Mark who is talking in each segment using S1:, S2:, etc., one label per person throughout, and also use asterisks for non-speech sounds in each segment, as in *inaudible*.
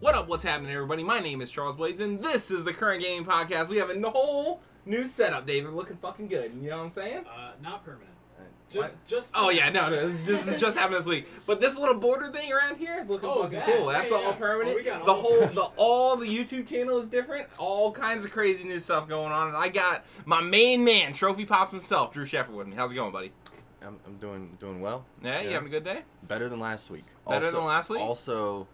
S1: What up? What's happening, everybody? My name is Charles Blades, and this is the Current Gaming Podcast. We have a whole new setup, David. Looking fucking good. You know what I'm saying?
S2: Uh, not permanent. Just,
S1: What?
S2: just.
S1: Oh yeah, no, no, this just, this just happened this week. But this little border thing around here is looking
S2: Oh,
S1: fucking
S2: that.
S1: cool. That's
S2: Yeah,
S1: all
S2: yeah.
S1: permanent.
S2: Well, we got
S1: the
S2: all
S1: whole,
S2: sorts. *laughs*
S1: the all the YouTube channel is different. All kinds of crazy new stuff going on. And I got my main man, Trophy Pops himself, Drew Sheffer, with me. How's it going, buddy?
S3: I'm, I'm doing doing well.
S1: Yeah, you having a good day?
S3: Better than last week.
S1: Better than last week?
S3: Also,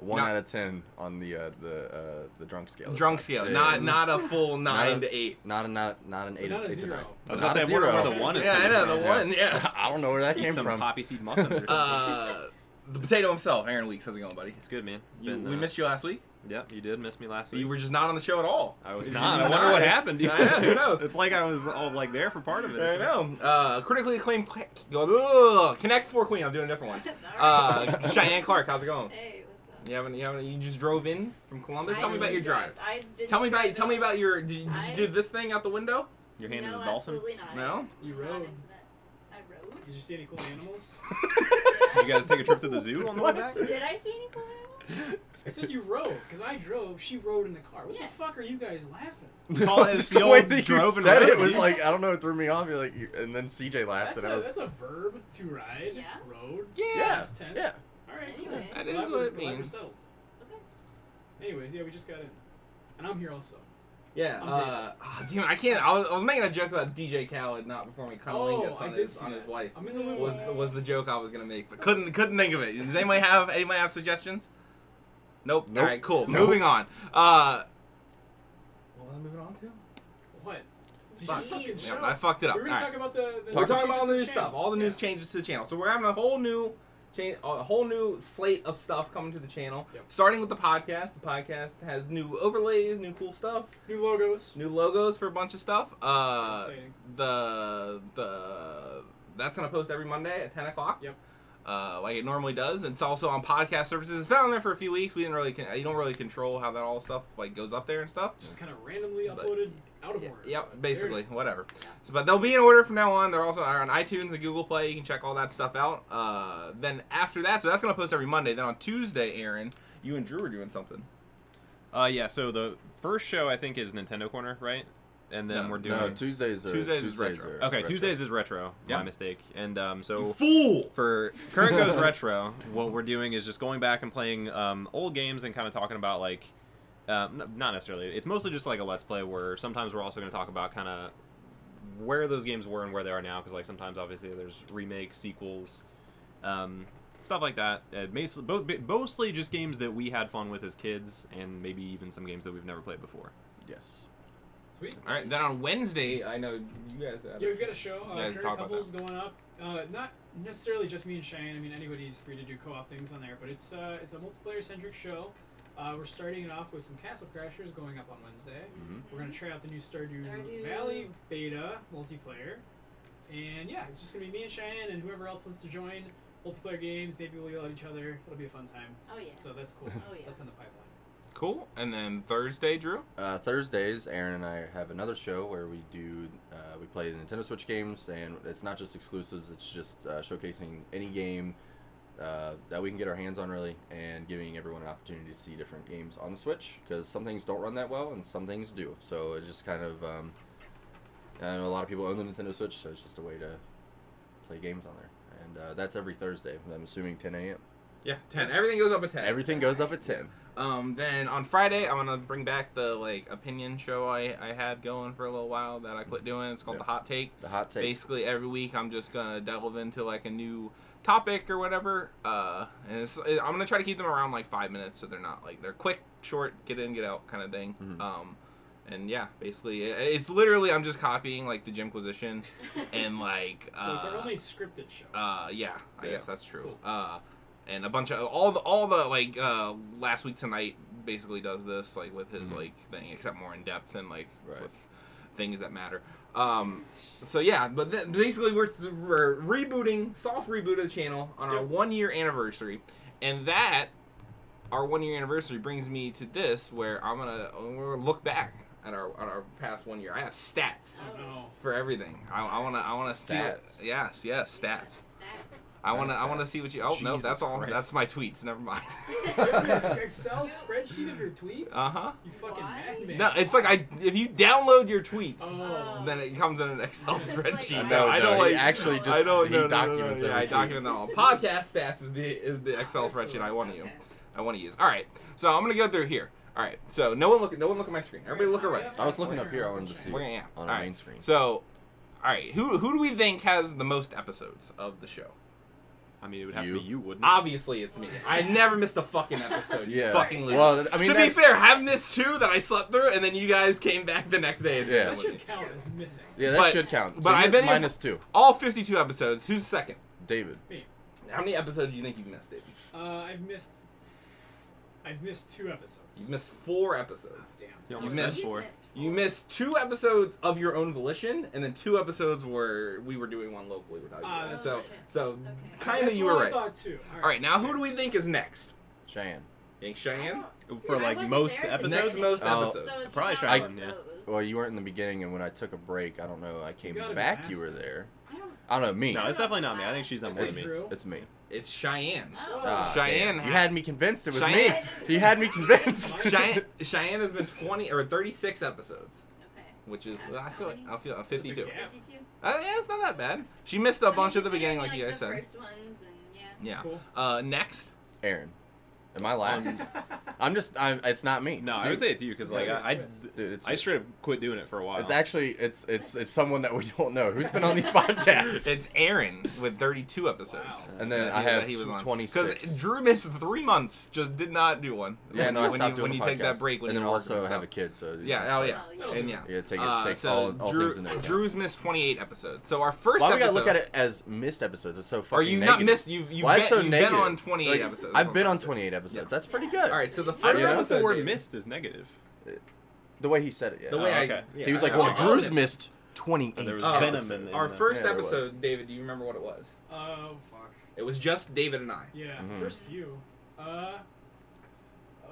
S3: one
S1: Not-
S3: out of ten on the uh, the uh, the drunk scale. this
S1: Drunk
S3: time.
S1: scale,
S3: Yeah,
S1: not
S3: yeah.
S1: not a full nine
S3: a-
S1: to eight.
S3: not a not not an eight,
S2: not a
S3: eight
S2: zero.
S3: to nine.
S4: I was
S3: Not
S4: about
S3: a
S4: to say, I wonder
S3: zero.
S4: where the one is
S1: Yeah, I
S4: coming
S1: know
S4: from.
S1: the one. Yeah.
S3: I don't know where that
S4: Eat
S3: came *laughs*
S4: some
S3: from.
S4: poppy seed
S1: *laughs*
S4: muffins. or something.
S1: Uh, the potato himself, Aaron Weeks. How's it going, buddy?
S4: it's good, man.
S1: You,
S4: Been,
S1: we
S4: uh,
S1: missed you last week.
S4: Yep, you did miss me last week.
S1: You were just not on the show at all.
S4: I was
S1: You
S4: not.
S1: were
S4: I wonder what
S1: not.
S4: happened.
S1: I know, who knows?
S4: it's like I was all like there for part of it.
S1: I know. Uh, critically acclaimed. Ugh, Connect Four Queen. I'm doing a different one. Uh, Cheyenne Clark. How's it going?
S5: Hey, what's up?
S1: You haven't. You haven't. You just drove in from Columbus. Tell
S5: I
S1: me about your drive.
S5: didn't- I didn't
S1: Tell me about.
S5: drive
S1: Tell me
S5: at
S1: about your. Did, did
S5: I-
S1: you do this thing out the window?
S5: all.
S4: Your hand
S5: no,
S4: is a dolphin.
S5: Absolutely not.
S1: No.
S2: You
S5: I'm not
S2: rode.
S5: into that. I rode.
S2: Did you see any cool animals?
S4: Did you guys take a trip to the *laughs* zoo on the way
S1: What?
S4: back?
S5: Did I see any cool
S2: *laughs*
S5: animals?
S2: I said you rode, because I drove. She rode in the car. What
S5: Yes.
S2: the fuck are you guys laughing?
S4: Call it
S3: Just
S4: the
S3: the way
S4: old
S3: that
S4: drove
S3: you
S4: and
S3: said it
S4: rode.
S3: was like I don't know. It threw me off. You're like, you- and then CJ laughed,
S2: That's a,
S3: and I was
S2: that's a verb to ride.
S5: *laughs* Yeah.
S2: Rode.
S3: yeah,
S2: Past tense.
S3: yeah.
S2: All right. cool.
S5: Anyway.
S1: That is
S2: Glad
S1: what
S2: we're-
S1: it
S2: glad we're
S1: means.
S2: settled.
S5: Okay.
S2: Anyways, yeah, we just got in, and I'm here also.
S1: Yeah.
S2: I'm
S1: Uh, oh, damn. I can't. I was, I was making a joke about DJ Khaled not performing Cunnilingus
S2: Oh, I
S4: Oh,
S1: on,
S2: did
S1: his,
S2: see
S1: on his
S2: that.
S1: wife.
S2: I'm in the loop.
S1: Was was the joke I was gonna make, but couldn't couldn't think of it. Does anybody have anybody have suggestions? Nope.
S3: Nope.
S1: All right. Cool.
S3: Nope.
S1: Moving on. Uh, what was I moving on to?
S2: what? Did you
S1: Fuck.
S2: fucking
S5: Yeah,
S2: shut
S1: Yeah,
S2: up?
S1: I fucked it up.
S2: We were gonna
S1: All right.
S2: talk about the. the
S1: We're
S2: the
S1: talking about all the new
S2: changes to
S1: stuff, all the news
S2: channel.
S1: changes to the channel. So we're having a whole new change, a whole new slate of stuff coming to the channel.
S2: Yep.
S1: Starting with the podcast. The podcast has new overlays, new cool stuff,
S2: Yeah. New logos.
S1: new logos for a bunch of stuff. Uh,
S2: Exciting.
S1: the the that's gonna post every Monday at ten o'clock.
S2: Yep.
S1: Uh, like it normally does. It's also on podcast services. It's been on there for a few weeks. We didn't really, con- you don't really control how that all stuff like goes up there and stuff.
S2: Just kind of randomly
S1: But-
S2: uploaded out of
S1: Yeah,
S2: order. There
S1: Yep,
S2: it
S1: basically,
S2: is.
S1: whatever.
S5: Yeah.
S1: So, but they'll be in order from now on. They're also on iTunes and Google Play. You can check all that stuff out. Uh, then after that, so that's gonna post every Monday. Then on Tuesday, Aaron, you and Drew are doing something.
S4: Uh, yeah. So the first show I think is Nintendo Corner, right? And then
S1: No,
S4: we're doing.
S3: No, Tuesdays are
S1: Tuesdays is retro.
S3: are
S4: okay,
S3: retro.
S4: Tuesdays is retro.
S1: Yeah.
S4: My mistake. And um, so.
S1: You fool!
S4: for current goes retro what we're doing is just going back and playing um, old games and kind of talking about like um, n- not necessarily it's mostly just like a let's play where sometimes we're also going to talk about kind of where those games were and where they are now because like sometimes obviously there's remakes sequels um, stuff like that uh, mostly, bo- bi- mostly just games that we had fun with as kids and maybe even some games that we've never played before
S3: Yes.
S2: Sweet.
S1: All right. Then on Wednesday, I know you guys. Have,
S2: Yeah, we've got a show. Uh,
S1: Yeah,
S2: yeah,
S1: just talk about
S2: couples going up. Uh, not necessarily just me and Cheyenne. I mean, anybody's free to do co-op things on there, but it's uh, it's a multiplayer-centric show. Uh, we're starting it off with some Castle Crashers going up on Wednesday.
S3: Mhm.
S2: We're gonna try out the new Stardew,
S5: Mm-hmm. Stardew.
S2: Valley beta multiplayer, and yeah, it's just gonna be me and Cheyenne and whoever else wants to join multiplayer games. Maybe we'll yell at each other. It'll be a fun time.
S5: Oh yeah. *laughs*
S2: So that's cool.
S5: Oh, yeah.
S2: That's in the pipeline.
S1: Cool. And then Thursday, Drew.
S3: Uh, Thursdays, Aaron and I have another show where we do uh, we play the Nintendo Switch games, and it's not just exclusives. It's just uh, showcasing any game uh, that we can get our hands on, really, and giving everyone an opportunity to see different games on the Switch because some things don't run that well, and some things do. So it's just kind of um, I know a lot of people own the Nintendo Switch, so it's just a way to play games on there. And uh, that's every Thursday. I'm assuming 10 a.m.
S1: Yeah, ten. Everything goes up at ten.
S3: Everything goes up at 10.
S1: Um, then on Friday, I'm gonna bring back the like opinion show I, I had going for a little while that I quit doing. It's called
S3: Mm-hmm. Yeah.
S1: the Hot Take.
S3: The hot take.
S1: Basically, every week I'm just gonna delve into like a new topic or whatever. Uh, and it's, it- I'm gonna try to keep them around like five minutes, so they're not like they're quick, short, get in, get out kind of thing.
S3: Mhm.
S1: Um, and yeah, basically, it, it's literally I'm just copying like the Jimquisition and like
S2: So it's our
S1: uh,
S2: only scripted show.
S5: Oh.
S1: uh, yeah, I
S3: Yeah.
S1: guess that's true.
S2: Cool.
S1: Uh, and a bunch of all the all the like uh, last week tonight basically does this like with his
S3: Mhm.
S1: like thing, except more in depth and like
S3: Right.
S1: with things that matter. Um, so yeah, but th- basically we're, we're rebooting, soft reboot of the channel on our
S2: Yep.
S1: one year anniversary, and that our one year anniversary brings me to this where I'm gonna, I'm gonna look back at our at our past one year. I have stats
S5: *laughs*
S2: I don't know.
S1: for everything. I, I wanna I wanna see what-
S3: Stats.
S1: yes yes stats.
S2: *laughs*
S5: Stats.
S1: I want to. I
S3: Stats.
S1: want to see what you. Oh no,
S4: Jesus
S1: that's all.
S4: Christ.
S1: That's my tweets. Never mind.
S2: Your Excel spreadsheet of your tweets?
S1: Uh huh.
S2: You fucking
S5: Why?
S2: madman.
S1: No, it's like I. If you download your tweets,
S2: Oh.
S1: then it comes in an Excel
S5: It's Uh, like-
S1: spreadsheet.
S5: No,
S1: no, I
S5: no,
S1: don't
S5: he
S1: like.
S5: actually
S1: I
S5: just-
S1: don't.
S3: he
S1: no, no, no,
S3: documents
S1: no, no, yeah,
S3: every
S1: I
S3: tweet.
S1: document them all. Podcast stats is the is the Excel
S2: Absolutely.
S1: spreadsheet I want to
S5: Okay.
S1: I want to use. All right, so I'm gonna go through here. All right, so no one look. No one look at my screen. Everybody look
S2: Alright,
S1: around.
S3: I was looking up here. I wanted to see
S1: We're gonna- yeah.
S3: on our
S1: Alright.
S3: main screen.
S1: So, all right, who who do we think has the most episodes of the show?
S4: I mean, it would have
S3: You.
S4: to be you, wouldn't it?
S1: Obviously, it's me. I never missed a fucking episode. you
S3: Yeah.
S1: fucking loser.
S3: well, I mean,
S1: to be
S3: that's-
S1: fair, I missed two that I slept through, and then you guys came back the next day. And
S3: Yeah.
S2: That
S1: did
S2: should
S1: it.
S2: count as missing.
S3: yeah, that
S1: but-
S3: should count.
S1: but I
S3: you're
S1: bet if-
S3: minus two.
S1: All 52 episodes. Who's second?
S3: David.
S1: How many episodes do you think you've missed, David?
S2: Uh, I've missed. I've missed two episodes.
S1: You've missed four
S2: Ah,
S1: episodes.
S2: damn.
S4: You
S5: Oh,
S4: almost
S5: so
S1: missed
S5: he's
S4: four.
S1: You missed two episodes of your own volition, and then two episodes where we were doing one locally without you.
S2: Ah,
S1: guys.
S2: that's
S1: so,
S5: right.
S1: so
S5: Okay.
S1: kind of
S2: That's
S1: you
S2: what
S1: were
S2: I
S1: right.
S2: thought too.
S1: All right, now who do we think is next?
S3: Cheyenne.
S1: You think Cheyenne?
S4: For
S5: Oh. I
S4: like
S5: wasn't
S4: most
S5: there at the
S4: episodes.
S1: Next most
S3: Oh.
S1: episodes.
S5: So it's
S4: Probably
S5: not
S4: Cheyenne,
S5: all of
S4: yeah.
S5: those.
S3: Well, you weren't in the beginning, and when I took a break, I don't know. I came
S2: gotta be
S3: back.
S2: last.
S3: You were there.
S5: I don't.
S3: I don't know. Me.
S4: No, it's definitely not me. I think she's done more
S2: It's
S4: than me.
S2: true.
S3: It's me.
S1: It's Cheyenne.
S5: *laughs* Oh.
S3: Ah,
S1: Cheyenne
S3: damn.
S1: had-
S3: You had me convinced it was
S1: Cheyenne-
S3: me. You
S5: *laughs*
S3: had me convinced.
S1: *laughs* Cheyenne, Cheyenne has been 20 or 36 episodes,
S5: okay.
S1: which is I feel like I feel uh,
S2: big
S1: 52.
S2: gap. Yeah.
S5: 52.
S1: Uh, yeah, it's not that bad. She missed a
S5: I mean,
S1: bunch at the
S5: considering,
S1: beginning, like you guys
S5: the
S1: said.
S5: First ones and yeah.
S1: Yeah.
S2: Cool.
S1: Uh, next.
S3: Aaron. Am I last? I'm just. I'm, it's not me.
S4: Um, No,
S3: It's
S4: I
S3: you.
S4: would say it's you because like I, I,
S3: Dude, it's
S4: I straight up quit doing it for a while.
S3: It's actually it's it's it's someone that we don't know who's been on
S4: *laughs*
S3: these podcasts.
S1: It's Aaron with 32 episodes.
S2: Wow.
S3: And then
S1: That
S3: I
S1: that
S3: have
S1: he was on.
S3: 26.
S1: Because Drew missed three months, just did not do one.
S3: Yeah, no, I
S1: when
S3: stopped
S1: you,
S3: doing
S1: when
S3: the
S1: you take that
S3: podcast.
S1: break, when
S3: and
S1: you
S3: then
S1: work
S3: also
S1: and
S3: have a
S1: stuff.
S3: kid, so
S1: Yeah, oh yeah,
S5: Oh, yeah.
S1: and yeah.
S3: yeah. Take it,
S1: Uh,
S3: take
S1: so
S3: all, all
S1: Drew,
S3: things into account.
S1: Drew's missed 28 episodes. So our first
S3: Why we
S1: episode.
S3: gotta look at it as missed episodes? It's so fucking.
S1: Or you
S3: negative.
S1: not missed? You've, you've,
S3: Why
S1: been,
S3: it's so
S1: you've been
S3: negative?
S1: on 28
S3: Like,
S1: episodes.
S3: I've been on
S1: twenty.
S3: 28 episodes.
S1: Yeah.
S3: That's pretty good.
S1: All right, so the
S4: I
S1: first
S4: don't know if the
S1: episode.
S4: word "missed" is negative.
S3: The way he said it. Yeah.
S1: The way
S4: Oh,
S1: I.
S4: okay.
S1: yeah,
S3: he was
S1: I-
S3: like,
S1: I-
S3: "Well,
S1: I-
S3: Drew's missed 28."
S4: Oh, There was
S1: venom in
S3: episodes.
S4: this.
S1: Our
S4: Yeah,
S1: first
S3: it was.
S1: episode, David. Do you remember what it was?
S2: *laughs* Oh fuck.
S1: It was just David and I.
S2: Yeah.
S1: Mm-hmm.
S3: Mhm.
S2: First few. Uh. Uh.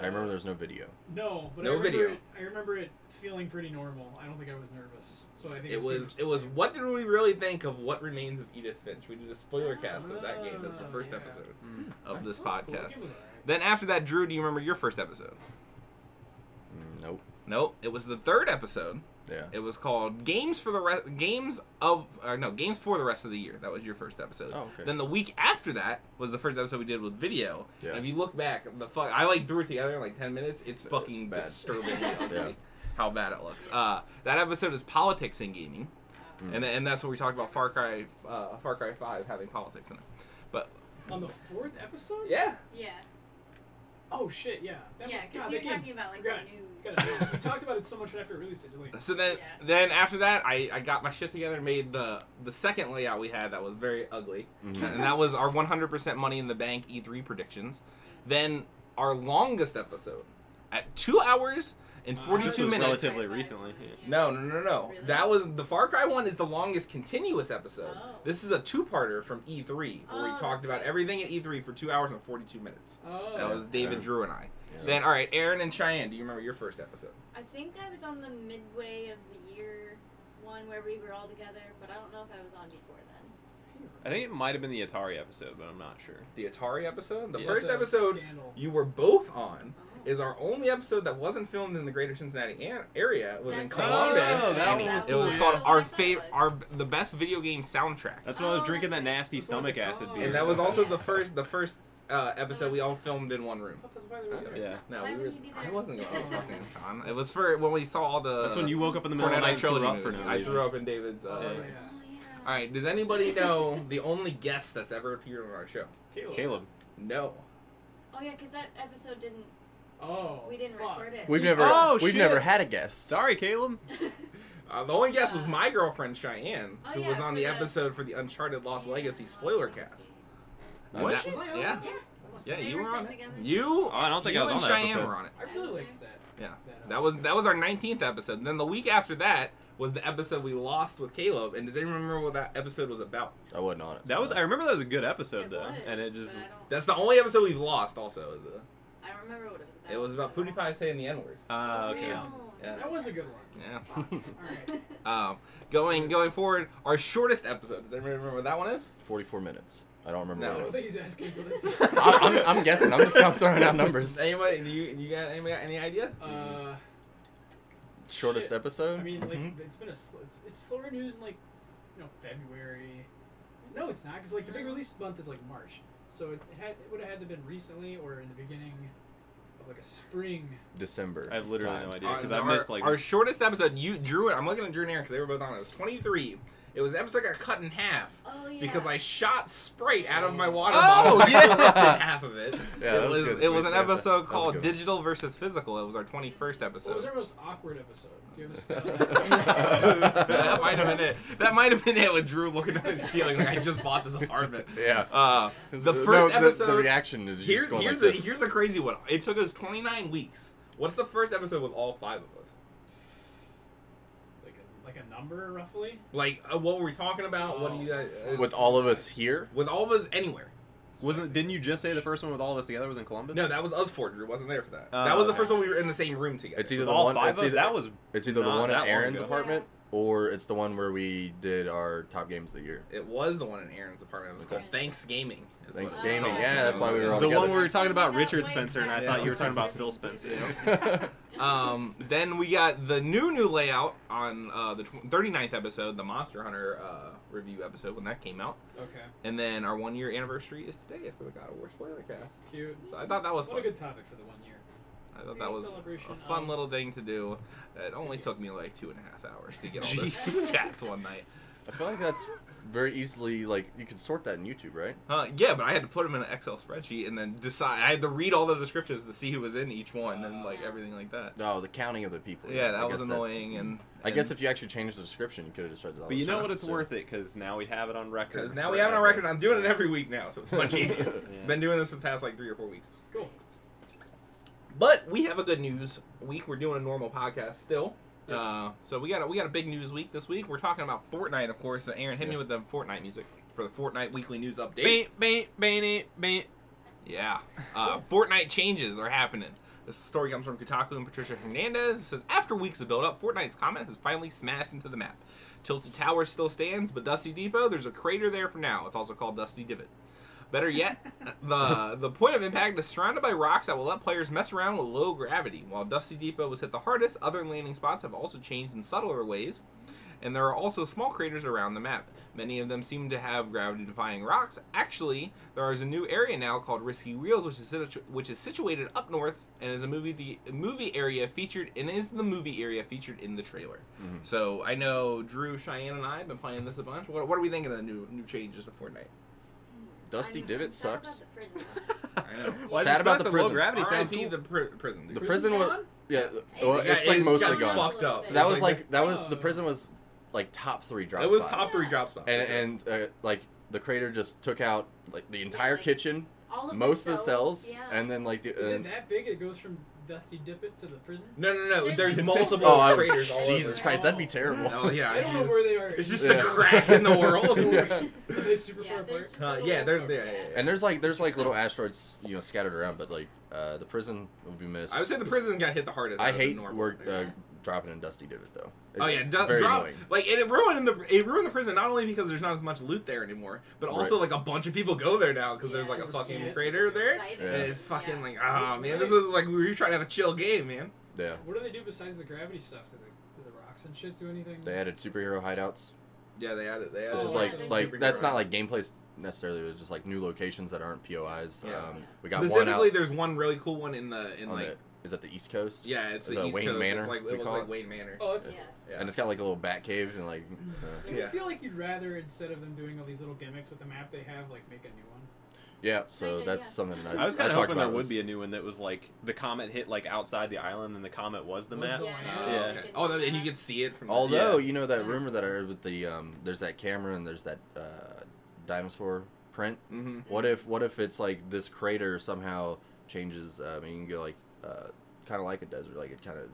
S3: I remember there was no video.
S2: No, but
S1: No
S2: I remember
S1: video.
S2: It, I remember it feeling pretty normal. I don't think I was nervous, so I think
S1: It
S2: pretty
S1: was.
S2: much the
S1: It was.
S2: same.
S1: What did we really think of What Remains of Edith Finch? We did a spoiler cast of that game. That's the
S2: Oh,
S1: first
S2: yeah.
S1: episode
S4: Mm.
S1: of
S2: It
S1: this
S2: was cool.
S1: podcast.
S2: It was alright.
S1: Then after that, Drew, do you remember your first episode?
S3: Mm, Nope.
S1: Nope. It was the third episode.
S3: Yeah.
S1: It was called Games for the Re- Games of or no Games for the rest of the year. That was your first episode.
S3: Oh, okay.
S1: Then the week after that was the first episode we did with video.
S3: Yeah.
S1: And if you look back, the fuck, I like threw it together in like ten minutes. It's fucking
S3: bad.
S1: disturbing
S2: *laughs*
S1: ugly
S3: Yeah.
S1: how bad it looks. Uh, that episode is politics in gaming,
S5: Uh,
S1: and and that's what we talked about Far Cry uh, Far Cry Five having politics in it. But
S2: on the fourth episode.
S1: yeah,
S5: yeah.
S2: Oh shit. Yeah. That
S5: Yeah,
S2: was-
S5: because
S2: God,
S5: you're
S2: that game-
S5: talking about like
S2: forgot.
S5: the news.
S2: Forgot it. we talked about it so much after it released it, didn't we?
S1: so then
S5: Yeah.
S1: then after that I, I got my shit together and made the the second layout we had that was very ugly.
S3: Mhm.
S1: and that was our 100% money in the bank E3 predictions. Then our longest episode at two hours and
S2: Uh,
S1: 42
S2: this was
S1: minutes.
S4: relative- Relatively
S5: Sci-fi
S4: recently,
S5: one,
S4: yeah.
S1: No, no, no, no.
S5: Really?
S1: That was the Far Cry one is the longest continuous episode.
S5: Oh.
S1: This is a two-parter from E3 where
S5: Oh,
S1: we
S5: that's
S1: talked about
S5: right.
S1: everything at E3 for two hours and 42 minutes.
S2: Oh.
S1: That was David,
S3: Yeah.
S1: Drew, and I.
S3: Yeah.
S1: Then, all right, Aaron and Cheyenne. Do you remember your first episode?
S5: I think I was on the midway of the year one where we were all together, but I don't know if I was on before then.
S4: I think it might have been the Atari episode, but I'm not sure.
S1: The Atari episode. The
S4: Yeah.
S1: first
S2: The
S1: episode
S2: Scandal.
S1: you were both on
S5: Oh.
S1: is our only episode that wasn't filmed in the greater Cincinnati an- area. It was in
S5: That's
S4: right.
S1: Columbus.
S4: Oh, that
S5: one was
S1: it was
S5: cool.
S1: called
S5: Yeah.
S1: our
S5: That's what I
S1: favorite,
S5: thought
S1: our the best video game soundtrack.
S4: That's when I was
S5: Oh,
S4: drinking that
S5: that's right.
S4: nasty
S2: That's what
S4: stomach
S2: they
S4: acid
S2: call it.
S4: beer.
S1: and that was also the first, the first uh, episode we all filmed in one
S2: I
S1: room.
S2: thought that's why they were there.
S4: Yeah.
S1: No,
S5: Why
S1: we
S5: would
S1: were,
S5: he be there?
S1: I wasn't going to fucking
S5: *laughs*
S1: Con. It was for when we saw all the.
S4: That's when you woke up in the middle of
S1: Cornetto
S4: the night and threw
S1: trilogy
S4: up for
S1: movies.
S4: no
S1: I
S4: reason.
S1: threw up in David's. Uh,
S2: Oh,
S4: Yeah.
S5: Oh, yeah.
S1: All right. Does anybody know the only guest that's ever appeared on our show?
S2: Caleb.
S4: Caleb.
S1: No.
S5: Oh yeah, because that episode didn't.
S2: Oh.
S5: We didn't
S2: fuck.
S5: record it. *laughs*
S3: We've never
S4: Oh,
S3: we've
S4: shit.
S3: never had a guest.
S4: Sorry, Caleb.
S1: Uh, the only guest was my girlfriend Cheyenne,
S5: Oh,
S1: who
S5: yeah,
S1: was on
S5: for
S1: the
S5: the-
S1: episode for the Uncharted Lost Legacy spoiler cast.
S3: Not
S4: What?
S1: That-
S2: Was I on
S1: yeah.
S2: that?
S5: Yeah.
S2: I must
S1: Yeah,
S2: have-
S5: They
S1: you
S5: were
S1: were on
S5: sitting
S1: it.
S5: together.
S1: You.
S4: Oh, I don't think
S1: you
S4: I was
S1: and
S4: on that
S1: Cheyenne
S4: episode.
S1: were on it.
S2: I really liked that.
S1: Yeah.
S2: uh,
S1: That was that was our 19th episode. And then the week after that was the episode we lost with Caleb. And does anyone remember what that episode was about?
S3: I wasn't on it.
S4: That
S3: so-
S4: was. I remember that was a good episode
S5: It
S4: though,
S5: was,
S4: and it just.
S5: but I, don't,
S1: That's the only episode we've lost. Also, is a,
S5: I don't remember what it was about. Oh,
S1: it was about PewDiePie saying the N word.
S4: Uh, okay.
S2: Damn.
S1: Yeah.
S2: That was a good one.
S1: Yeah.
S3: *laughs*
S2: All right.
S1: Um, going going forward, our shortest episode. Does everybody remember what that one is?
S3: 44 minutes. I don't
S1: No.
S3: remember
S2: I
S3: what
S2: don't think
S3: it was.
S2: he's asking for the
S3: I,
S1: *laughs*
S3: I'm, I'm guessing. I'm just I'm throwing out numbers.
S1: Anybody? Do you you got anybody got any idea?
S2: Uh,
S3: Shortest
S2: Shit.
S3: episode.
S2: I mean, like
S1: Mm-hmm.
S4: Mhm.
S2: it's been a sl- it's, it's slower news in like you know February. No, it's not because like the big release month is like March, so it had it would have had to have been recently or in the beginning of like a spring.
S3: December.
S4: I have literally no
S3: time.
S4: idea because
S1: Our-
S4: I missed like
S1: Uh, our shortest episode. You drew it. I'm looking at Drew and Aaron because they were both on it. It was 23. It was an episode that got cut in half
S3: *laughs*
S5: Oh yeah.
S1: because I shot Sprite out of my water
S3: Oh,
S1: bottle. *laughs* and
S3: yeah.
S1: ripped in half of it.
S3: Yeah, that
S1: it
S3: was
S1: was,
S3: good.
S1: it was
S3: We
S1: an
S3: saved that. That
S1: episode
S3: was a
S1: called
S3: good one.
S1: Digital versus Physical. It was our 21st *laughs*
S2: What was
S1: episode.
S2: our *laughs* most awkward episode? Do you have a
S1: *laughs* that might have been it. That might have been it with Drew looking at his ceiling like I just bought this apartment.
S3: *laughs* Yeah.
S1: Uh, the
S3: No,
S1: first
S3: the-
S1: episode.
S3: The, reaction is
S1: here's
S3: just going
S1: here's
S3: like
S1: a
S3: this.
S1: here's a crazy one. It took us 29 weeks. What's the first episode with all five of us?
S2: Like a, like a number roughly.
S1: Like, uh, what were we talking about? what do you guys?
S2: Oh.
S3: With all of us here.
S1: with all of us anywhere.
S4: wasn't didn't you just say the first one with all of us together was in Columbus?
S1: No, that was us four. Drew wasn't there for that.
S4: Oh,
S1: that was the
S4: okay.
S1: first one we were in the same room together.
S3: It's either
S4: With
S3: the
S4: all
S3: one.
S4: five
S3: it's
S4: of us.
S3: either,
S4: That was
S3: It's either the
S4: not
S3: one
S4: that
S3: at
S4: long
S3: Aaron's
S4: ago.
S3: apartment, or it's the one where we did our top games of the year.
S1: It was the one in Aaron's apartment. It was called Thanks Gaming. That's what it
S3: Thanks
S1: was
S3: gaming.
S1: called.
S3: Yeah, that's why we were all
S4: the
S3: together.
S4: one where we were talking about
S5: Yeah.
S4: Richard Spencer, and I
S1: Yeah.
S4: thought you were talking about Phil Spencer.
S5: Yeah.
S3: *laughs*
S1: Um, then we got the new new layout on uh, the tw- 39th episode, the Monster Hunter uh, review episode when that came out,
S2: Okay,
S1: and then our one year anniversary is today for the God of War spoiler cast.
S2: cute.
S1: So I thought that was
S2: What a
S1: fun.
S2: good topic for the one year.
S1: I thought that was
S2: celebration
S1: a fun
S2: of-
S1: little thing to do. It only took me like two and a half hours to get all those *laughs* stats one night.
S3: I feel like that's very easily like you could sort that in YouTube, right?
S1: Uh, yeah, but I had to put them in an Excel spreadsheet and then decide. I had to read all the descriptions to see who was in each one and like
S5: Wow.
S1: everything like that.
S3: No, the counting of the people.
S1: Yeah,
S3: I
S1: that was
S3: guess that's-
S1: annoying. And,
S3: I guess if you actually changed the description, you could have just read it. all
S4: But you know
S3: yourself,
S4: what? It's
S3: so- *laughs*
S4: worth it because now we have it
S1: *laughs*
S4: on record.
S1: because now we have it on
S4: forever.
S1: record, I'm doing it every week now, so it's
S3: *laughs*
S1: much easier.
S4: Yeah.
S1: Been doing this for the past like three or four weeks.
S2: Cool.
S1: But we have a good news week. We're doing a normal podcast still. Uh, so we got a, we got a big news week this week. We're talking about Fortnite, of course. So Aaron, hit me
S3: Yeah.
S1: with the Fortnite music for the Fortnite weekly news update.
S4: Bing, bing, bing, bing.
S1: Yeah. Uh, Fortnite changes are happening. This story comes from Kotaku and Patricia Hernandez. It says After weeks of build up, Fortnite's comment has finally smashed into the map. Tilted Tower still stands, but Dusty Depot, there's a crater there for now. It's also called Dusty Divot. Better yet, the the point of impact is surrounded by rocks that will let players mess around with low gravity. While Dusty Depot was hit the hardest, other landing spots have also changed in subtler ways, and there are also small craters around the map. Many of them seem to have gravity-defying rocks. Actually, there is a new area now called Risky Reels, which is situ- which is situated up north and is a movie the movie area featured and is the movie area featured in the trailer.
S3: Mhm.
S1: So I know Drew, Cheyenne, and I have been playing this a bunch. What, what are we thinking of the new new changes to Fortnite?
S3: Dusty
S5: I'm-
S3: Divot
S5: I'm sad about
S3: sucks.
S5: the
S3: *laughs*
S5: prison.
S1: I know.
S5: Why does
S3: Sad
S5: it
S3: about the
S4: low
S3: prison.
S4: gravity sounds
S1: RIP
S4: cool.
S1: the pri- prison.
S3: The
S1: dude.
S3: prison was
S2: gone?
S3: yeah.
S1: *laughs*
S3: Well,
S1: Yeah,
S3: it's like
S1: it's
S3: mostly
S1: got
S3: gone.
S1: fucked up.
S3: So that was
S1: Like- uh.
S3: like that was
S2: Oh.
S3: the prison was like top three drop.
S1: It was
S3: spot.
S1: top three drop spots.
S3: and and uh, like the crater just took out like the entire
S5: like,
S3: kitchen,
S5: All of
S3: most of the cells,
S5: Yeah.
S3: and then like
S2: Is
S3: the
S2: it
S3: and,
S2: that big? It goes from Dusty Dippet to the prison.
S1: no, no, no. There's
S5: There's like-
S1: multiple
S3: Oh, I-
S1: craters all
S3: Jesus
S1: over.
S3: Christ, that'd be terrible.
S1: Oh yeah,
S2: I don't know
S1: Jesus.
S2: where they are.
S1: it's just
S3: Yeah.
S1: a crack in the world.
S3: Yeah.
S2: *laughs*
S3: *laughs*
S5: *laughs*
S2: Are they super
S5: Yeah,
S2: far
S5: there's
S2: apart?
S5: just
S1: Uh,
S5: little-
S1: yeah, they're, they're yeah, yeah, yeah.
S3: And there's like there's like little asteroids you know scattered around, but like uh, the prison will be missed.
S1: I would say the prison got hit the hardest.
S3: I
S1: out of the
S3: hate
S1: normal.
S3: work uh,
S5: Yeah.
S3: dropping in Dusty Divot though.
S1: oh yeah, do,
S3: very
S1: drop
S3: annoying.
S1: like and it ruined the it ruined the prison not only because there's not as much loot there anymore, but also like a bunch of people go there now because there's
S5: Yeah.
S1: like a fucking
S2: Yeah.
S1: crater there.
S5: Exciting.
S3: Yeah.
S1: And it's fucking
S5: Yeah.
S1: like, ah, man, this is like we were trying to have a chill game, man.
S3: Yeah,
S2: What do they do besides the gravity stuff? Do the, do the rocks and shit do anything?
S3: they added superhero hideouts,
S1: Yeah, they added, they added.
S3: which is
S5: Oh,
S3: like
S5: yeah.
S3: like that's not like gameplay necessarily. It's just like new locations that aren't POIs.
S1: Yeah.
S3: Um, we got one
S1: specifically.
S3: out
S1: there's one really cool one in the in
S3: on
S1: like
S3: the, is that the East Coast?
S1: Yeah, it's the,
S3: The
S1: East
S3: Wayne
S1: Coast.
S3: Manor,
S1: it's like it
S3: we
S1: looks
S3: call
S1: like
S3: it.
S1: Wayne Manor.
S2: Oh, it's.
S5: Yeah.
S1: Yeah.
S3: and it's got like a little bat cave and like
S5: Mm-hmm.
S3: uh,
S2: I
S1: Yeah.
S2: feel like you'd rather instead of them doing all these little gimmicks with the map they have, like make a new one.
S3: yeah. So
S5: Yeah,
S3: that's
S5: yeah.
S3: something I,
S4: I was kind of
S3: talked
S4: hoping
S3: about
S4: there would
S3: was-
S4: be a new one that was like the comet hit like outside the island, and the comet was the
S2: Was
S4: map.
S2: the
S5: Yeah.
S1: Oh,
S4: Yeah.
S1: okay. Oh, no, and you could see it from the-
S3: Although
S1: Yeah.
S3: you know that rumor that I heard with the um, there's that camera and there's that uh, dinosaur print.
S1: hmm
S3: What
S5: Mm-hmm.
S3: if what if it's like this crater somehow changes? Uh, I mean, you can go like uh, kind of like a desert, like it kind of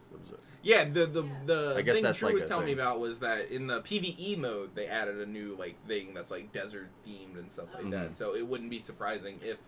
S1: Yeah, the the
S5: Yeah.
S1: the
S3: I guess
S1: thing
S3: that's
S1: Drew
S3: like
S1: was
S3: a
S1: telling me
S3: thing.
S1: about was that in the PVE mode they added a new like thing that's like desert themed and stuff like
S3: Mm-hmm.
S1: that. So it wouldn't be surprising if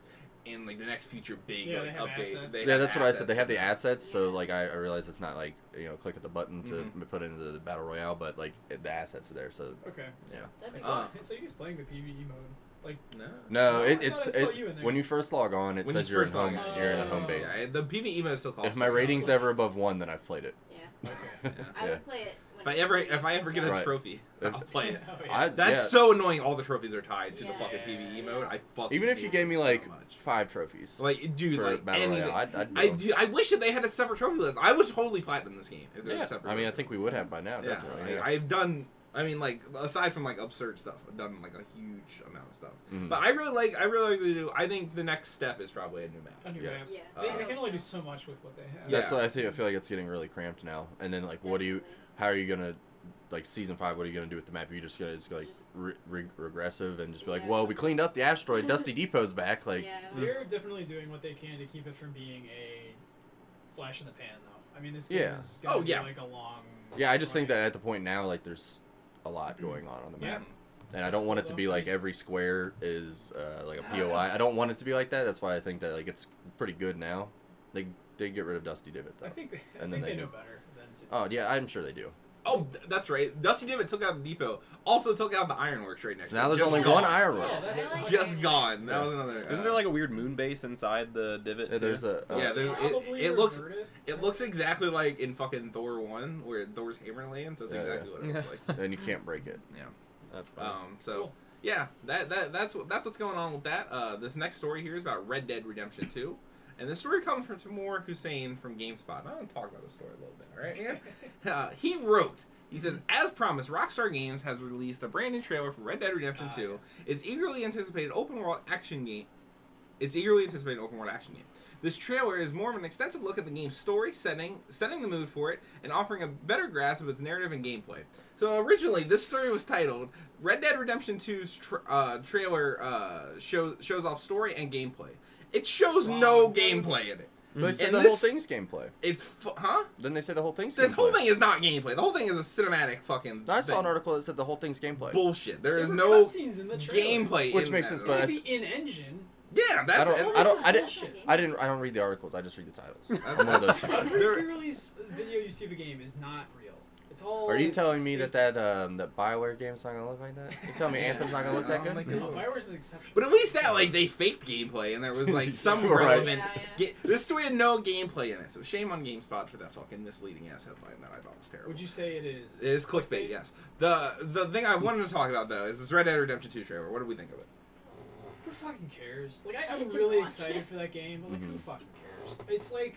S1: in like the next future big
S2: Yeah,
S1: like
S2: they have
S1: update
S2: assets.
S1: they
S3: yeah.
S1: have
S3: That's what I said. They
S1: assets
S3: have the assets, so
S5: Yeah.
S3: like I, I realize it's not like you know click at the button to
S1: Mhm.
S3: m- put it into the battle royale, but like it- the assets are there. So
S2: Okay.
S3: Yeah.
S5: That'd
S2: I
S5: be
S2: saw,
S1: Uh.
S2: I saw you guys playing the PVE mode.
S1: No.
S3: No,
S2: No, I
S3: Uh, it,
S2: thought
S3: it's
S2: I saw
S3: it's
S2: you in there.
S3: when you first log on, it
S1: When
S3: says
S1: you
S3: you're in
S1: first log
S3: home.
S2: on.
S3: You're in a home
S2: Oh.
S3: base.
S1: Yeah, the PvE mode still calls.
S3: If my
S1: for it.
S3: rating's ever above one, then I've played it.
S5: Yeah.
S2: Okay.
S5: I
S3: yeah.
S5: would play it.
S1: If I ever, if I ever get a
S3: Right.
S1: trophy,
S3: If-
S1: I'll
S2: *laughs*
S1: play it.
S2: Oh,
S3: I,
S1: That's
S3: *laughs* yeah.
S1: so annoying. All the trophies are tied to the
S5: Yeah.
S1: fucking PVE mode. I fucking
S3: Even if
S1: hate
S3: you gave
S1: it
S3: me
S1: so
S3: like
S1: much.
S3: five trophies
S1: like dude,
S3: for
S1: like
S3: battle
S1: anything.
S3: royale, I'd, I'd
S1: I
S3: do 'em.
S1: do. I wish that they had a separate trophy list. I would totally platinum this game if there
S3: Yeah.
S1: was a separate.
S3: I mean, I think we would have by now.
S1: yeah,
S3: Definitely.
S1: like,
S3: Yeah.
S1: I've done. I mean, like aside from like absurd stuff, I've done like a huge amount of stuff.
S3: Mhm.
S1: But I really like. I really like the new. I think the next step is probably a new map.
S2: A new
S3: Yeah.
S2: map.
S5: Yeah.
S2: They,
S1: Uh,
S2: they can only do so much with what they have.
S1: Yeah.
S3: That's why I think I feel like it's getting really cramped now. And then like, what do you? How are you gonna? Like season five, what are you gonna do with the map? Are you just gonna it's like
S5: Just-
S3: re- re- regressive and just be like,
S5: Yeah.
S3: well, we cleaned up the
S5: *laughs*
S3: asteroid, Dusty Depot's back. Like,
S5: yeah.
S2: They're definitely doing what they can to keep it from being a flash in the pan, though. I mean, this game
S3: Yeah.
S2: is gonna
S1: Oh,
S2: be
S1: yeah.
S2: like a long.
S3: yeah, I just think
S2: ride.
S3: that at the point now, like, there's a lot going on on the
S2: Yeah.
S3: map. and I don't want it to be like every square is uh, like a POI. I don't want it to be like that. That's why I think that like it's pretty good now. They they get rid of Dusty Divot though.
S2: I think, I
S3: And then
S2: think
S3: they
S2: they know
S3: do.
S2: better than to.
S3: oh yeah, I'm sure they do.
S1: Oh, th- that's right. Dusty Divot took out the depot. Also took out the ironworks right next.
S3: So
S1: to it.
S3: now there's
S1: Just
S3: only
S1: gone.
S3: one Ironworks.
S2: Oh, that's-
S1: Just
S5: *laughs*
S1: gone. That
S3: Yeah.
S1: was another. uh,
S4: Isn't there like a weird moon base inside the divot?
S3: Yeah, there's
S4: too?
S3: a uh,
S1: Yeah, there's- it-
S2: Probably
S1: it looks-
S2: revert
S1: It looks exactly like in fucking Thor one, where Thor's hammer lands. That's
S3: Yeah,
S1: exactly what it
S4: *laughs*
S1: looks like.
S3: and you can't break it.
S4: That's fine.
S1: Um, so
S2: Cool.
S1: yeah, that, that that's what that's what's going on with that. Uh, this next story here is about Red Dead Redemption two, and the story comes from Timur Hussein from GameSpot. I'm gonna talk about the story a little bit, all right? Ian?
S2: *laughs*
S1: *laughs* uh, he wrote. He says, as promised, Rockstar Games has released a brand new trailer for Red Dead Redemption
S2: Ah,
S1: 2. It's eagerly anticipated open world action game. It's eagerly anticipated open world action game. This trailer is more of an extensive look at the game's story, setting, setting the mood for it, and offering a better grasp of its narrative and gameplay. So originally, this story was titled "Red Dead Redemption 2's tra- uh, trailer uh, shows shows off story and gameplay." It shows no
S2: Wow.
S1: gameplay in it.
S3: They said
S1: And
S3: the
S1: this-
S3: whole thing's gameplay.
S1: It's fu- huh?
S3: Then they said the whole thing's
S1: The
S3: gameplay.
S1: whole thing is not gameplay. The whole thing is a cinematic fucking.
S3: I saw
S1: thing.
S3: an article that said the whole thing's gameplay.
S1: Bullshit. There
S2: There
S1: is
S2: were
S1: no
S2: cutscenes in the trailer.
S1: gameplay.
S3: Which
S1: in
S3: makes
S1: that
S3: sense,
S1: at
S3: but
S1: all.
S2: Maybe in engine.
S1: yeah, that's
S3: I don't-
S1: all
S3: I
S1: this
S3: don't-
S1: is
S3: I didn't-
S1: bullshit.
S3: I didn't. I don't read the articles. I just read the
S1: *laughs*
S3: titles.
S1: That's-
S3: I'm one of those people.
S2: Every
S1: There-
S2: pre-release video you see of a game is not real. It's all.
S3: Are you telling me that that um, that Bioware game's not gonna look like that? You telling me Anthem's not gonna look that
S1: I don't
S3: good?
S1: think
S2: No, Bioware's an exception.
S1: But at least that like they faked gameplay and there was *laughs* like some
S3: Right.
S1: relevant.
S5: Yeah, yeah.
S1: Ga- this story had no gameplay in it, so shame on GameSpot for that fucking misleading ass headline that I thought was terrible.
S2: Would you say it is?
S1: It is clickbait, yes. The the thing I wanted to talk about though is this Red Dead Redemption 2 trailer. What did we think of it?
S2: Who fucking cares? Like, I, I'm
S5: It's a
S2: really
S5: watch.
S2: excited for that game, but like, who
S3: Mhm.
S2: fucking cares? It's like,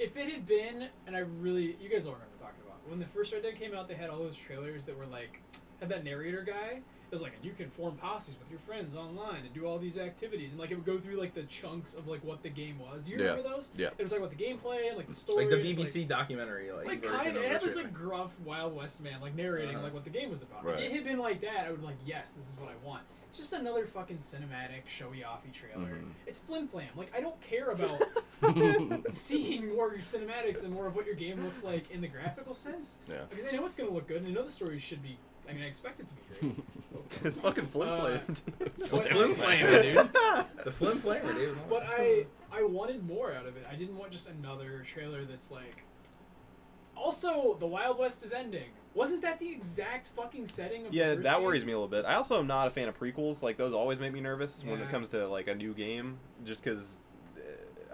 S2: if it had been, and I really, you guys all remember talking about when the first Red Dead came out, they had all those trailers that were like, had that narrator guy. It was like, and you can form posses with your friends online and do all these activities, and like it would go through like the chunks of like what the game was. Do you
S3: Yeah.
S2: remember those?
S3: Yeah.
S2: It was like about the gameplay and like the story.
S1: Like the
S2: and it's,
S1: BBC documentary, like,
S2: Like
S1: version
S2: kind of,
S1: of
S2: it
S1: the
S2: had this
S1: trailer.
S2: like gruff Wild West man like narrating
S1: Uh-huh.
S2: like what the game was about.
S3: Right.
S2: If it had been like that, I would be like, yes, this is what I want. It's just another fucking cinematic, showy offy trailer.
S3: Mhm.
S2: It's flim flam. Like I don't care about
S1: *laughs*
S2: seeing more cinematics and more of what your game looks like in the graphical sense.
S3: Yeah.
S2: Because I know it's gonna look good, and I know the story should be. I mean, I expect it to be
S3: *laughs* Mm.
S2: great.
S4: *laughs* it's fucking flip
S2: Uh,
S1: *laughs* the
S2: What-
S1: flim flamer, dude.
S4: *laughs*
S1: The flim
S2: *laughs*
S1: flamer, dude.
S2: But I I wanted more out of it. I didn't want just another trailer that's like. Also, the Wild West is ending. Wasn't that the exact fucking setting of?
S4: Yeah,
S2: the
S4: that worries me a little bit. I also am not a fan of prequels. Like those always make me nervous when
S2: Yeah.
S4: it comes to like a new game, just because.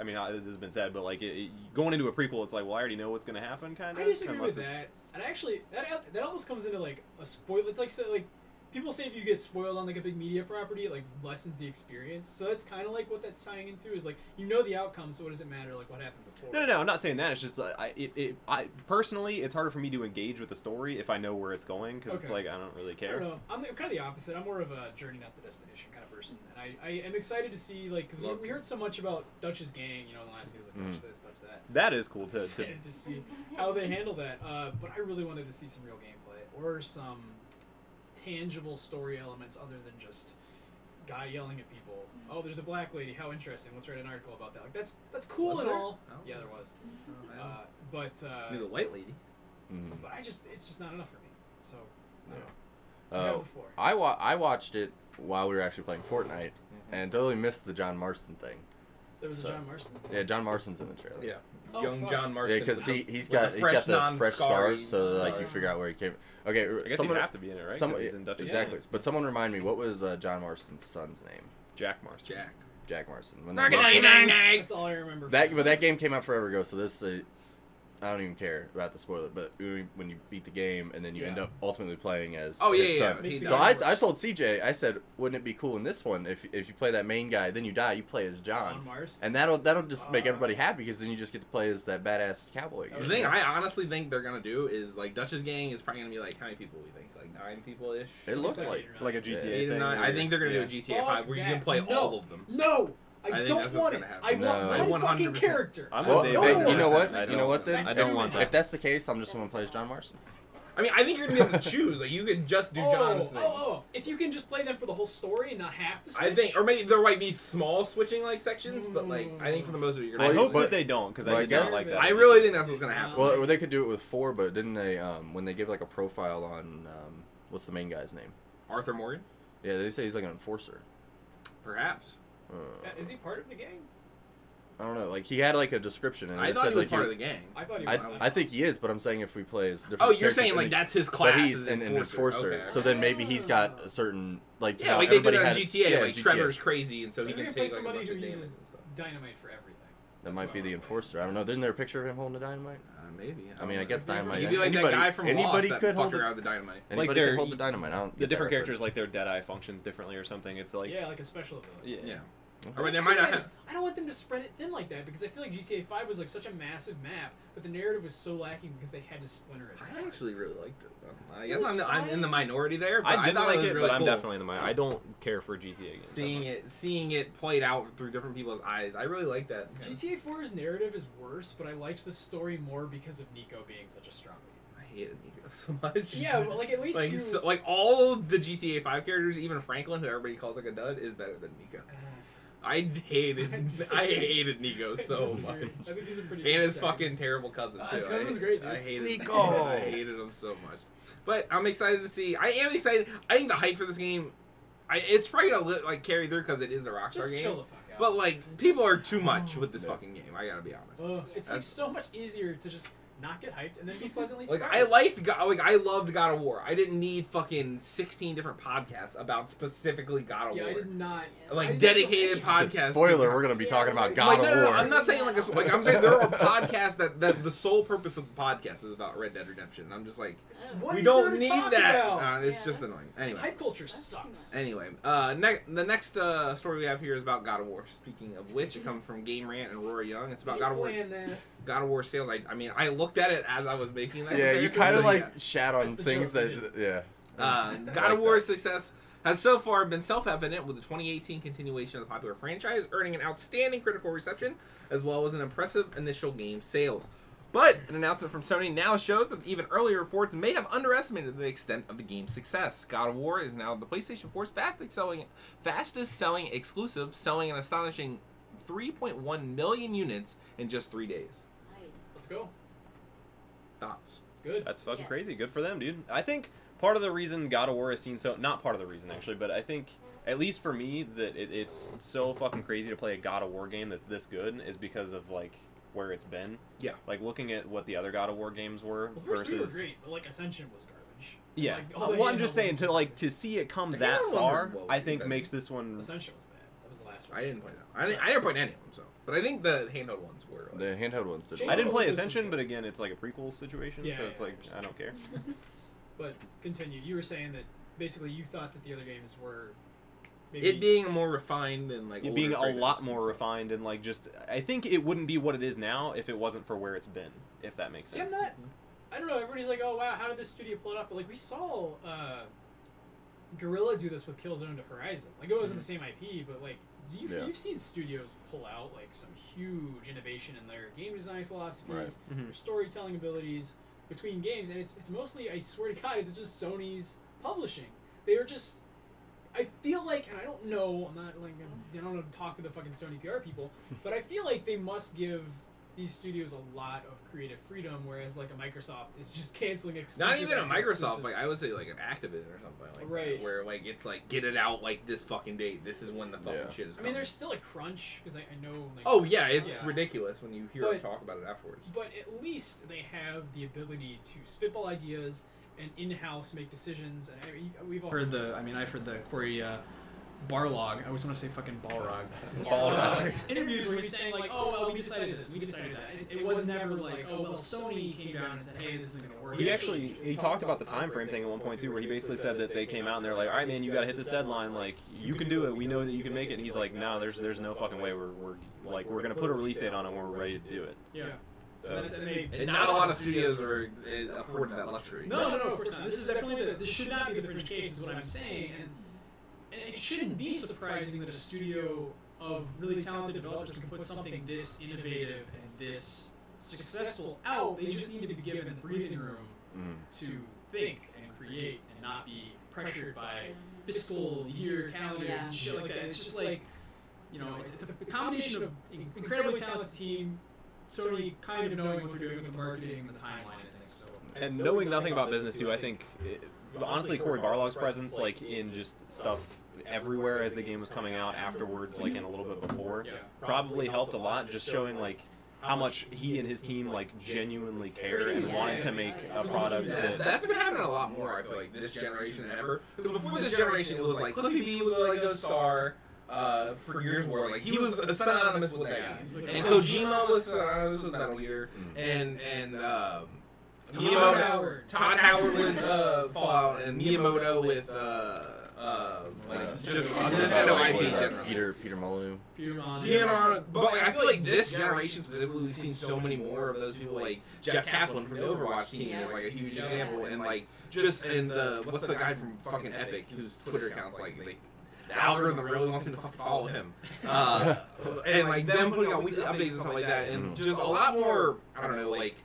S4: I mean, I, this has been said, but like it, it- going into a prequel, it's like, well, I already know what's gonna happen, kind of.
S2: I disagree with that. And actually, that that almost comes into like a spoil. It's like so like people say if you get spoiled on like a big media property, it like lessens the experience. So that's kind of like what that's tying into is like you know the outcome, so what does it matter like what happened before?
S4: No, no, no. I'm not saying that. It's just uh, I, it, it, I personally, it's harder for me to engage with the story if I know where it's going, because it's
S2: Okay.
S4: like I don't really
S2: I don't
S4: care.
S2: know. I'm, I'm kind of the opposite. I'm more of a journey, not the destination kind of person, and I, I am excited to see like 'cause we,
S1: Love
S2: we
S1: to.
S2: heard so much about Dutch's gang, you know, in the last game it was like Dutch this, Dutch that.
S4: That is cool
S2: I'm
S4: Mm. to, to
S2: excited to see how they handle that. Uh, but I really wanted to see some real gameplay or some tangible story elements other than just guy yelling at people. Oh, there's a black lady. How interesting. Let's write an article about that. Like that's that's cool
S1: Was
S2: and
S1: there?
S2: all.
S1: Oh.
S2: Yeah, there was.
S1: I
S2: Uh, but
S1: knew the
S2: uh,
S1: white lady.
S3: Mhm.
S2: but I just it's just not enough for me. So I don't know. You have
S3: Uh,
S2: the floor.
S3: I wa- I watched it while we were actually playing Fortnite and totally missed the John Marston thing.
S2: There was
S3: So-
S2: a John Marston.
S3: Yeah, John Marston's in the trailer.
S1: Yeah.
S2: Oh,
S1: Young
S2: fuck.
S1: John
S3: Yeah,
S1: Marston.
S3: because he he's
S1: With
S3: got
S1: the
S3: he's got
S1: fresh,
S3: the fresh
S1: non-scarred
S3: scars, so like you
S2: scar.
S3: figure out where he came. from. Okay,
S4: I guess
S3: someone
S4: he'd have to be in it, right? 'Cause
S3: some-
S4: he's in Dutch
S3: exactly. But someone remind me, what was uh, John Marston's son's name?
S4: Jack Marston.
S1: Jack.
S3: Jack Marston. When
S1: Knock
S3: that-
S1: it out, you know.
S2: That's all I remember.
S3: That
S2: from
S3: but that game came out forever ago, so this uh, I don't even care about the spoiler. But when when you beat the game and then you end
S2: Yeah.
S3: up ultimately playing as
S1: Oh, yeah,
S3: his
S1: yeah,
S3: son.
S1: yeah. He
S3: So I,
S1: died.
S3: I told CJ I said wouldn't it be cool in this one if if you play that main guy then you die you play as
S2: John
S3: John
S2: Marston.
S3: and that'll that'll just make
S2: Uh.
S3: everybody happy because then you just get to play as that badass cowboy.
S1: The
S3: Again.
S1: thing I honestly think they're gonna do is like Dutch's gang is probably gonna be like how many people we think like nine people ish.
S3: It looks like
S4: Like a
S3: GTA
S4: GTA.
S3: Yeah,
S1: Eight or nine. I think they're gonna do a GTA
S2: Fuck
S1: Five where you can
S2: that.
S1: play
S2: No.
S1: all of them.
S2: No,
S1: I
S2: I,
S1: think that's
S2: don't
S1: what's
S2: want it.
S1: gonna happen.
S2: I want
S3: No.
S2: my
S1: I
S2: fucking
S1: 100%
S2: character.
S4: I'm
S3: well,
S4: with Dave.
S3: hey,
S2: No.
S3: you know what?
S4: I
S3: You know
S4: don't-
S3: what? Then
S4: I don't want
S3: if
S4: that.
S3: that's the case, I'm just someone plays John Marston.
S1: I mean, I think you're gonna be able to choose. Like you could just do
S2: oh,
S1: John's thing.
S2: oh, oh! If you can just play them for the whole story and not have to. Switch,
S1: I think, or maybe there might be small switching like sections, but like I think for the most of it, you're gonna.
S4: I
S1: be
S3: Well,
S4: hope
S1: able
S3: but-
S1: to-
S4: that they don't because
S3: well, I
S4: I did not
S3: guess-
S4: like that.
S1: I really think that's what's gonna happen.
S2: Um,
S3: Well, or they could do it with four, but didn't they? Um, when they give like a profile on um, what's the main guy's name?
S1: Arthur Morgan,
S3: Yeah, they say he's like an enforcer.
S1: perhaps.
S3: Uh,
S2: Uh, Is he part of the gang?
S3: I don't know. Like he had like a description, and
S1: I
S3: it
S1: thought
S3: said
S1: he was
S3: like
S1: part
S3: he-
S1: of the gang.
S2: I thought he was.
S3: I, I think he is, but I'm saying if we play as different.
S1: Oh, you're
S3: characters
S1: saying
S3: in
S1: like
S3: the-
S1: that's his
S3: But
S1: class
S3: he's
S1: is
S3: an, an enforcer,
S1: Okay.
S3: so then maybe he's got a certain like
S1: yeah,
S3: how
S1: like they do
S3: everybody
S1: that on
S3: had-
S1: GTA.
S3: yeah,
S1: like
S3: GTA.
S1: Trevor's crazy, and so,
S2: So
S1: he can
S2: they're gonna play
S1: take like a
S2: somebody
S1: bunch
S2: who
S1: of damage and
S2: uses-
S1: stuff.
S2: Dynamite for everything.
S3: That might be the enforcer. I don't know. Isn't there a picture of him holding a dynamite?
S1: Uh, maybe.
S3: I mean, I
S1: don't
S3: guess
S1: know.
S3: dynamite.
S1: You'd be like
S3: anybody,
S1: that guy from
S3: anybody
S1: Lost
S3: could
S1: that
S3: hold
S1: fucked
S3: the,
S1: around the dynamite.
S3: Anybody
S4: they're-
S3: could hold the dynamite. I don't. get
S4: the
S3: that
S4: different
S3: reference.
S4: characters like their dead eye functions differently or something. It's like
S2: yeah, like a special ability.
S4: yeah.
S1: Yeah.
S3: Okay.
S1: Or
S2: But
S1: they
S2: it's
S1: might
S2: too
S1: not
S2: bad-
S1: have.
S2: I don't want them to spread it thin like that because I feel like GTA 5 was like such a massive map, but the narrative was so lacking because they had to splinter it. so
S1: I
S2: much.
S1: actually really liked it. though. I
S2: It
S1: guess
S2: was
S1: I'm, the, I'm in
S2: fine.
S1: the minority there, but
S4: I
S1: I,
S4: did
S1: thought
S4: like
S1: it was
S4: it,
S1: really
S4: but I'm
S1: cool.
S4: definitely in the mind. I don't care for GTA games. that
S1: seeing
S4: much.
S1: it, seeing it played out through different people's eyes. I really like that.
S2: GTA 4's narrative is worse, but I liked the story more because of Nico being such a strong
S1: *laughs*
S2: lead.
S1: I hated Nico so much.
S2: Yeah, but like at least
S1: like
S2: you. *sighs*
S1: so, *laughs* like all of the GTA Five characters, even Franklin, who everybody calls like a dud, is better than Nico. I hated,
S2: I
S1: *laughs*
S2: just-
S1: I hated Nico so
S2: Disagree.
S1: much.
S2: I think he's a pretty.
S1: And
S2: good
S1: his fucking
S2: protagonist.
S1: terrible cousin too.
S2: Ah, his
S1: I-
S2: cousin's great, dude.
S1: I hated
S3: Nico!
S1: *laughs* I hated him so much. But I'm excited to see. I am excited. I think the hype for this game, I, it's probably gonna li- like carry through because it is a Rockstar
S2: Just chill
S1: game.
S2: the fuck out.
S1: But like people are too much
S2: Oh.
S1: with this
S3: Yeah.
S1: fucking game. I gotta be honest.
S2: Ugh, it's like
S1: That's-
S2: so much easier to just not get hyped and then be pleasantly
S1: Like
S2: surprised.
S1: I liked God, like I loved God of War. I didn't need fucking sixteen different podcasts about specifically God of
S2: Yeah,
S1: War.
S2: I did not.
S5: Yeah.
S1: Like
S2: I didn't
S1: dedicated
S2: feel any-
S1: podcasts.
S3: Spoiler: We're gonna be
S5: Yeah,
S3: talking about
S5: like-
S3: God
S1: like,
S3: of
S1: no, no,
S3: War.
S1: no, I'm not saying like a, like I'm saying there are podcasts that, that the sole purpose of the podcast is about Red Dead Redemption. And I'm just like
S5: Oh,
S2: What
S1: we
S5: *laughs*
S2: is there
S1: don't
S2: to
S1: need
S2: talk
S1: that.
S2: about?
S1: Uh, it's
S5: Yeah,
S1: just
S5: that's-
S1: annoying. Anyway,
S2: Hype culture
S5: That's too
S2: sucks.
S5: much.
S1: anyway, uh, ne- the next uh, story we have here is about God of War. Speaking of which, it comes from Game Rant and Rory Young. It's about
S2: Keep
S1: God of War.
S2: playing that.
S1: God of War sales. I, I mean, I looked at it as I was making that.
S3: yeah, you
S1: comparison,
S3: kind of
S1: so
S3: like
S1: yeah.
S3: shat on
S2: That's the
S3: things
S2: joke,
S3: that. Yeah. *laughs*
S1: Uh,
S2: I
S1: God of
S3: like
S1: War's
S3: that.
S1: success has so far been self-evident with the 2018 continuation of the popular franchise earning an outstanding critical reception as well as an impressive initial game sales. But an announcement from Sony now shows that even earlier reports may have underestimated the extent of the game's success. God of War is now the PlayStation 4's fastest selling, fastest selling exclusive, selling an astonishing 3.1 million units in just three days.
S2: Let's go.
S1: Thoughts?
S2: Good.
S4: That's fucking
S5: Yes.
S4: crazy. Good for them, dude. I think part of the reason God of War is seen so not part of the reason actually, but I think at least for me that it, it's so fucking crazy to play a God of War game that's this good is because of like where it's been.
S1: Yeah.
S4: Like looking at what the other God of War games were
S2: Well, the first three were
S4: versus
S2: great, but like Ascension was garbage.
S1: Mm-hmm.
S4: yeah.
S2: Like, all the
S4: well, I'm
S2: handheld
S4: just saying
S2: ones
S4: to
S2: were-
S4: like to see it come
S1: The
S4: that
S1: handheld ones
S4: far,
S1: were-
S4: I think
S1: well,
S4: makes this one.
S2: Ascension was bad. That was the last one.
S1: I didn't play that. I didn't, I didn't play any of them, so. But I think the handheld ones were.
S3: The handheld ones. Did
S2: James
S4: I didn't play
S2: This was
S4: Ascension,
S2: good.
S4: but again, it's like a prequel situation,
S2: Yeah,
S4: so
S2: yeah,
S4: it's
S2: I
S4: like I
S2: understand.
S4: don't care.
S2: But continue. You were saying that basically you thought that the other games were. Maybe
S1: it being more refined and like
S4: it being
S1: older
S4: a lot
S1: creators
S4: more
S1: and stuff.
S4: refined and like just I think it wouldn't be what it is now if it wasn't for where it's been, if that makes
S2: See, I'm
S4: sense.
S2: not. I don't know. Everybody's like, "Oh wow, how did this studio pull it off?" But like, we saw uh, Gorilla do this with Killzone to Horizon. Like, it wasn't the
S4: Hmm.
S2: same IP, but like, you've,
S3: Yeah.
S2: you've seen studios pull out like some huge innovation in their game design philosophies,
S4: Mhm.
S2: their storytelling abilities between games, and it's it's mostly, I swear to God, it's just Sony's publishing. They are just. I feel like, and I don't know, I'm not like, I'm, I don't know, talk to the fucking Sony PR people, but I feel like they must give these studios a lot of creative freedom, whereas like a Microsoft is just *laughs* canceling exclusive.
S1: Not even a
S2: after
S1: Microsoft,
S2: exclusive.
S1: like I would say, like an Activision or something like
S2: Right.
S1: that, where like it's like get it out like this fucking date. This is when the fucking
S3: Yeah.
S1: shit is.
S2: I
S1: Coming.
S2: mean, there's still a crunch because I, I know. Like,
S1: Oh yeah, it's
S2: Yeah.
S1: ridiculous when you hear
S2: But-
S1: them talk about it afterwards.
S2: But at least they have the ability to spitball ideas and in-house make decisions. And I mean, we've all heard the. I mean, I've heard the Corey uh, Barlog. I always want to say fucking Balrog.
S3: Balrog.
S2: Interviews where he's saying like, "Oh well, we decided this, we decided that." It, it was never like, "Oh well, Sony came down and said, hey, this isn't gonna work."
S4: He actually he talked about the time frame thing at one point too, where he basically said that they came out and they're like, "All right, man, you got to hit this deadline. Like, you can do it. We know that you can make it." And he's like, "No, there's there's no fucking way. We're, we're like we're gonna put a release date on it when we're ready to do it."
S2: yeah.
S4: So
S2: So that's and they.
S1: And not a lot of studios are uh, afforded that luxury.
S2: No, no, no, of course not. This is definitely the, this should not be the fringe case, is what I'm saying. And, and it shouldn't be surprising that a studio of really talented developers can put something this innovative and this successful out. They just need to be given the breathing room
S3: Mm.
S2: to think and create and not be pressured by fiscal year calendars
S5: Yeah.
S2: and shit like that. It's just like, you know, it's, it's a combination of in- incredibly talented team, Sony kind of knowing what they're doing with the marketing and the timeline and things. So.
S4: and knowing nothing about business too, I think uh, honestly Corey Barlog's presence like in just stuff everywhere as the game was coming out afterwards, like and a little bit before,
S2: Yeah.
S4: probably helped a lot. Just showing like how much he and his team like genuinely care and
S5: Yeah.
S4: wanted to make a product
S1: Yeah,
S4: that
S1: that's been happening a lot more. I feel like this generation than ever. Because before this generation, it was like Cliffy B was like a star. Uh, for years were like he was synonymous with that, and Kojima was synonymous with Metal Gear, and and um,
S2: Todd
S1: Miyamoto-
S2: Howard.
S1: Todd Howard with uh, Fallout, and Miyamoto with uh, uh,
S3: Uh,
S1: like,
S2: just-
S1: just *laughs*
S3: Uh,
S1: Nintendo
S3: uh,
S1: IP
S3: uh,
S1: generally.
S3: Peter Peter Molyneux.
S2: Piedmont.
S1: Yeah, no, but like, I feel like this generation specifically, we've seen so many more of those people. Like Jeff Kaplan from the Overwatch team is like a huge
S2: Yeah.
S1: example, and like just in the what's the guy from fucking Epic whose Twitter account's like like. The algorithm really wants me to fucking follow him, uh, and like them putting out weekly updates and stuff like that, and
S3: Mhm.
S1: just a lot more. I don't know, like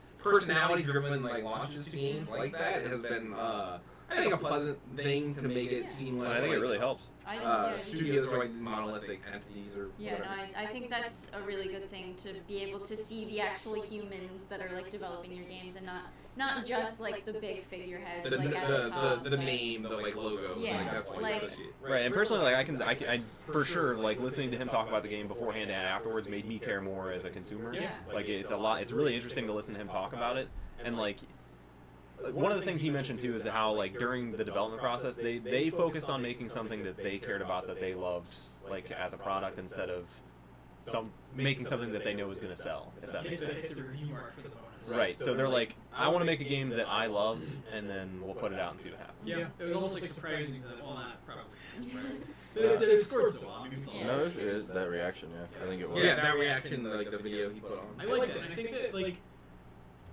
S1: personality-driven like launches to games like that has been, uh, I think, a pleasant thing to make it seem less.
S4: I think it
S1: like,
S4: really helps.
S5: I don't
S1: Uh,
S5: know.
S1: studios are like these monolithic entities or
S5: Yeah,
S1: whatever.
S5: no, I, I think that's a really good thing to be able to see the actual humans that are like developing your games and not not just like the big figureheads
S1: the,
S5: like
S1: the,
S5: at the, top.
S1: the, the, the
S5: like-
S1: name, the like logo,
S5: Yeah,
S1: like that's what
S5: like-
S1: you associate.
S4: *laughs* Right, and personally, like I can, I, can, I for sure, like listening to him talk about the game beforehand and afterwards made me care more as a consumer.
S2: Yeah.
S4: Like it's a lot. It's really interesting to listen to him talk about it, and like. One of the things he mentioned too is how like during the development process they they focused on making something that they cared about that they loved like as a product instead of some making something that they know is going to sell if that
S2: Hit
S4: makes
S2: the,
S4: sense.
S2: hit the review mark for the bonus.
S4: Right. So they're like I want to make a game that I love and then we'll put it out and see what happens.
S2: Yeah, it was almost like surprising that well, not probably. That's
S5: *laughs*
S2: probably- that,
S3: Yeah.
S2: that it scored so well. Maybe
S5: Yeah.
S3: No, it was, it was that reaction. Yeah, I think it was.
S1: Yeah, that reaction, like the video he put on.
S2: I liked it. and I think that like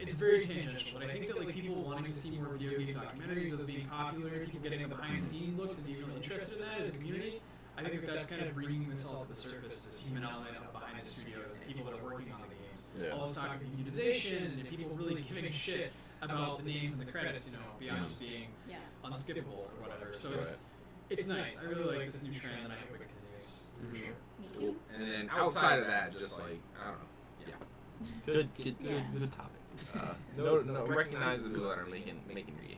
S2: it's very tangential, but I think that like people wanting to see more video game documentaries, those being popular, people getting behind the scenes looks and being really interested in that as a community. I think that that's kind of bringing this all to the surface, this human element of behind the studios and people that are working on the games.
S3: Yeah.
S2: All this talk of unionization and people really giving a shit about the names and the credits, you know, beyond just being
S5: Yeah.
S2: unskippable or whatever. So
S3: Right.
S2: it's it's nice. I really like this new trend, and I hope it continues. For sure.
S5: Me too.
S1: And then outside of that, just like I don't know.
S4: Good,
S5: good- Yeah.
S4: good topic.
S1: Uh, no, no, recognize the people that are making making your game.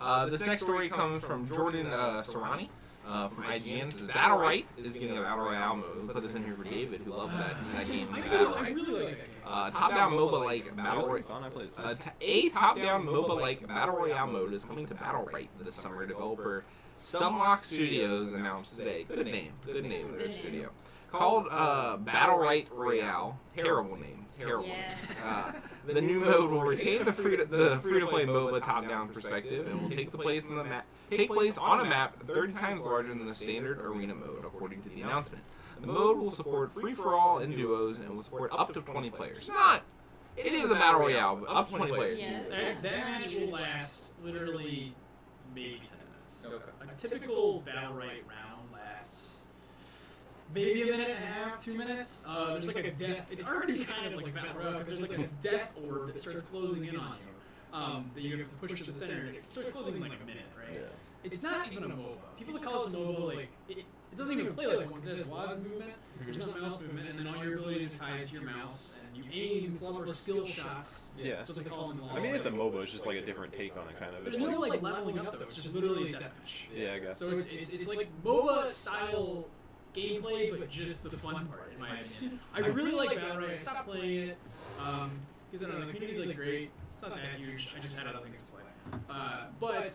S1: Uh, this next story comes from Jordan uh, Serrani. Uh, from IGN says Battle Right is getting a Battle Royale mode. We'll put this in here for David, who loved that, *sighs* that game,
S2: I, did,
S1: Battle
S2: I
S1: Right.
S2: really like that game.
S1: Uh, top-down MOBA-like Battle Royale.
S4: fun. I played it.
S1: Uh, t- a top-down MOBA-like battle royale mode is coming to Battle Right this summer. Developer Stumlock Studios announced today. Good name, good name of their studio. Called uh, Battle Right Royale. Terrible name. Terrible. name.
S5: Yeah.
S1: Uh, the new mode will retain the free to, the free to play MOBA top down perspective and will take the place on the map take place on a map 30 times larger than the standard arena mode, according to the announcement. The mode will support free for all and duos and will support up to 20 players. Not it is a battle royale, but up to 20 players.
S5: Yes.
S2: That, that match will last literally maybe 10 minutes. A typical battle right round lasts maybe a minute and a half, two minutes. Uh, there's like a death. It's already kind of like battle royale because there's like a death orb that starts closing in on you. Um, that you have to push to the center. and It starts closing in like a minute, right?
S3: Yeah.
S2: It's not even a MOBA. People that call us a MOBA, like, it, It doesn't even play like one. 'cause It has WASD movement. There's not mouse movement, and then all your abilities are tied to your mouse, and you aim. It's a lot more skill shots.
S4: Yeah.
S2: That's what they call them. in the
S4: I mean,
S2: law.
S4: it's a MOBA. It's just like a different take on it, kind of.
S2: There's
S4: It's
S2: no
S4: like,
S2: like leveling up though. It's just literally a deathmatch.
S4: yeah, I guess.
S2: So it's, it's, it's like MOBA style gameplay, but just the fun part, in my opinion. I really like Battle Royale. I stopped playing it um, because I don't know. The community's like great. It's not that huge. I just had other things to play. Uh, but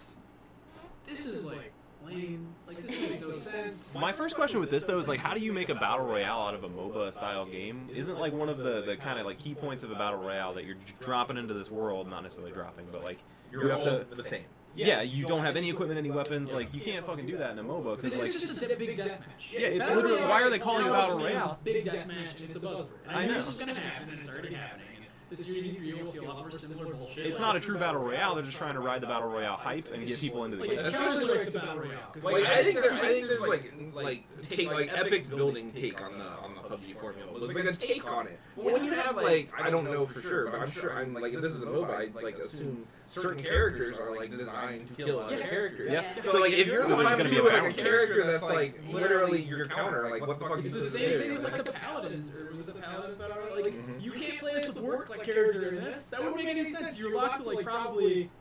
S2: this is like lame. Like this makes no sense.
S4: My first question with this though is like, how do you make a battle royale out of a MOBA style game? Isn't like one of the, the kind of like key points of a battle royale that you're j- dropping into this world, not necessarily dropping, but like,
S1: You're
S4: You
S1: all
S4: have to-
S1: the same.
S4: yeah, you don't have any equipment, any weapons. Like, you can't fucking do that in a MOBA
S2: This is
S4: because like,
S2: just a de- big deathmatch.
S4: Yeah, it's
S2: Battle
S4: literally-
S2: Royale
S4: why are
S2: is
S4: they calling it
S2: now
S4: Battle
S2: just
S4: Royale?
S2: Big deathmatch, and it's a buzzword. And I
S4: I
S2: knew
S4: know.
S2: this was gonna happen, and it's already happening. And The series E3 will see a lot more similar bullshit.
S4: it's not a true battle royale. They're just trying to ride the battle royale hype and get people into the
S2: Like,
S4: game.
S2: it
S1: That's
S2: sounds
S1: just
S2: like
S1: like
S2: it's a battle royale. 'cause
S1: Like
S2: the
S1: I think
S2: guy-
S1: there's, I think there's like like take like Epic's building take on the on the PUBG formula was like a take on it. But when you have like I don't know for sure, but I'm sure I'm like if this is a MOBA, I like assume certain characters are like designed to kill other
S2: Yes.
S1: characters.
S4: Yeah.
S5: Yeah.
S1: So like if you're in
S4: So
S1: the
S4: there's
S1: five
S4: gonna be
S1: two
S4: a
S1: with like a
S4: balance.
S1: character that's like literally your counter, like what the fuck
S2: It's
S1: is
S2: the
S1: this?
S2: same thing
S1: dude?
S2: with like the paladins, or was it the paladins battle royale? Like you can't play a support like character in this. That wouldn't make any sense. You're locked to like probably.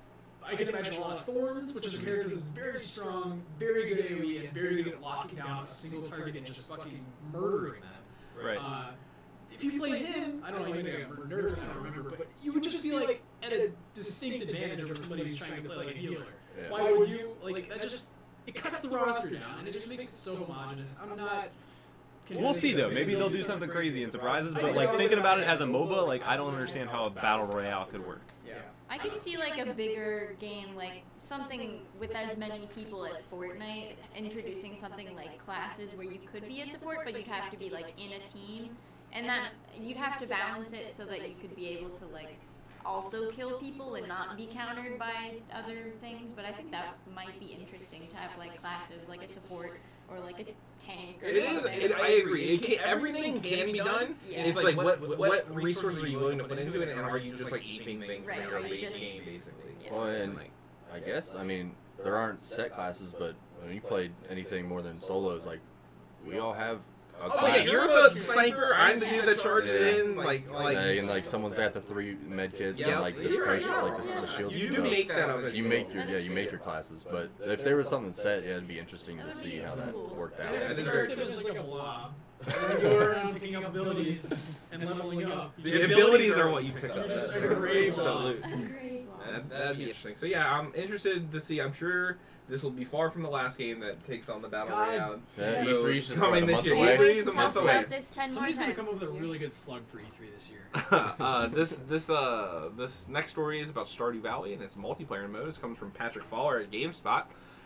S2: I can imagine a lot of thorns, which is a character that's very strong, very good AOE, and very good at locking down a single target and just fucking murdering them.
S4: Right.
S2: Uh, if you played him, I don't know, maybe I got nerfed, I don't remember, but you would just be like at a distinct advantage over somebody who's trying to play like a healer.
S3: Yeah.
S2: Why would you like that? Just it cuts the roster down, and it just makes it so homogenous. I'm not.
S4: We'll
S2: convinced
S4: see though.
S2: that
S4: Maybe they'll do something crazy and surprises. But like thinking about it as a MOBA, like I don't understand how a battle royale could work.
S2: Yeah.
S5: I could see like a bigger game, like something with as many people as Fortnite, introducing something like classes where you could be a support, but you'd have to be like in a team, and that you'd have to balance it so that you could be able to like also kill people and not be countered by other things. But I think that might be interesting to have like classes, like a support or like *laughs* a tank. Or
S1: It is.
S5: something.
S1: It, I agree. It can, everything can be done.
S5: Yeah.
S1: It's like what what resources are you willing to put into it, and are you just like aping things
S5: Right,
S1: from your
S5: right,
S1: base
S5: just-
S1: game, basically?
S5: Yeah.
S3: Well, and
S1: like,
S3: I guess I mean there aren't set classes, but when you played anything more than solos, like we all have a
S1: oh yeah,
S3: class.
S1: you're the sniper. I'm the dude that charges
S3: Yeah.
S1: in. Like like.
S3: Yeah, and like someone's got the three med kits
S1: Yeah,
S3: and like the
S1: you're
S3: pressure,
S1: right.
S3: like the, the shield
S1: you do
S3: stuff.
S1: make that up. as
S3: you
S1: go.
S3: make your
S5: That
S3: yeah,
S5: is
S3: you make your classes, but if there was something set, yeah, it'd be interesting to see how that worked
S2: And if
S1: Yeah,
S2: the
S1: it's
S3: out.
S2: start of it is like a blob, you go
S5: *laughs*
S2: around picking up abilities and leveling up. You
S1: The
S2: just-
S1: abilities are what you pick up.
S2: You just
S1: That's
S2: are great.
S1: Absolutely.
S5: Agreed.
S1: That, that'd be interesting. So yeah, I'm interested to see. I'm sure this will be far from the last game that takes on the battle
S2: God.
S1: round.
S3: Yeah,
S1: No,
S3: E3 is just
S1: coming
S3: like a
S1: this
S3: month
S1: year.
S3: away.
S1: E3 is a
S5: Talk
S1: month
S5: about
S1: away.
S5: this 10 more
S2: Somebody's gonna come
S5: times
S2: up with a
S5: this year.
S2: really good slug for E3 this year.
S1: *laughs* uh, this this uh this next story is about Stardew Valley and its multiplayer mode. This comes from Patrick Fowler at GameSpot,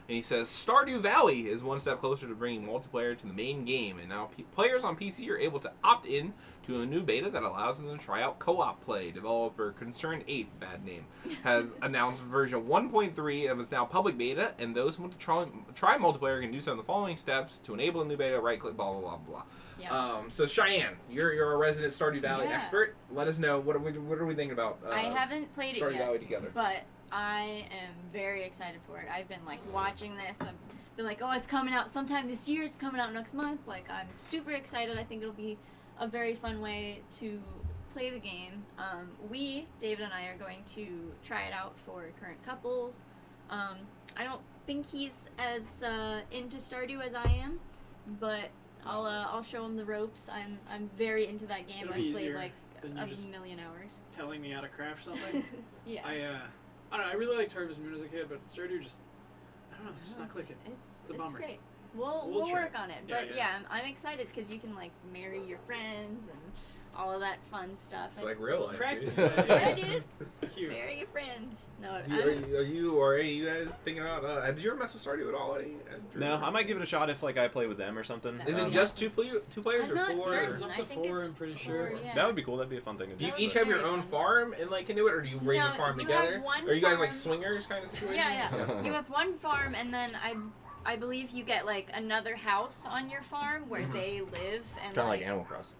S1: and he says Stardew Valley is one step closer to bringing multiplayer to the main game, and now p- players on PC are able to opt in to a new beta that allows them to try out co-op play. Developer Concerned Eight, bad name,
S5: *laughs*
S1: has announced version 1.3 and is now public beta, and those who want to try, try multiplayer can do so in the following steps to enable a new beta. Right click, blah blah blah blah.
S5: Yeah.
S1: Um, so Cheyenne, you're you're a resident Stardew Valley
S5: Yeah.
S1: expert. Let us know what are we what are we thinking about? Uh,
S5: I haven't played it
S1: Stardew
S5: yet.
S1: Valley together.
S5: But I am very excited for it. I've been like watching this. I've been like, oh, it's coming out sometime this year. It's coming out next month. Like, I'm super excited. I think it'll be a very fun way to play the game. Um, we, David and I, are going to try it out for current couples. Um, I don't think he's as uh, into Stardew as I am, but I'll uh, I'll show him the ropes. I'm uh, I'm very into that game.
S2: It'll
S5: I've
S2: be
S5: played
S2: easier
S5: like
S2: than you
S5: a
S2: just-
S5: million hours.
S2: Telling me how to craft something.
S5: *laughs* yeah.
S2: I uh, I don't know. I really liked Harvest Moon as a kid, but Stardew just, I don't know, just not
S5: It's-
S2: clicking.
S5: It's,
S2: It's a bummer.
S5: great. We'll,
S2: We'll
S5: we'll,
S2: try.
S5: work on it.
S2: Yeah,
S5: but
S2: yeah.
S5: yeah, I'm, I'm excited because you can like marry your friends and all of that fun stuff.
S1: It's like real life. dude.
S2: Practice,
S5: yeah,
S4: *laughs*
S2: man.
S5: dude.
S2: Cute.
S5: Marry your friends. No,
S1: Do you- *laughs* are,
S5: I'm, *laughs*
S1: you, are you or are you guys thinking about? Uh, did you ever mess with Stardew at all? Any, Andrew?
S4: No, I might give it a shot if like I play with them or something.
S5: That
S1: Is it
S5: Um,
S1: just two player two players
S5: I'm
S1: or
S5: not
S1: four?
S5: certain.
S2: It's up
S5: I
S2: to
S5: think
S2: four,
S5: it's
S2: I'm pretty
S5: four,
S2: sure.
S5: yeah.
S4: That would be cool. That'd be a fun thing to
S1: Do
S4: do.
S1: you
S5: That
S1: each
S5: would
S1: have
S5: be
S1: your
S5: really
S1: own
S5: fun.
S1: farm and like can do it, or do you raise
S5: No,
S1: a farm
S5: you
S1: together?
S5: have one
S1: are you guys like
S5: farm-
S1: swingers kind of situation?
S5: Yeah,
S1: *laughs*
S3: yeah.
S5: you have one farm, and then I, I believe you get like another house on your farm where
S1: Mhm.
S5: they live and
S3: Kind of like Animal Crossing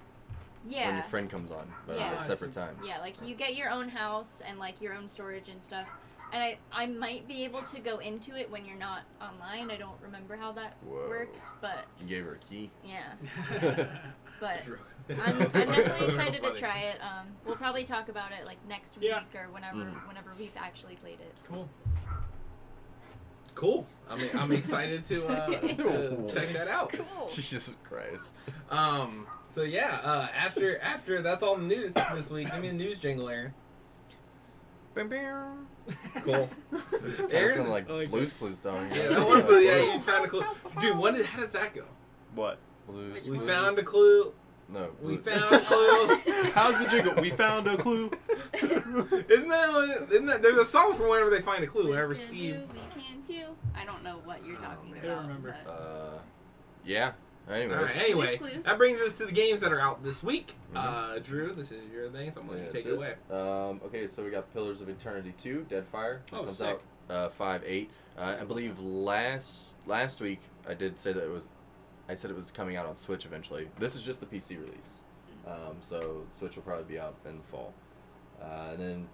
S3: when
S5: yeah,
S3: your friend comes on, but
S5: Yeah.
S3: at separate times.
S5: Yeah, like you get your own house and like your own storage and stuff. and I, I might be able to go into it when you're not online. I don't remember how that
S3: Whoa.
S5: works, but
S3: You gave her a
S5: *laughs*
S3: key.
S5: yeah.
S1: It's
S5: But
S1: real- *laughs*
S5: I'm, I'm
S1: Those are
S5: definitely
S1: real
S5: excited to
S1: funny.
S5: try it. Um, we'll probably talk about it like next week
S2: Yeah.
S5: or whenever
S3: Mhm.
S1: Mm.
S5: whenever we've actually played it.
S2: Cool.
S1: Cool. I'm, I'm excited to,
S5: *laughs*
S1: uh, to check that out.
S5: Cool.
S3: Jesus Christ.
S1: Um. So yeah. Uh. After after that's all the news this week. Give me a news jingle, Aaron. Cool.
S3: That
S1: Aaron's
S3: sounded like
S2: I like
S3: Blues Clues, dog.
S1: Yeah, *laughs* that was the, yeah,
S5: *laughs*
S1: you found a clue. Dude, what did, how does that go?
S4: What?
S3: Blues
S1: We
S3: Clues.
S1: found a clue.
S3: No.
S1: We
S3: Blues-
S4: *laughs*
S1: found a clue.
S4: How's the jingle? We found a
S1: *laughs*
S4: clue.
S1: Isn't that, what- isn't that, there's a song from whenever they find a clue,
S5: Who's
S1: whenever
S5: gonna
S1: Steve.
S5: do, we can too. I don't know what you're
S3: Oh,
S5: talking
S3: man.
S5: about.
S2: I don't remember.
S5: but-
S3: Uh, yeah. Anyways.
S1: Alright, anyway,
S5: Clues, clues.
S1: that brings us to the games that are out this week.
S3: Mhm.
S1: Uh, Drew, this is your thing, so I'm going to
S3: Yeah,
S1: take it
S3: this-
S1: away.
S3: Um, okay, so we got Pillars of Eternity 2, Deadfire.
S2: Oh,
S3: comes
S2: sick.
S3: out uh, 5 8. Uh, I believe last last week I did say that it was. I said it was coming out on Switch eventually. This is just the PC release. Um, so Switch will probably be out in the fall. Uh, and then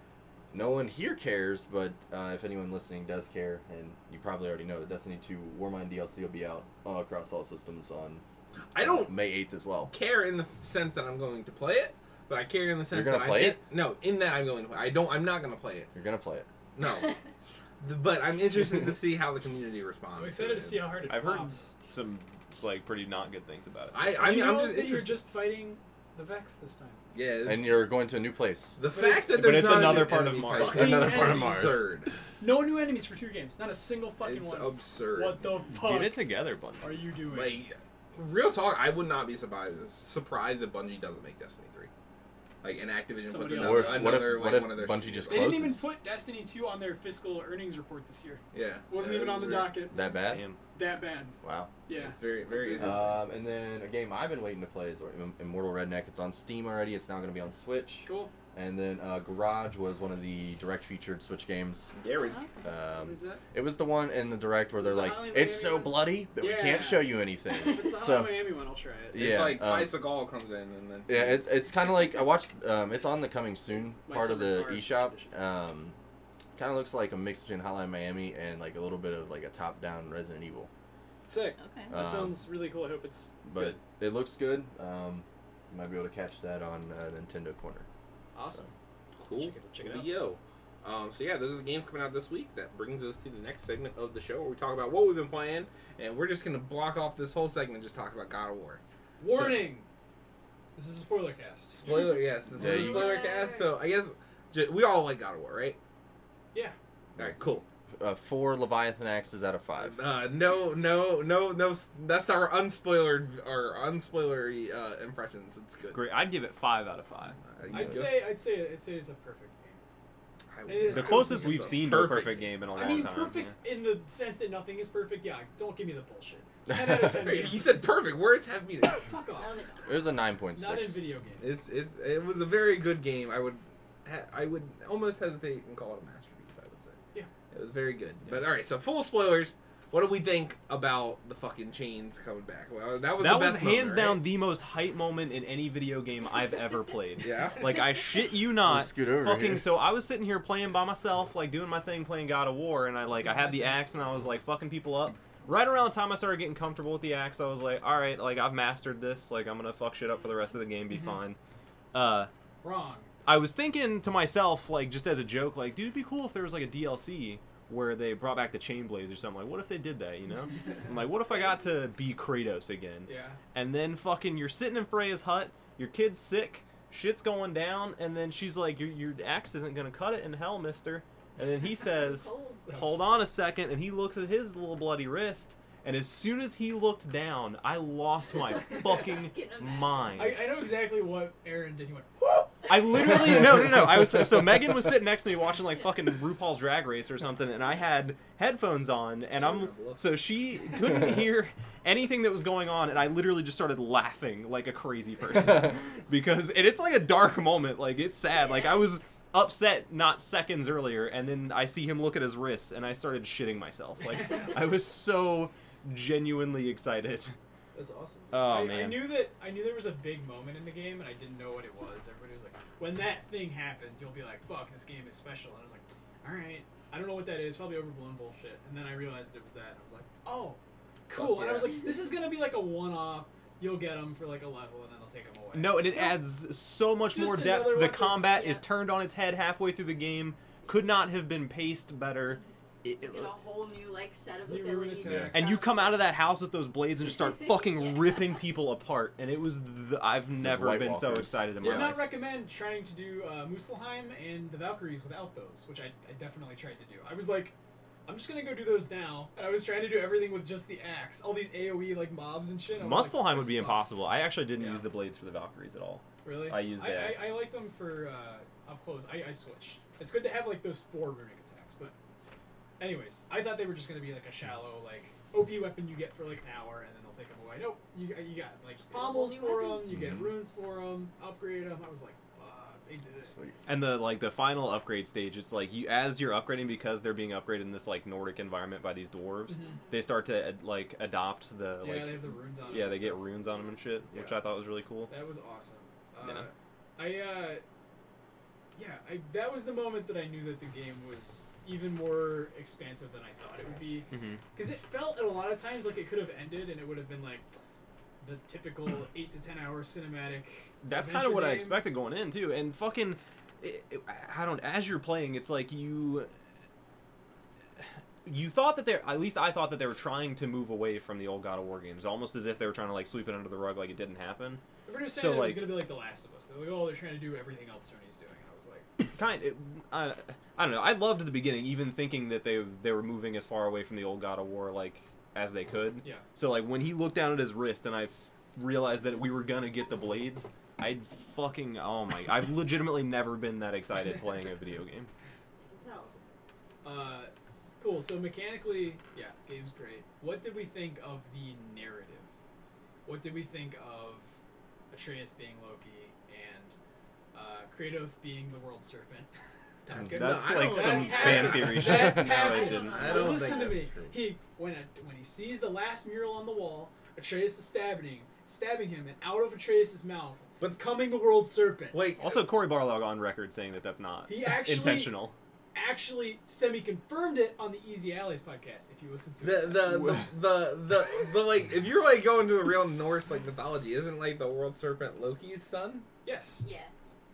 S3: no one here cares, but uh, if anyone listening does care, and you probably already know, Destiny 2 Warmind DLC will be out uh, across all systems on
S1: I don't
S3: May 8th as well.
S1: care in the sense that I'm going to play it, but I care in the sense
S3: You're gonna
S1: that
S3: play
S1: I,
S3: it?
S1: No, in that I'm going to play I don't, I'm not going to play it.
S3: You're going to play it.
S1: *laughs* No. Th- but I'm interested to see how the community responds.
S2: I'm excited to see how hard it
S4: I've heard
S2: flops.
S4: some like pretty not good things about it.
S1: I,
S2: Did
S1: I mean,
S2: you
S1: I'm
S2: know
S1: just
S2: that you're
S1: interested.
S2: just fighting the Vex this time.
S1: yeah, it's-
S3: And you're going to a new place.
S1: The
S2: But
S1: fact
S2: it's-
S1: that
S2: But
S1: there's
S4: it's
S1: not
S4: another
S1: an
S4: part of
S1: enemy
S4: Mars.
S1: fighting
S3: Another
S1: is
S2: part of
S3: Mars.
S1: Absurd.
S2: No new enemies for two games. Not a single fucking
S1: It's
S2: one.
S1: absurd.
S2: What the fuck
S4: Get it together, Bungie.
S2: are you doing?
S1: Like, real talk, I would not be surprised surprised if Bungie doesn't make Destiny three. Like, and Activision puts
S2: Somebody
S1: another,
S2: else. What if-
S1: another
S3: what
S1: like,
S3: if- what if
S1: one of their
S3: Bungie
S1: studios.
S3: just
S2: they didn't even
S3: closes.
S2: put Destiny 2 on their fiscal earnings report this year.
S1: yeah
S2: Wasn't
S1: Yeah,
S2: even
S1: it
S2: on the
S1: was very-
S2: docket.
S3: That bad?
S4: Damn.
S2: That bad.
S3: Wow.
S2: Yeah.
S1: It's very very interesting.
S3: Um, and then a game I've been waiting to play is Im- Immortal Redneck. It's on Steam already. It's now going to be on Switch.
S2: Cool.
S3: And then uh, Garage was one of the direct featured Switch games.
S1: Gary.
S2: What
S3: Um,
S2: is
S3: *laughs*
S2: that?
S3: it was the one in the direct where
S2: Is it
S3: they're
S2: the
S3: like,
S2: Highland
S3: "It's so
S2: Miami one?"
S3: bloody that we
S2: Yeah.
S3: can't show you anything."
S2: If *laughs* it's the
S3: so
S2: Hot Miami one, I'll try it.
S3: Yeah,
S1: it's like
S3: um,
S1: Bicycle comes in and then
S3: yeah, it, it's kind of like I watched. Um, it's on the coming soon
S2: My
S3: part of
S2: summer
S3: the
S2: car
S3: eShop.
S2: tradition.
S3: Um, kind of looks like a mix between Hotline Miami and like a little bit of like a top down Resident Evil.
S2: Sick.
S5: *laughs* okay.
S2: That
S3: Um,
S2: sounds really cool. I hope it's
S3: but
S2: good.
S3: it looks good. Um, you might be able to catch that on uh, Nintendo Corner.
S2: Awesome.
S1: cool.
S2: Check it- check it out.
S1: Yo. Um, so yeah, those are the games coming out this week. That brings us to the next segment of the show where we talk about what we've been playing, and we're just gonna block off this whole segment and just talk about God of War.
S2: Warning! this is a spoiler cast.
S1: Spoiler, yes, this
S3: Yeah,
S1: is a
S3: you-
S1: spoiler cast. So I guess j- we all like God of War, right?
S2: Yeah.
S1: All right, cool.
S3: Uh, four Leviathan axes out of five.
S1: Uh, no, no, no, no. s- That's our unspoilered, our unspoilery uh, impressions. It's good.
S4: Great. I'd give it five out of five.
S1: Uh, you
S2: I'd
S1: go.
S2: say I'd say I'd say it's a perfect game.
S1: I
S2: it
S1: would-
S2: is
S4: The
S2: This
S4: closest
S2: is
S4: we've
S1: a
S4: seen to a perfect game in a long
S2: I mean,
S4: time.
S2: perfect in the sense that nothing is perfect. Yeah, don't give me the bullshit. Ten out of ten.
S3: it
S1: Wait, *laughs* you said perfect words have meaning.
S2: Fuck off.
S5: Oh,
S3: was a nine point
S2: Not in
S3: six.
S2: video games.
S1: it's it's it was a very good game. I would ha- I would almost hesitate and call it a masterpiece. I would say. Yeah. It was very good. But all right, so full spoilers. What do we think about the fucking chains coming back? Well, that was
S4: that
S1: the
S4: was
S1: best moment,
S4: hands
S1: right?
S4: down the most hype moment in any video game I've ever played.
S1: Yeah.
S4: Like I shit you
S3: *laughs*
S4: not.
S3: Let's scoot over
S4: fucking
S3: here.
S4: so I was sitting here playing by myself, like doing my thing, playing God of War, and I like I had the axe and I was like fucking people up. Right around the time I started getting comfortable with the axe, I was like, all right, like I've mastered this. Like I'm gonna fuck shit up for the rest of the game, be
S1: Mm-hmm.
S2: Mhm.
S4: fine. Uh,
S2: Wrong.
S4: I was thinking to myself, like just as a joke, like dude, it'd be cool if there was like a DLC where they brought back the chain blades or something. Like what if they did that?
S2: *laughs*
S4: You know? I'm like, what if I got to be Kratos again?
S2: Yeah.
S4: and then fucking you're sitting in Freya's hut, your kid's sick, shit's going down, and then she's like, your, your axe isn't gonna cut it in hell, mister. And then
S5: *laughs*
S4: he says,
S5: cold.
S4: hold on a second, and he looks at his little bloody wrist, and as soon as he looked down, I lost
S5: *laughs*
S4: my fucking
S5: Can imagine.
S4: mind.
S2: I, I know exactly what Aaron did. He went.
S4: I literally no no no. I was so Megan was sitting next to me watching like fucking RuPaul's Drag Race or something, and I had headphones on, and I'm so she couldn't hear anything that was going on, and I literally just started laughing like a crazy person because and it's like a dark moment, like it's sad. Like I was upset not seconds earlier, and then I see him look at his wrists, and I started shitting myself.
S2: *laughs*
S4: Like I was so genuinely excited.
S2: That's awesome.
S4: Oh,
S2: I, I
S4: man.
S2: knew that I knew there was a big moment in the game, and I didn't know what it was. Everybody was like, "When that thing happens, you'll be like, fuck, this game is special." And I was like, "All right, I don't know what that is. Probably overblown bullshit. And then I realized it was that. And I was like, oh, cool. And I was
S3: yeah.
S2: like, this is gonna be like a one-off. You'll get them for like a level, and then I'll take them away.
S4: No, and it adds so much
S2: Just
S4: more
S2: another
S4: depth. The
S2: weapon,
S4: combat is
S5: yeah.
S4: turned on its head halfway through the game. Could not have been paced better. It- it-
S5: Get a whole new like set of
S2: New rune
S5: abilities.
S2: attacks.
S4: and you
S5: stuff.
S4: come out of that house with those blades and just
S2: *laughs*
S4: start fucking
S5: Yeah.
S4: ripping people apart. And it was the, I've never
S3: White
S4: been so
S3: Walkers.
S4: excited
S2: I
S4: in my
S2: would
S3: Yeah.
S4: life.
S2: not recommend trying to do uh, Muspelheim and the Valkyries without those, which I, I definitely tried to do. I was like, I'm just gonna go do those now, and I was trying to do everything with just the axe, all these AOE like mobs and shit. I was like,
S4: Muspelheim
S2: this
S4: would be
S2: sucks.
S4: impossible. I actually didn't
S2: Yeah.
S4: use the blades for the Valkyries at all.
S2: Really?
S4: I used that.
S2: I, I, liked them for uh, up close. I, I switched. It's good to have like those four runic attacks, but anyways, I thought they were just gonna be like a shallow like OP weapon you get for like an hour and then they'll take them away. Nope, you you got like
S5: Just get a whole
S2: pommels
S5: new
S2: for them,
S5: weapon.
S2: you get
S4: Mm-hmm.
S3: Mhm.
S2: runes for them, upgrade them. I was like, fuck, they did it.
S3: Sweet.
S4: And the like the final upgrade stage, it's like you as you're upgrading because they're being upgraded in this like Nordic environment by these dwarves. They start to ad- like adopt the
S2: yeah,
S4: like
S2: they have the runes on. 'em
S4: yeah
S2: and
S4: they get
S2: stuff.
S4: runes on them and shit, which
S2: Yeah.
S4: I thought was really cool.
S2: That was awesome. Uh,
S4: Yeah.
S2: I uh, yeah, I, that was the moment that I knew that the game was even more expansive than I thought it would be.
S4: Mm-hmm.
S2: because it felt at a lot of times like it could have ended and it would have been like the
S4: *clears throat*
S2: typical eight to ten hour cinematic.
S4: That's
S2: adventure
S4: kind of what I
S2: game.
S4: expected going in too. And fucking, it, it- I don't. As you're playing, it's like you. You thought that they're at least I thought that they were trying to move away from the old God of War games, almost as if they were trying to like sweep it under the rug, like it didn't happen.
S2: Everybody was saying
S4: So,
S2: that it was
S4: like-
S2: gonna be like The Last of Us. They're like, oh, they're trying to do everything else Sony's doing, and I was like,
S4: Kind, it, I, I don't know. I loved the beginning, even thinking that they they were moving as far away from the old God of War like as they could.
S2: Yeah.
S4: So like when he looked down at his wrist and I f- realized that we were gonna get the blades, I fucking oh my! I've legitimately never been that excited playing a video game.
S5: No.
S2: uh, cool. So mechanically, yeah, game's great. What did we think of the narrative? What did we think of Atreus being Loki and uh, Kratos being the World Serpent? *laughs*
S4: That's
S3: No, I
S4: like
S3: don't
S4: some
S5: think
S4: fan
S5: that-
S4: theory shit.
S2: that *laughs*
S4: No, I
S2: happened.
S4: didn't.
S5: I
S2: Now
S5: don't
S2: listen
S3: think
S2: to
S3: that's
S2: me.
S3: true.
S2: He when when he sees the last mural on the wall, Atreus is stabbing stabbing him, and out of Atreus's mouth
S1: But-
S2: is coming the world serpent.
S1: Wait,
S4: Also, Corey Barlog on record saying that that's not
S2: He actually
S4: intentional.
S2: actually semi confirmed it on the Easy Allies podcast. If you listen to *laughs*
S1: the
S2: it,
S1: the, the the the the like if you're like going to the real Norse like mythology, isn't like the world serpent Loki's son?
S2: yes,
S5: Yeah.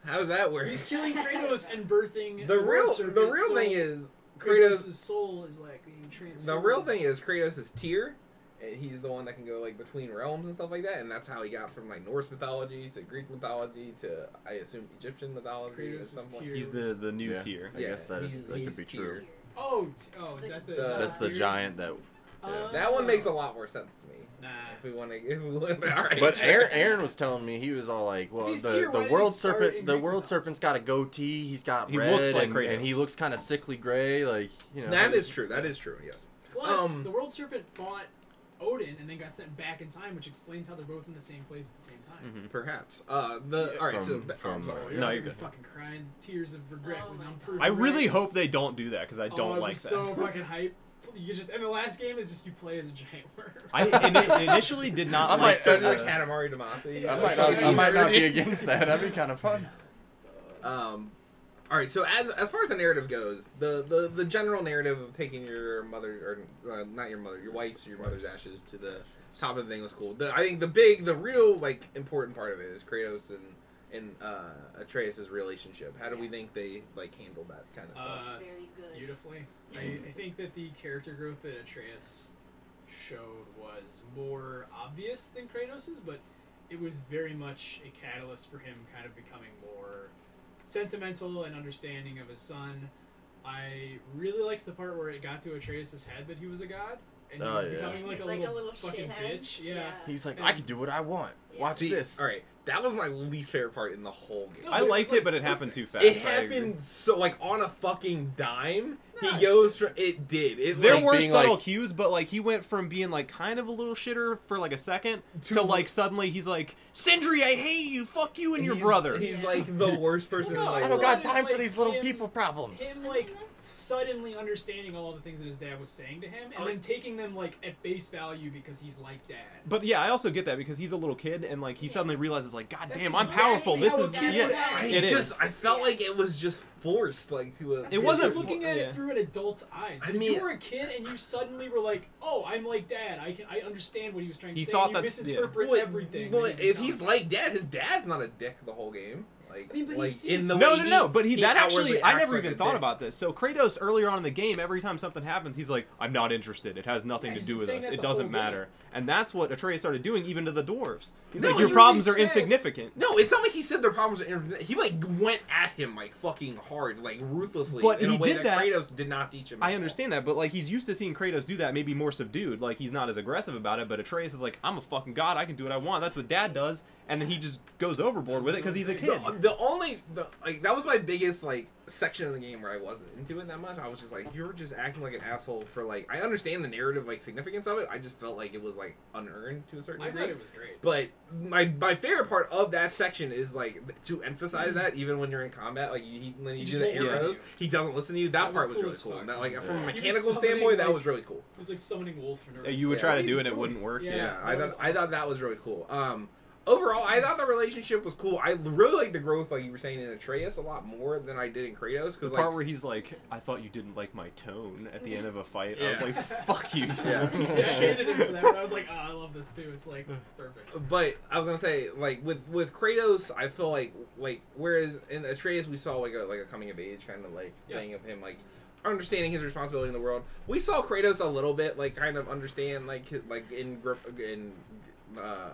S1: How does that work? *laughs*
S2: he's killing Kratos and birthing
S1: The
S2: world
S1: real
S2: serpent,
S1: the real
S2: so
S1: thing is Kratos.
S2: Kratos' soul is like being transformed.
S1: The real thing is Kratos is Tyr, and he's the one that can go like between realms and stuff like that, and that's how he got from like Norse mythology to Greek mythology to I assume Egyptian mythology
S2: Kratos
S1: at
S2: is
S1: some point.
S2: Tyr.
S4: He's the the new
S3: Yeah.
S4: tier.
S3: I guess that is- that could be true.
S2: Oh, t- oh, is that the, is
S1: The-
S2: that
S3: That's the
S2: theory?
S3: giant that.
S2: Oh.
S1: That one makes a Um, lot more sense to me.
S2: Nah,
S1: If we want to, if we look, *laughs* all right.
S3: But Aaron, Aaron was telling me he was all like, "Well,
S2: he's
S3: the,
S2: tier, why
S3: the
S2: did
S3: world
S2: he start
S3: serpent,
S2: in
S3: the
S2: Greek
S3: world
S2: mythology?
S3: serpent's got a goatee. He's got
S4: He
S3: red,
S4: looks like
S3: and,
S4: Kratos.
S3: and he looks kind of sickly gray, like you know."
S1: that is true. That is true. Yes.
S2: Plus,
S1: Um,
S2: the World Serpent fought Odin and then got sent back in time, which explains how they're both in the same place at the same time. Oh,
S4: Mhm.
S1: Perhaps. Uh, the all right. so
S3: From-
S1: ba-
S3: from, uh,
S1: I'm sorry.
S4: No,
S2: I'm
S4: you're good.
S2: Fucking crying tears of regret
S5: Oh
S2: when
S5: my
S2: I'm
S5: God.
S2: proving.
S4: I really
S2: right.
S4: hope they don't do that because I
S2: oh,
S4: don't
S2: I'd be
S4: like that.
S2: So fucking hype. You just and the last game is just you play as a giant *laughs* worm.
S4: I ini- initially did not
S3: I
S1: I'm like,
S4: like
S1: so
S3: might-
S4: the-
S1: it's like Katamari Damacy.
S3: I
S2: Yeah,
S3: might, not, I might not
S1: *laughs*
S3: be
S1: Either.
S3: against that. That'd be kind of fun.
S1: Um, all right. So as as far as the narrative goes, the the, the general narrative of taking your mother or uh, not your mother, your wife's or your mother's ashes to the top of the thing was cool. The, I think the big, the real like important part of it is Kratos and and uh, Atreus's relationship. How do we think they like handled that kind of stuff?
S2: Uh,
S5: Very good.
S2: beautifully. I, I think that the character growth that Atreus showed was more obvious than Kratos's, but it was very much a catalyst for him kind of becoming more sentimental and understanding of his son. I really liked the part where it got to Atreus's head that he was a god, and he
S3: Oh,
S2: was
S3: yeah.
S2: becoming like,
S5: He's
S2: a, little fucking
S5: shithead.
S2: bitch. Yeah.
S3: He's like, I can do what I want.
S5: Yeah.
S3: Watch
S1: See,
S3: this.
S1: All right, that was my least favorite part in the whole game.
S2: *laughs* No,
S4: I
S2: but was,
S4: liked it,
S2: like,
S4: but it happened too
S2: perfect.
S4: fast.
S1: It
S4: I agree.
S1: happened so like on a fucking dime.
S2: No,
S1: he goes from it did it
S4: There
S1: like,
S4: were
S3: being
S4: subtle
S3: like-
S4: cues, but like he went from being like kind of a little shitter for like a second to,
S1: To-
S4: like suddenly he's like Sindri, I hate you, fuck you and your
S1: he's-
S4: brother.
S1: He's like the worst person
S2: Well, no,
S1: in
S3: I
S1: my
S2: I
S3: don't
S1: world.
S2: saw
S3: got
S2: it's
S3: time for
S2: like
S3: these little
S2: him-
S3: people problems.
S5: I
S2: Him
S5: mean,
S2: like
S5: that's-
S2: suddenly understanding all the things that his dad was saying to him, and
S1: Oh,
S2: then
S1: it-
S2: taking them like at face value because he's like dad.
S4: But yeah, I also get that because he's a little kid and like he
S5: Yeah.
S4: suddenly realizes like, God
S2: That's
S4: damn, I'm
S2: exactly
S4: powerful. This
S2: how
S4: is
S5: it
S4: yeah.
S5: is.
S1: I
S4: It is.
S1: just I felt like it was just forced, like to a.
S2: That's
S4: It
S1: to a
S4: wasn't-
S2: You're looking at
S4: yeah.
S2: it through an adult's eyes.
S1: I
S2: If
S1: mean-
S2: you were a kid and you suddenly were like, "Oh, I'm like dad. I can. I understand what he was trying to
S4: He
S2: say."
S4: thought
S2: and you
S4: that's- yeah.
S2: misinterpret
S1: Well,
S2: everything.
S1: Well,
S2: that he was
S1: if he's
S2: telling
S1: like dad, his dad's not a dick the whole game. Like,
S2: I mean, but he
S1: like
S2: sees-
S1: in the
S4: no,
S1: way
S4: no,
S1: he-
S4: no. But he,
S1: he
S4: that
S1: outwardly
S4: actually, I
S1: acts
S4: never
S1: like a
S4: even thought
S1: dick.
S4: about this. So Kratos, earlier on in the game, every time something happens, he's like, "I'm not interested. It has nothing
S2: Yeah,
S4: to
S2: he's
S4: do
S2: been
S4: with
S2: saying
S4: us.
S2: that
S4: It
S2: the
S4: doesn't
S2: whole game.
S4: matter." And that's what Atreus started doing, even to the dwarves. He's
S1: No,
S4: like,
S1: he
S4: "Your
S1: really
S4: problems are
S2: said-
S4: insignificant."
S1: No, it's not like he said their problems. Are, he like went at him like fucking hard, like ruthlessly.
S4: But
S1: in
S4: he
S1: a way
S4: did that-
S1: Kratos did not teach him. at
S4: I
S1: all.
S4: understand that, but like he's used to seeing Kratos do that, maybe more subdued. Like he's not as aggressive about it. But Atreus is like, "I'm a fucking god. I can do what I want. That's what Dad does." And then he just goes overboard with it because he's a kid.
S1: The, the only the, like that was my biggest like section of the game where I wasn't into it that much. I was just like, you're just acting like an asshole for like. I understand the narrative like significance of it. I just felt like it was like unearned to a certain
S2: him. I
S1: degree.
S2: thought it was great.
S1: But my my favorite part of that section is like th- to emphasize that even when you're in combat, like you, he, when you
S2: He
S1: do
S2: just
S1: the
S2: won't listen to
S1: arrows,
S2: Mm-hmm. you.
S1: he doesn't listen to you. That,
S2: That was
S1: part was,
S2: cool
S1: really
S2: as
S1: cool.
S2: fuck.
S1: And that, like from a
S3: Yeah.
S2: He was
S1: mechanical
S2: summoning,
S1: standpoint, that
S2: like-
S1: was really cool.
S2: It was like summoning wolves for no reason.
S4: You would
S1: Yeah.
S4: try
S2: What
S4: to
S2: are
S4: do it, it
S2: doing?
S4: wouldn't work.
S1: Yeah,
S2: Yeah,
S1: I thought
S2: that was
S1: I thought
S2: awesome.
S1: that was really cool. Um, overall, I thought the relationship was cool. I really like the growth, like you were saying, in Atreus a lot more than I did in Kratos
S4: The
S1: because
S4: part
S1: like
S4: where he's like, "I thought you didn't like my tone" at the end of a fight. I was
S1: Yeah.
S4: like,
S2: *laughs*
S3: *laughs*
S4: "Fuck you!" you
S1: Yeah.
S4: piece of
S2: See, I
S4: shit."
S2: hated him for that, but I was like, oh, I love this too. It's like perfect.
S1: but I was gonna say like with with Kratos, I feel like like whereas in Atreus we saw like a like a coming of age kind of like
S2: Yeah.
S1: thing of him like understanding his responsibility in the world. We saw Kratos a little bit like kind of understand like his, like in grip in uh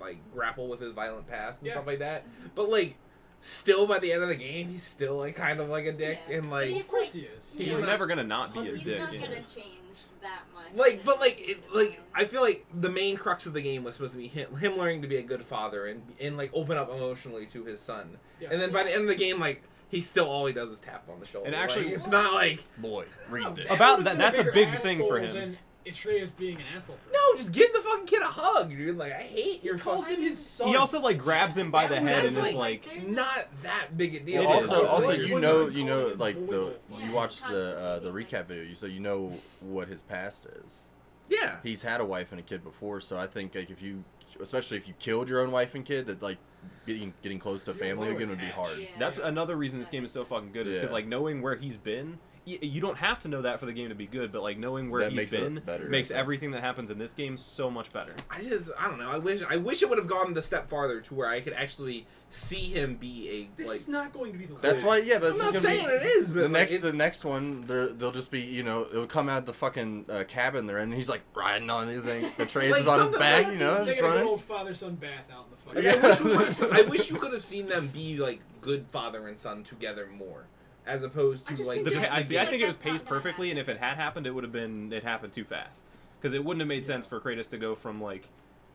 S1: like grapple with his violent past and
S2: Yeah.
S1: stuff like that. But like still by the end of the game, he's still like kind of like a dick
S5: Yeah.
S1: and like
S5: He's
S2: Of course he is.
S4: He's
S1: He's
S2: like,
S4: never gonna not be a
S5: He's
S4: dick.
S5: not
S4: yeah.
S5: gonna change that much.
S1: Like, but like, it, like I feel like the main crux of the game was supposed to be him, him learning to be a good father and and like open up emotionally to his son.
S2: Yeah.
S1: And then by the end of the game, like he's still all he does is tap on the shoulder.
S4: And actually-
S1: Like, it's not like
S6: Boy, read this.
S4: About
S2: He would've
S4: that-
S2: been
S4: that's a
S2: bigger
S4: big thing for
S2: asshole
S4: him.
S2: Than Atreus being an asshole. For him.
S1: no, just give the fucking kid a hug, dude. Like I hate your
S2: he calls
S1: fucking.
S2: him his son.
S4: He also like grabs him by the
S1: That
S4: head
S1: was
S4: and
S1: like-
S4: is like,
S5: There's
S1: not that big a deal.
S4: It
S3: also,
S4: is.
S3: also,
S4: It
S3: you
S4: is.
S3: know, you know, like the
S5: Yeah.
S3: you watch the uh, the recap video, you so you know what his past is.
S1: yeah.
S3: He's had a wife and a kid before, so I think like if you, especially if you killed your own wife and kid, that like getting getting close to
S2: You're
S3: family
S2: more
S3: again would be
S2: attached.
S3: hard.
S5: Yeah.
S4: That's another reason this game is so fucking good. Is because
S3: Yeah.
S4: like knowing where he's been, y- you don't have to know that for the game to be good. But like knowing where
S3: That
S4: he's
S3: makes it
S4: been
S3: better.
S4: makes everything that happens in this game so much better.
S1: I just, I don't know. I wish, I wish it would have gone the step farther to where I could actually see him be a
S2: This
S1: like.
S2: is not going to be the.
S3: That's why,
S2: last.
S3: yeah, but
S1: I'm
S3: it's
S1: not
S3: gonna
S1: saying
S3: be,
S1: it is, but
S3: the
S1: like,
S3: next
S1: it-
S3: the next one there they'll just be you know it'll come out the fucking uh, cabin they're in and he's like riding on his thing the trace
S1: Like
S3: is on his
S1: something
S3: back
S1: like-
S3: you know
S2: Taking
S3: just
S2: a good
S3: running
S2: old father-son bath out in the fucking.
S1: Like, *laughs*
S3: Yeah.
S1: I, wish
S2: *laughs*
S1: we would've- I wish you could have seen them be like good father and son together more, as opposed
S2: I
S1: to
S2: just
S1: like
S2: think
S4: The,
S1: just
S2: there's-
S4: pa- I
S1: the
S4: see. I
S1: game.
S4: think it was
S5: That's not
S4: paced
S5: gonna
S4: perfectly, and if it had happened, it would have been it happened too fast because it wouldn't have made sense for Kratos to go from like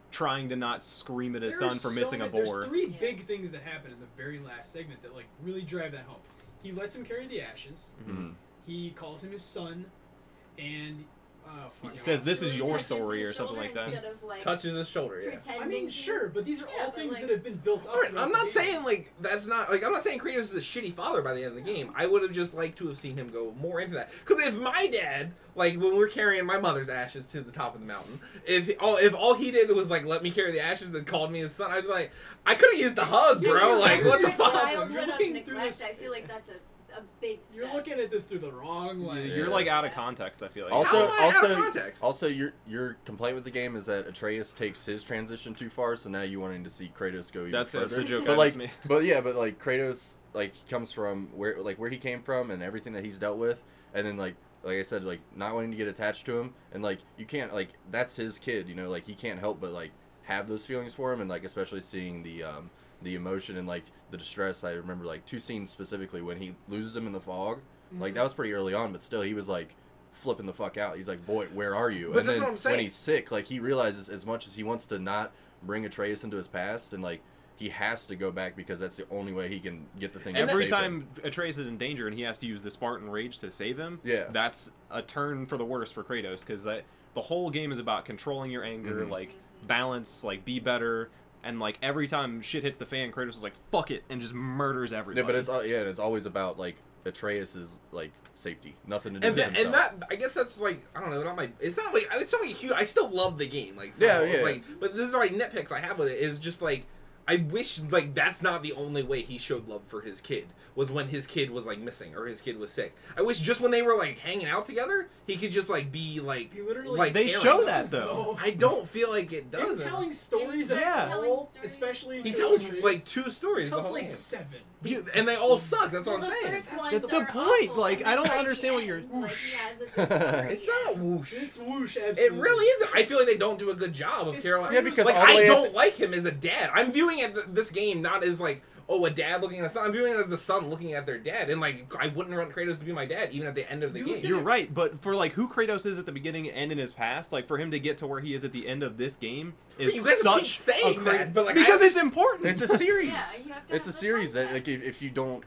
S4: trying to not scream at his
S2: There are
S4: son for
S2: so
S4: missing a
S2: many-
S4: boar.
S2: There's three
S5: Yeah.
S2: big things that happen in the very last segment that like really drive that home. He lets him carry the ashes.
S3: Mhm.
S2: He calls him his son, and uh, fuck,
S4: He says,
S2: I
S4: "This
S2: don't
S4: is
S2: know.
S4: your
S5: Touches
S4: story,"
S5: his
S4: or something like
S5: shoulder
S4: that.
S5: instead of, like,
S1: touches his shoulder. Yeah.
S5: pretending
S2: I mean,
S5: to-
S2: sure, but these are
S5: Yeah,
S2: all
S5: but,
S2: things
S5: like-
S2: that have been built up.
S1: All right,
S2: throughout
S1: I'm
S2: the
S1: not
S2: game.
S1: saying like that's not like I'm not saying Kratos is a shitty father by the end of the game. I would have just liked to have seen him go more into that. Because if my dad, like when we're carrying my mother's ashes to the top of the mountain, if all if all he did was like let me carry the ashes and called me his son, I'd be like, I could have used the hug,
S2: Here's
S1: bro.
S2: your-
S1: Like what the
S2: here's your
S1: fuck?
S2: child.
S5: Childhood
S2: You're
S5: of
S2: looking through
S5: neglect,
S2: this-
S5: I feel like that's a, a big step.
S2: You're looking at this through the wrong
S4: Yeah,
S2: lens.
S4: You're like out of context. I feel like
S1: How
S3: also
S1: am I out of
S3: also
S1: context?
S3: also your your complaint with the game is that Atreus takes his transition too far so now you wanting to see Kratos go even
S4: that's, that's
S3: further
S4: the joke.
S3: but
S4: I
S3: like *laughs*
S4: just made.
S3: but yeah but like Kratos like he comes from where like where he came from and everything that he's dealt with and then like like I said like not wanting to get attached to him and like you can't like that's his kid you know like he can't help but like have those feelings for him and like especially seeing the um the emotion and like the distress I remember like two scenes specifically when he loses him in the fog like
S1: Mm-hmm.
S3: that was pretty early on but still he was like flipping the fuck out he's like boy where are you
S1: But
S3: and
S1: that's
S3: then
S1: what I'm saying.
S3: when he's sick like he realizes as much as he wants to not bring Atreus into his past and like he has to go back because that's the only way he can get the thing. to
S4: Every
S3: save him.
S4: time Atreus is in danger and he has to use the Spartan Rage to save him,
S3: Yeah.
S4: that's a turn for the worse for Kratos because that the whole game is about controlling your anger,
S3: Mhm.
S4: like balance, like be better, and like every time shit hits the fan, Kratos is like fuck it and just murders everybody.
S3: Yeah, but it's al- yeah, and it's always about like Atreus's like safety. Nothing to do
S1: And,
S3: with
S1: that, and
S3: himself.
S1: that, I guess that's like, I don't know, not my, it's not like, it's not like huge, I still love the game, like, for
S3: Yeah,
S1: all-
S3: yeah,
S1: like, but this is like nitpicks I have with it is just like, I wish like that's not the only way he showed love for his kid was when his kid was like missing or his kid was sick. I wish just when they were like hanging out together, he could just like be like,
S2: He literally
S1: like
S4: They
S2: *laughs*
S1: caring.
S4: show that though.
S1: I don't feel like it
S2: Him
S1: does.
S2: telling stories at
S4: Yeah.
S5: telling
S2: all,
S5: stories.
S2: especially
S1: He
S2: to
S1: tells
S2: Atreus.
S1: like two stories. the
S2: He tells
S1: whole
S2: like
S1: game.
S2: seven.
S1: He- and they all suck. That's what I'm
S5: Well, the
S1: saying.
S5: first
S2: That's-
S5: ones
S4: that's the
S5: are
S4: point,
S5: awful,
S4: like,
S5: and
S4: I
S5: then
S4: don't
S5: by the
S4: understand what
S5: end,
S4: you're-
S5: like,
S4: *laughs*
S5: he has a good story
S3: It's
S1: It's
S5: *laughs* at the
S1: not
S5: end.
S1: whoosh.
S2: It's whoosh, absolutely.
S1: It really isn't. I feel like they don't do a good job of
S2: It's
S1: Caroline.
S2: crazy.
S6: Yeah, because
S1: like
S6: all the way
S1: I
S6: at
S1: don't
S6: the-
S1: like him as a dad. I'm viewing at th- this game not as like oh a dad looking at a son. I'm viewing it as the son looking at their dad. And like I wouldn't want Kratos to be my dad even at the end of the
S2: You
S1: game.
S2: did
S4: You're right, but for like who Kratos is at the beginning and in his past, like for him to get to where he is at the end of this game is
S1: But you guys
S4: such
S1: keep saying
S4: a cra-
S1: that, but like
S4: because
S1: I,
S4: it's important.
S3: It's a series.
S5: Yeah, you have to have
S3: it's a
S5: the
S3: series that like
S5: context.
S3: if, if you don't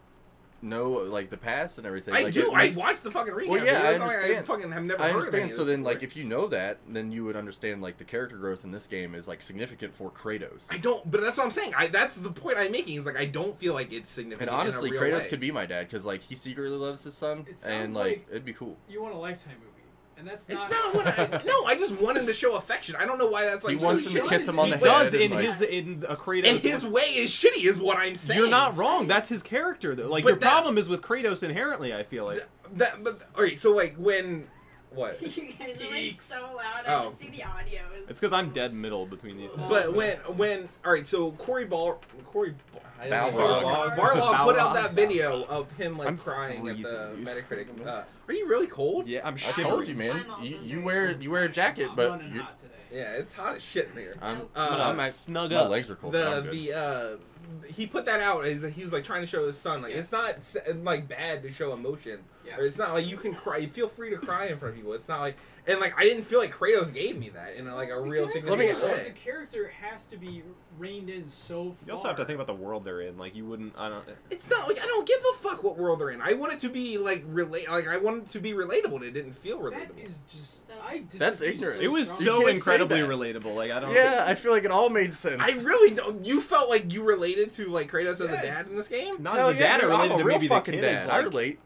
S3: know like the past and everything.
S1: I
S3: like,
S1: do.
S3: it
S1: I
S3: makes-
S1: watch the fucking recap.
S3: Well, yeah,
S1: videos.
S3: I
S1: Like,
S3: understand.
S1: fucking have never.
S3: I
S1: heard of any
S3: understand.
S1: of
S3: So
S1: this
S3: then, like,
S1: before.
S3: if you know that, then you would understand like the character growth in this game is like significant for Kratos.
S1: I don't, but that's what I'm saying. I that's the point I'm making. Is like I don't feel like it's significant.
S3: And honestly,
S1: in a real
S3: Kratos
S1: way.
S3: could be my dad because like he secretly loves his son,
S2: It sounds
S3: and like,
S2: like-
S3: it'd be cool.
S2: You want a lifetime movie, and that's
S1: It's
S2: not.
S1: not what I.
S2: *laughs*
S1: No, I just want him to show affection. I don't know why that's like.
S3: he wants
S1: so
S3: him to
S1: shitty.
S3: kiss him on
S4: he
S3: the
S4: does
S3: head. and,
S4: in
S3: like,
S4: his in a Kratos.
S1: And his way is shitty, is what I'm saying.
S4: You're not wrong. That's his character though. Like
S1: But
S4: your
S1: that-
S4: problem is with Kratos inherently. I feel like
S1: Th- that, but all right. So like when
S2: *laughs*
S1: what?
S5: you guys are like
S2: Geeks.
S5: so loud.
S1: Oh.
S5: I just see the audio.
S4: it's because I'm dead middle between these. Things.
S1: But when when all right. So Corey Ball Corey Ba- I don't know.
S5: Balrog.
S1: Barlog put out
S4: Balrog.
S1: that video of him like
S4: I'm
S1: crying at the
S4: freezing, dude.
S1: Metacritic. Uh, are you really cold?
S4: yeah, I'm
S3: I
S4: shivering.
S3: told you,
S5: I'm
S3: man.
S5: also
S3: You, you
S5: very
S3: wear you wear a jacket,
S2: I'm
S3: but
S2: running
S3: you
S2: hot today.
S1: Yeah, it's hot as shit in here.
S3: I'm,
S5: Nope.
S4: I'm gonna
S1: Uh,
S3: I'm at-
S4: snug
S3: my
S4: up.
S3: legs are cold. but
S1: the
S3: I'm good.
S1: the uh he put that out as he was like trying to show his son like it's
S2: Yes.
S1: not s- like bad to show emotion
S2: Yeah.
S1: or it's not like you can cry you feel free to cry in front of people it's not like and like i didn't feel like kratos gave me that in like a real
S2: Because
S1: significant
S3: Let me-
S2: Kratos as a
S1: way
S2: character has to be reined in so far.
S4: You also have to think about the world they're in. Like you wouldn't. I don't.
S1: it's not like i don't give a fuck what world they're in i want it to be like relate like i want it to be relatable and it didn't feel
S2: That
S1: relatable
S2: is just.
S5: That's-
S2: I
S3: That's
S2: disagree
S3: ignorant.
S2: So
S4: It was
S3: You
S2: strongly.
S4: so
S3: can't say
S4: incredibly
S3: that.
S4: relatable. Like I don't.
S3: yeah, I feel like it all made sense.
S1: i really don't you felt like you related to like kratos as a
S2: Yes.
S1: dad in this game
S4: Not
S3: Hell
S4: as a
S3: yeah,
S4: dad, I
S3: dude,
S4: related
S3: I'm a
S4: to
S3: real
S4: maybe the
S3: fucking
S4: kid.
S3: dad.
S4: Is
S3: I
S4: like, mm.
S3: relate.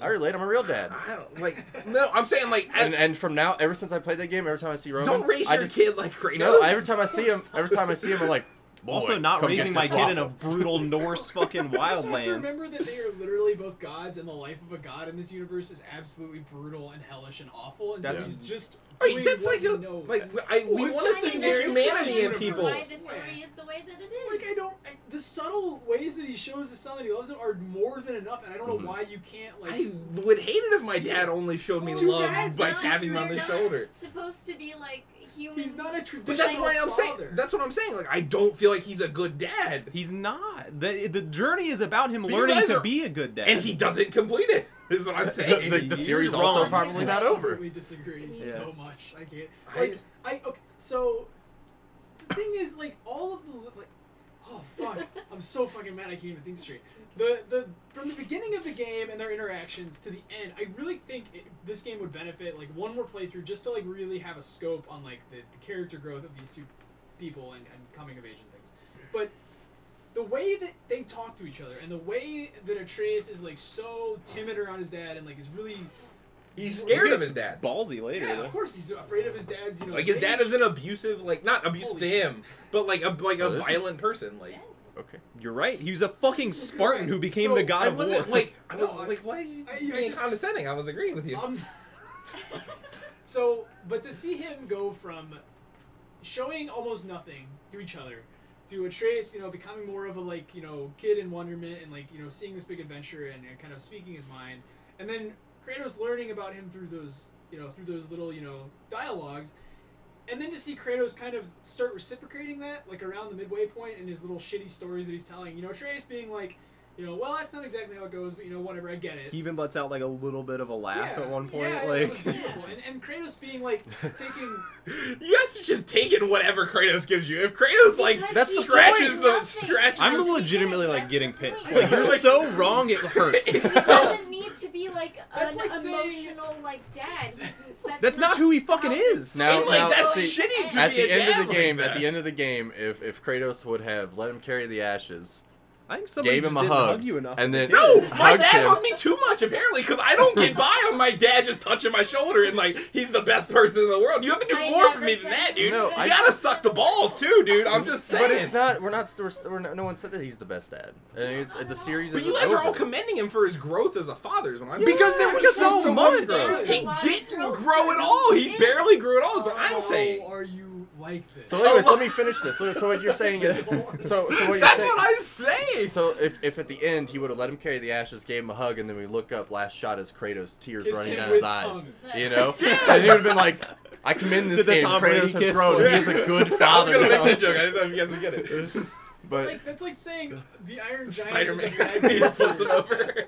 S3: I relate. I'm a real dad.
S1: i don't like no i'm saying like I-
S3: And, and from now, ever since I played that game, every time I see Roman,
S1: don't raise
S3: I
S1: your
S3: just,
S1: kid like kratos
S3: No, every time I see him, every time I see him, I'm
S4: *laughs*
S3: like, boy,
S4: also, not
S3: come get
S4: raising my
S3: this
S4: kid in a *laughs*
S3: waffle.
S4: brutal Norse fucking
S2: You also have to
S4: wildland.
S2: remember that they are literally both gods, and the life of a god in this universe is absolutely brutal and hellish and awful. And
S3: That's-
S2: so he's just.
S1: Wait,
S2: doing
S1: that's
S2: what
S1: like
S2: he
S1: a,
S2: knows.
S1: like I we
S2: What's
S1: want to
S2: the
S1: see
S2: thing
S1: more
S2: that you
S1: humanity in
S2: can't
S1: people.
S5: Why
S2: universe?
S5: the story is the way that it is.
S2: Like I don't. I, the subtle ways that he shows his son that he loves him are more than enough, and I don't know
S3: Mhm.
S2: why you can't like.
S1: I would hate it if my dad only showed me
S2: Too
S1: love
S2: bad,
S1: by
S2: son.
S1: tapping me on
S5: You're
S1: the
S5: not
S1: shoulder.
S5: Supposed to be like human.
S2: he's not a
S1: But
S2: traditional.
S1: that's why I'm saying
S2: father.
S1: that's what I'm saying. Like I don't feel like he's a good dad,
S4: He's not. The the journey is about him
S1: But you
S4: learning
S1: guys
S4: to
S1: are-
S4: be a good dad.
S1: and he doesn't complete it. *laughs* Is what I'm saying.
S3: the, the series
S4: You're
S3: also
S4: wrong.
S3: probably not
S2: I
S3: over.
S2: completely disagree
S5: Yeah.
S2: so much. I can't.
S1: I-
S2: Like I, okay. So the thing is, like all of the li- like, oh fuck, I'm so fucking mad. I can't even think straight. The the from the beginning of the game and their interactions to the end, I really think it, this game would benefit like one more playthrough just to like really have a scope on like the, the character growth of these two people and, and coming of age and things. But the way that they talk to each other and the way that Atreus is like so timid around his dad and like is really
S1: he's
S2: He
S1: scared of
S4: gets
S1: his dad.
S4: ballsy later.
S2: yeah,
S4: though.
S2: of course he's afraid of his dad's. You know,
S1: Like his dad
S2: rage.
S1: is an abusive, like not abusive
S2: Holy
S1: to
S2: shit.
S1: him, but like a like
S3: Oh,
S1: a
S3: this is-
S1: violent person. Like
S5: Yes.
S3: Okay.
S4: You're right. He was a fucking Spartan who became
S2: So,
S4: the god
S1: I
S4: of war.
S1: wasn't like I
S2: No,
S1: was
S2: I-
S1: like why are you
S2: I- I
S1: being
S2: just-
S1: condescending? I was agreeing with you.
S2: Um, *laughs* so, but to see him go from showing almost nothing to each other to Atreus, you know, becoming more of a like you know kid in wonderment and like you know seeing this big adventure and, and kind of speaking his mind, and then Kratos learning about him through those you know through those little you know dialogues. And then to see Kratos kind of start reciprocating that, like around the midway point in his little shitty stories that he's telling. You know, Atreus being like, you know, well, that's not exactly how it goes, but you know, whatever, I get it.
S4: He even lets out like a little bit of a laugh
S2: Yeah,
S4: at one point.
S2: yeah, it was
S4: *laughs* like
S2: beautiful. and, and Kratos being
S4: *laughs*
S2: like taking
S1: *laughs* You guys are just taking whatever Kratos gives you. If Kratos like
S5: Because
S3: that's
S5: he
S3: the
S1: scratches
S5: did
S1: the-
S5: nothing.
S1: scratches-
S4: I'm
S5: Because he
S4: legitimately
S5: did it.
S4: like
S5: That's
S4: getting
S5: the
S4: pissed.
S5: point.
S4: Like you're
S1: Like- *laughs*
S4: so wrong, it hurts.
S5: He
S1: It's
S4: *laughs*
S1: so
S5: doesn't need to be like
S2: That's
S5: an
S2: like saying-
S5: emotional like dad. He's-
S4: That's not who he fucking
S5: how
S4: is.
S5: this
S3: Now-
S5: is.
S1: like
S3: now,
S1: that's
S3: see,
S1: shitty to
S5: At
S1: be
S3: At the
S1: a
S3: end
S1: dad
S3: of the
S1: like
S3: game, at
S1: that.
S3: the end of the game, if if Kratos would have let him carry the ashes,
S4: I think somebody
S3: Gave
S4: just
S3: him a
S4: didn't
S3: hug,
S4: you enough.
S3: and then-
S4: as a kid.
S1: No, my
S3: Hugged
S1: dad
S3: him.
S1: hugged me too much apparently because I don't get by on my dad just touching my shoulder and like he's the best person in the world. You have to do
S5: I
S1: more for
S5: never
S1: me than
S5: said
S1: that, dude.
S3: No,
S1: you
S3: I-
S1: gotta suck the balls too, dude. I'm just saying.
S3: But it's not. We're not. We're, we're not no one said that he's the best dad. And it's the series.
S1: But
S3: is
S1: you guys are all
S3: over.
S1: commending him for his growth as a father. Is what I'm
S3: because there
S1: Yeah,
S3: was
S1: because
S3: so,
S1: there's
S3: much
S2: much
S3: growth.
S2: growth.
S1: He
S5: A lot of
S1: didn't
S5: growth.
S1: grow at all. He
S5: Yeah.
S1: barely grew at all. Is what I'm
S2: How
S1: saying.
S2: Are you like this?
S3: So, anyways, let me finish this. So, so what you're saying is, so, so what you're
S1: Oh *laughs* That's
S3: saying,
S1: what I'm saying.
S3: So if, if at the end he would have let him carry the ashes, gave him a hug, and then we look up, last shot is Kratos, tears
S2: Kiss
S3: running
S2: him
S3: down
S2: with
S3: his eyes.
S2: tongue.
S3: You *laughs* know,
S1: *laughs*
S3: and he would have been like, "I commend this
S4: Did the
S3: game.
S4: Tom Brady
S3: Kratos has
S4: kiss?
S3: grown. He is *laughs*
S1: *laughs*
S3: a
S1: I
S3: good
S1: was
S3: father."
S1: gonna
S3: now."
S1: make that joke. I didn't know if you guys would get it.
S3: But *laughs*
S2: like, that's like saying the Iron Giant
S1: *laughs* Spider-Man.
S2: is a bad
S1: he flips
S2: character.
S1: it over.